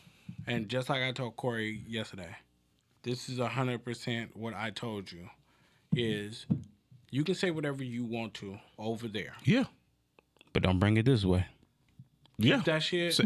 S1: And just like I told Corey yesterday, this is hundred percent what I told you. Is you can say whatever you want to over there.
S2: yeah,
S3: But don't bring it this way.
S2: yeah.
S1: Keep that shit.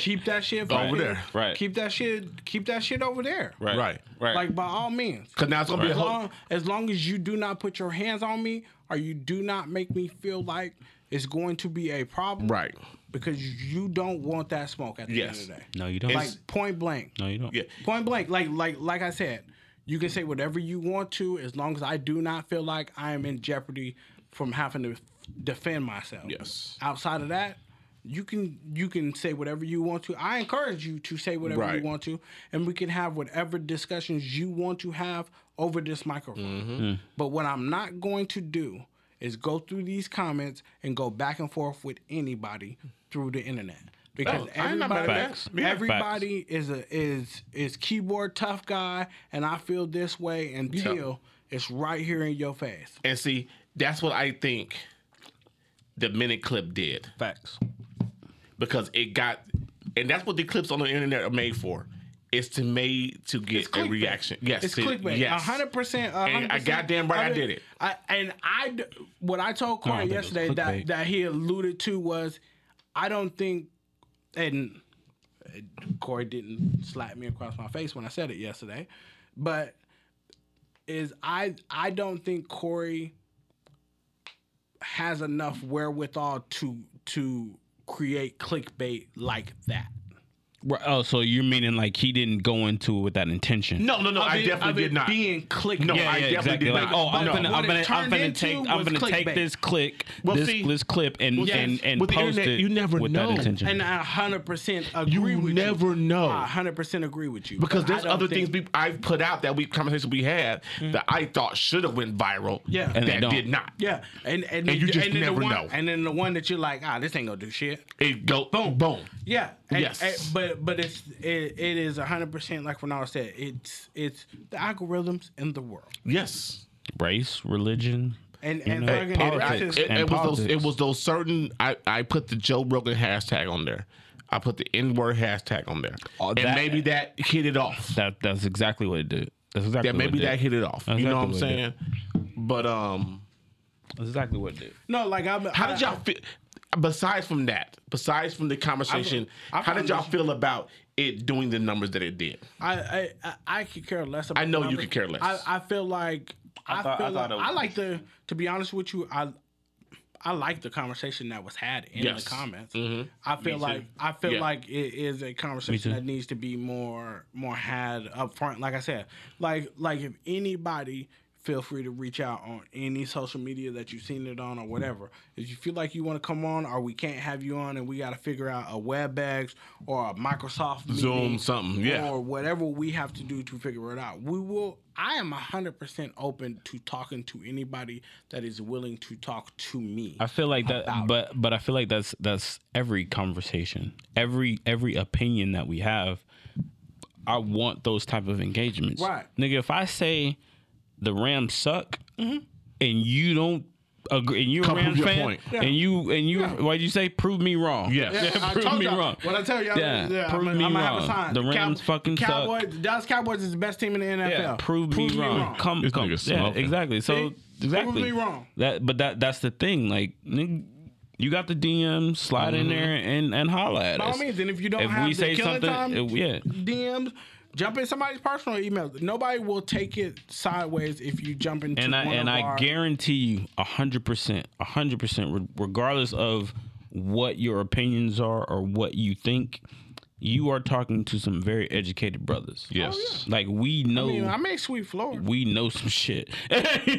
S1: Keep that shit
S2: Over there,
S3: Right.
S1: Keep that shit. Keep that shit over there.
S3: right.
S2: right.
S3: Right.
S1: Like by all means.
S2: Cause now it's gonna be a
S1: As
S2: whole.
S1: long, as long as you do not put your hands on me, or you do not make me feel like it's going to be a problem,
S2: Right.
S1: Because you don't want that smoke at the
S2: Yes.
S1: end of the day.
S3: no, you don't.
S1: Like point blank.
S3: no, you don't.
S2: Yeah.
S1: Point blank, like like like I said, you can say whatever you want to as long as I do not feel like I am in jeopardy from having to defend myself.
S2: Yes.
S1: Outside of that, you can you can say whatever you want to. I encourage you to say whatever
S2: Right.
S1: you want to, and we can have whatever discussions you want to have over this microphone.
S2: Mm-hmm.
S1: But what I'm not going to do is go through these comments and go back and forth with anybody through the internet. Because
S2: Oh, I'm not mad at
S1: everybody-
S2: that.
S3: Facts.
S2: Yeah.
S1: everybody is a is is keyboard tough guy and i feel this way until it's right here in your face
S2: And see, that's what I think. The minute clip did
S3: Facts.
S2: because it got, and that's what the clips on the internet are made for. It's to made to get a
S1: clickbait.
S2: reaction. Yes,
S1: it's
S2: it-
S1: clickbait
S2: Yes,
S1: 100%
S2: And I
S1: 100%.
S2: goddamn right I
S1: mean,
S2: did it.
S1: I, and i d- what i told
S3: I
S1: corey
S3: don't think it was
S1: yesterday that
S3: clickbait.
S1: that he alluded to was i don't think and corey didn't slap me across my face when i said it yesterday but is i i don't think corey has enough wherewithal to to create clickbait like that
S3: Right, Oh, so you're meaning like he didn't go into it with that intention?
S2: No, no, no.
S1: Of
S2: I
S1: it-
S2: definitely
S1: of it
S2: did not.
S1: Being clicked.
S2: No,
S1: No,
S3: Yeah,
S2: I
S3: yeah,
S2: definitely
S3: exactly.
S2: did
S3: Like,
S2: not.
S3: oh, I'm
S2: No.
S3: gonna,
S1: What
S3: I'm
S1: it
S3: gonna, I'm
S1: turned
S3: gonna
S1: into
S3: take, I'm
S1: was
S3: gonna take
S1: clickbait.
S3: this click,
S2: Well,
S3: this,
S2: see,
S3: this clip, and
S2: well,
S3: and
S2: yes,
S3: and
S2: with the
S3: post
S2: internet,
S3: it
S2: you never
S3: with
S2: know.
S3: that intention.
S1: And I 100% agree
S2: You
S1: with
S2: never
S1: you.
S2: know.
S1: I 100% agree with you.
S2: because
S1: but I
S2: there's
S1: don't
S2: other
S1: think- Mm-hmm.
S2: things we, I've put out that we conversation we had that I thought should have went viral.
S1: Yeah.
S2: that
S1: And
S3: they don't.
S2: did not.
S1: Yeah, and and,
S2: And you just
S1: then the
S2: never
S1: one-
S2: know.
S1: And then the one that you're like, ah, this ain't gonna do shit.
S2: It go boom, boom.
S1: Yeah. And,
S2: Yes.
S1: and- but but it's it, it is hundred percent like Ronaldo said. It's it's the algorithms in the world.
S2: Yes.
S3: race, religion.
S1: And and
S3: know,
S1: fucking-
S3: politics.
S2: It,
S3: And
S2: it was those,
S3: politics.
S2: it was those certain. I, I put the Joe Rogan hashtag on there. I put the N word hashtag on there,
S3: Oh,
S2: and
S3: that-
S2: maybe that hit it off.
S3: That that's exactly what it did. That's exactly
S2: That maybe
S3: what it
S2: that
S3: did.
S2: hit it off.
S3: That's
S2: you know what I'm
S3: exactly
S2: saying? But um,
S3: That's exactly what it did.
S1: no, like I'm.
S2: how did y'all feel? Besides from that, besides from the conversation,
S1: I- I
S2: how did
S1: found
S2: y'all
S1: this-
S2: feel about it doing the numbers that it did?
S1: I I, I, I could care less. About
S2: I know you
S1: numbers.
S2: could care less.
S1: I, I feel like I,
S3: thought- I
S1: feel like,
S3: thought it was-
S1: I like the to be honest with you. I I like the conversation that was had in
S2: Yes. Mm-hmm.
S1: the comments. I feel like I feel
S2: Yeah.
S1: like it is a conversation
S3: too.
S1: that needs to be more more had up front. Like I said, like like if anybody. Feel free to reach out on any social media that you've seen it on or whatever. If you feel like you want to come on, or we can't have you on, and we got to figure out a WebEx or a Microsoft
S2: Zoom,
S1: meeting
S2: something, yeah.
S1: or whatever we have to do to figure it out. We will. I am hundred percent open to talking to anybody that is willing to talk to me.
S3: I feel like that, but but I feel like that's that's every conversation, every every opinion that we have. I want those type of engagements,
S1: Right.
S3: nigga? If I say the Rams suck, and you don't agree, and you're
S2: Mm-hmm. Come
S3: a Rams
S2: prove your
S3: fan,
S2: point.
S3: and you and you, why'd you say? Prove me wrong.
S2: Yes. Yeah,
S1: I
S3: prove
S1: told
S3: me
S1: y'all-
S3: wrong.
S1: What I tell y'all,
S3: Yeah,
S1: yeah,
S3: prove
S1: I'm,
S3: me
S1: I'm gonna have a
S3: wrong.
S1: sign.
S3: The Rams fucking suck.
S1: Cowboys, Dallas Cowboys is the best team in the NFL.
S3: Yeah, prove, me, wrong. Come,
S2: This
S3: come.
S2: nigga
S3: Yeah,
S2: smoking.
S3: exactly. So
S1: See?
S3: exactly.
S1: Prove me wrong.
S3: That, but that that's the thing. Like, nigga, you got the DM, slide
S2: Mm-hmm.
S3: in there and and holla at
S1: By
S3: us.
S1: all means, and if you don't
S3: If
S1: have
S3: we
S1: the
S3: say
S1: killing
S3: something,
S1: time,
S3: it- yeah.
S1: DMs. Jump in somebody's personal email. Nobody will take it sideways if you jump into
S3: and I
S1: one
S3: and
S1: of
S3: I
S1: our-
S3: guarantee you a hundred percent, a hundred percent, re- regardless of what your opinions are or what you think, you are talking to some very educated brothers.
S2: Yes.
S3: like we know.
S1: Oh, I mean, I make sweet floor.
S3: we know some shit.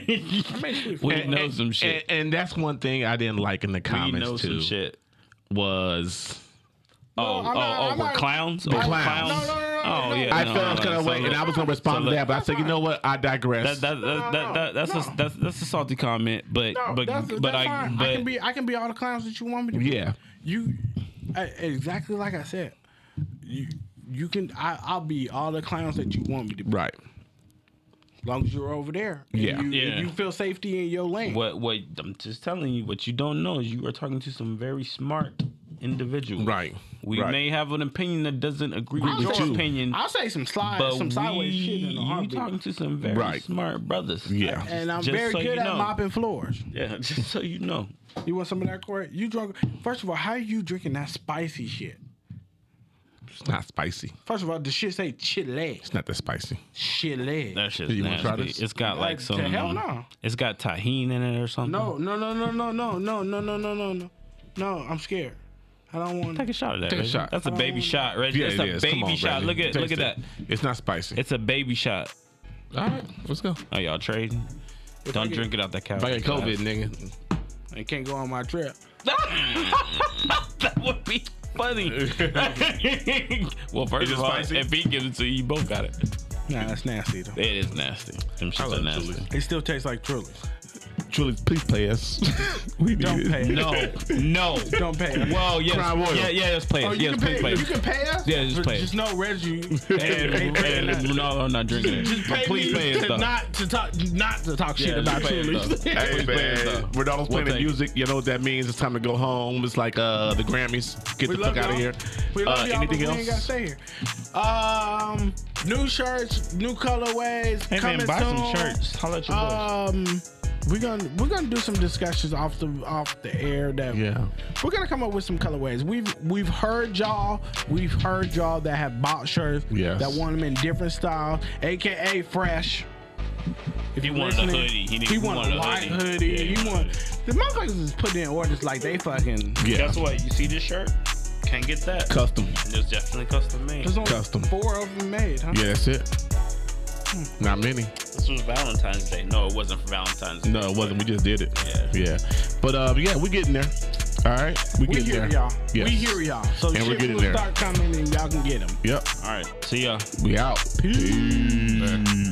S1: sweet
S3: we
S1: floor.
S3: know some shit.
S2: And, and that's one thing I didn't like in the
S3: We
S2: comments
S3: know
S2: too.
S3: some shit.
S2: Was
S3: Oh,
S1: I'm not-
S3: oh, oh,
S1: I'm
S3: we're
S1: not-
S3: clowns. Oh,
S2: We're
S3: we're
S2: clowns.
S3: clowns.
S1: No, no, no, no,
S3: oh,
S1: no.
S3: yeah.
S2: I
S3: no,
S2: felt
S3: no,
S2: kind of
S3: so
S2: way,
S3: look,
S2: and I was gonna respond
S3: so
S2: to that,
S3: look-
S2: but I said, you know what? I digress.
S3: That, that, that, that, that, that's a that's that's a salty comment, but
S1: No,
S3: but
S1: that's,
S3: but
S1: that's
S3: I
S1: fine.
S3: but
S1: I can be I can be all the clowns that you want me to be.
S2: Yeah.
S1: You I, exactly like I said. You you can I I'll be all the clowns that you want me to be.
S2: right.
S1: As long as you're over there. and
S2: Yeah.
S1: You,
S3: Yeah.
S1: you feel safety in your lane.
S3: what what I'm just telling you what you don't know is you are talking to some very smart individuals.
S2: Right.
S3: We
S2: Right.
S3: may have an opinion that doesn't agree with
S1: I'll
S3: your
S1: say-
S3: opinion,
S1: I'll say some slide
S3: but
S1: some sideways
S3: we,
S1: shit in the
S3: you
S1: heartbeat.
S3: talking to some very
S2: Right.
S3: smart brothers.
S2: Yeah.
S1: and I'm
S3: just
S1: very
S3: so
S1: good
S3: you
S1: at
S3: know.
S1: mopping floors.
S3: yeah. Just so you know,
S1: You want some of that, Corey? You drunk? First of all, how are you drinking that spicy shit?
S2: It's not spicy.
S1: First of all, the shit say chile,
S2: It's not that spicy.
S1: chile.
S3: that shit's
S2: You wanna
S3: nasty.
S2: try this?
S3: It's got like
S1: Uh,
S3: some.
S1: to hell no.
S3: It's got tahini in it or something.
S1: No, no, no, no, no, no, no, no, no, no, no, no. No, I'm scared. I don't want.
S3: Take a shot of that.
S2: Take a
S3: Reggie.
S2: shot.
S3: That's a baby
S1: Um,
S3: shot, right?
S2: Yeah, it
S3: That's a
S2: is.
S3: baby
S2: Come on,
S3: shot.
S2: Reggie.
S3: Look at look at
S2: Taste
S3: that.
S2: it. It's not spicy.
S3: It's a baby shot.
S2: All right, let's go.
S3: Oh, y'all trading?
S1: I
S3: Don't
S1: get-
S3: drink it out that
S2: If
S3: couch.
S2: I get COVID, nigga,
S1: I can't go on my trip.
S3: that would be funny. well, first
S2: Is it
S3: of all,
S2: spicy?
S3: if he gives it to you, you both got it.
S1: Nah, that's nasty though.
S3: It is nasty. Them shits
S2: love
S3: are nasty.
S2: Julie's.
S1: It still tastes like Truly.
S2: truly, please pay us. we need
S1: Don't
S2: it.
S1: pay.
S3: No, no.
S1: Don't pay. us.
S3: Whoa, yes,
S2: Crown Royal.
S3: yeah, yeah, just play it.
S1: Oh, you
S3: yes,
S1: can
S3: please
S1: pay.
S3: play
S1: You
S3: it.
S1: can pay us.
S3: Yeah, just
S1: but
S3: play it.
S1: Just no Reggie.
S3: And, and no, I'm not drinking it.
S1: Just pay
S3: please
S1: me
S3: pay us
S1: to
S3: though.
S1: not to talk not to talk shit
S3: Yeah, just
S1: about
S3: pay us,
S1: Truly.
S3: though.
S2: Hey
S3: Please pay us,
S2: man,
S3: though.
S2: Ronaldo's
S3: We'll
S2: playing the
S3: take it.
S2: music. You know what that means? It's time to go home. It's like uh the Grammys. Get
S1: We
S2: the
S1: love
S2: fuck out of
S1: y'all.
S2: here.
S1: We love
S2: Uh,
S1: y'all,
S2: anything
S1: but we ain't gotta
S2: else?
S1: stay here. Um, new shirts, new colorways.
S3: Hey
S1: coming
S3: man, buy
S1: soon.
S3: some shirts. Holla at your boys.
S2: Uh,
S1: Um, we're gonna we're gonna do some discussions off the off the air that
S2: Yeah.
S1: we're gonna come up with some colorways. We've we've heard y'all, we've heard y'all that have bought shirts
S2: Yes.
S1: that want them in different styles, aka fresh. If
S3: He
S1: you
S3: wanted a
S1: listening,
S3: hoodie. He didn't-
S1: he
S3: he
S1: wanted
S3: wanted
S1: a
S3: a
S1: white
S3: hoodie.
S1: hoodie.
S3: Yeah, he
S1: he
S3: wanted
S1: want the motherfuckers is putting in orders like they fucking
S2: Yeah.
S3: Guess what? You see this shirt? Can't get that.
S2: Custom.
S3: It was definitely custom made.
S1: There's only
S2: Custom.
S1: four of them made, huh?
S2: Yeah, that's it. Not many.
S3: This was Valentine's Day. No, it wasn't for Valentine's Day.
S2: No, it wasn't. We just did it.
S3: Yeah.
S2: Yeah. But uh, yeah, we're getting there. All right, we
S1: We
S2: getting
S1: hear
S2: there.
S1: y'all.
S2: Yes.
S1: We hear y'all. So
S2: And
S1: shit,
S2: we're getting
S1: people
S2: there.
S1: start commenting. Y'all can get them.
S2: Yep.
S3: All right. See ya.
S2: We out. Peace.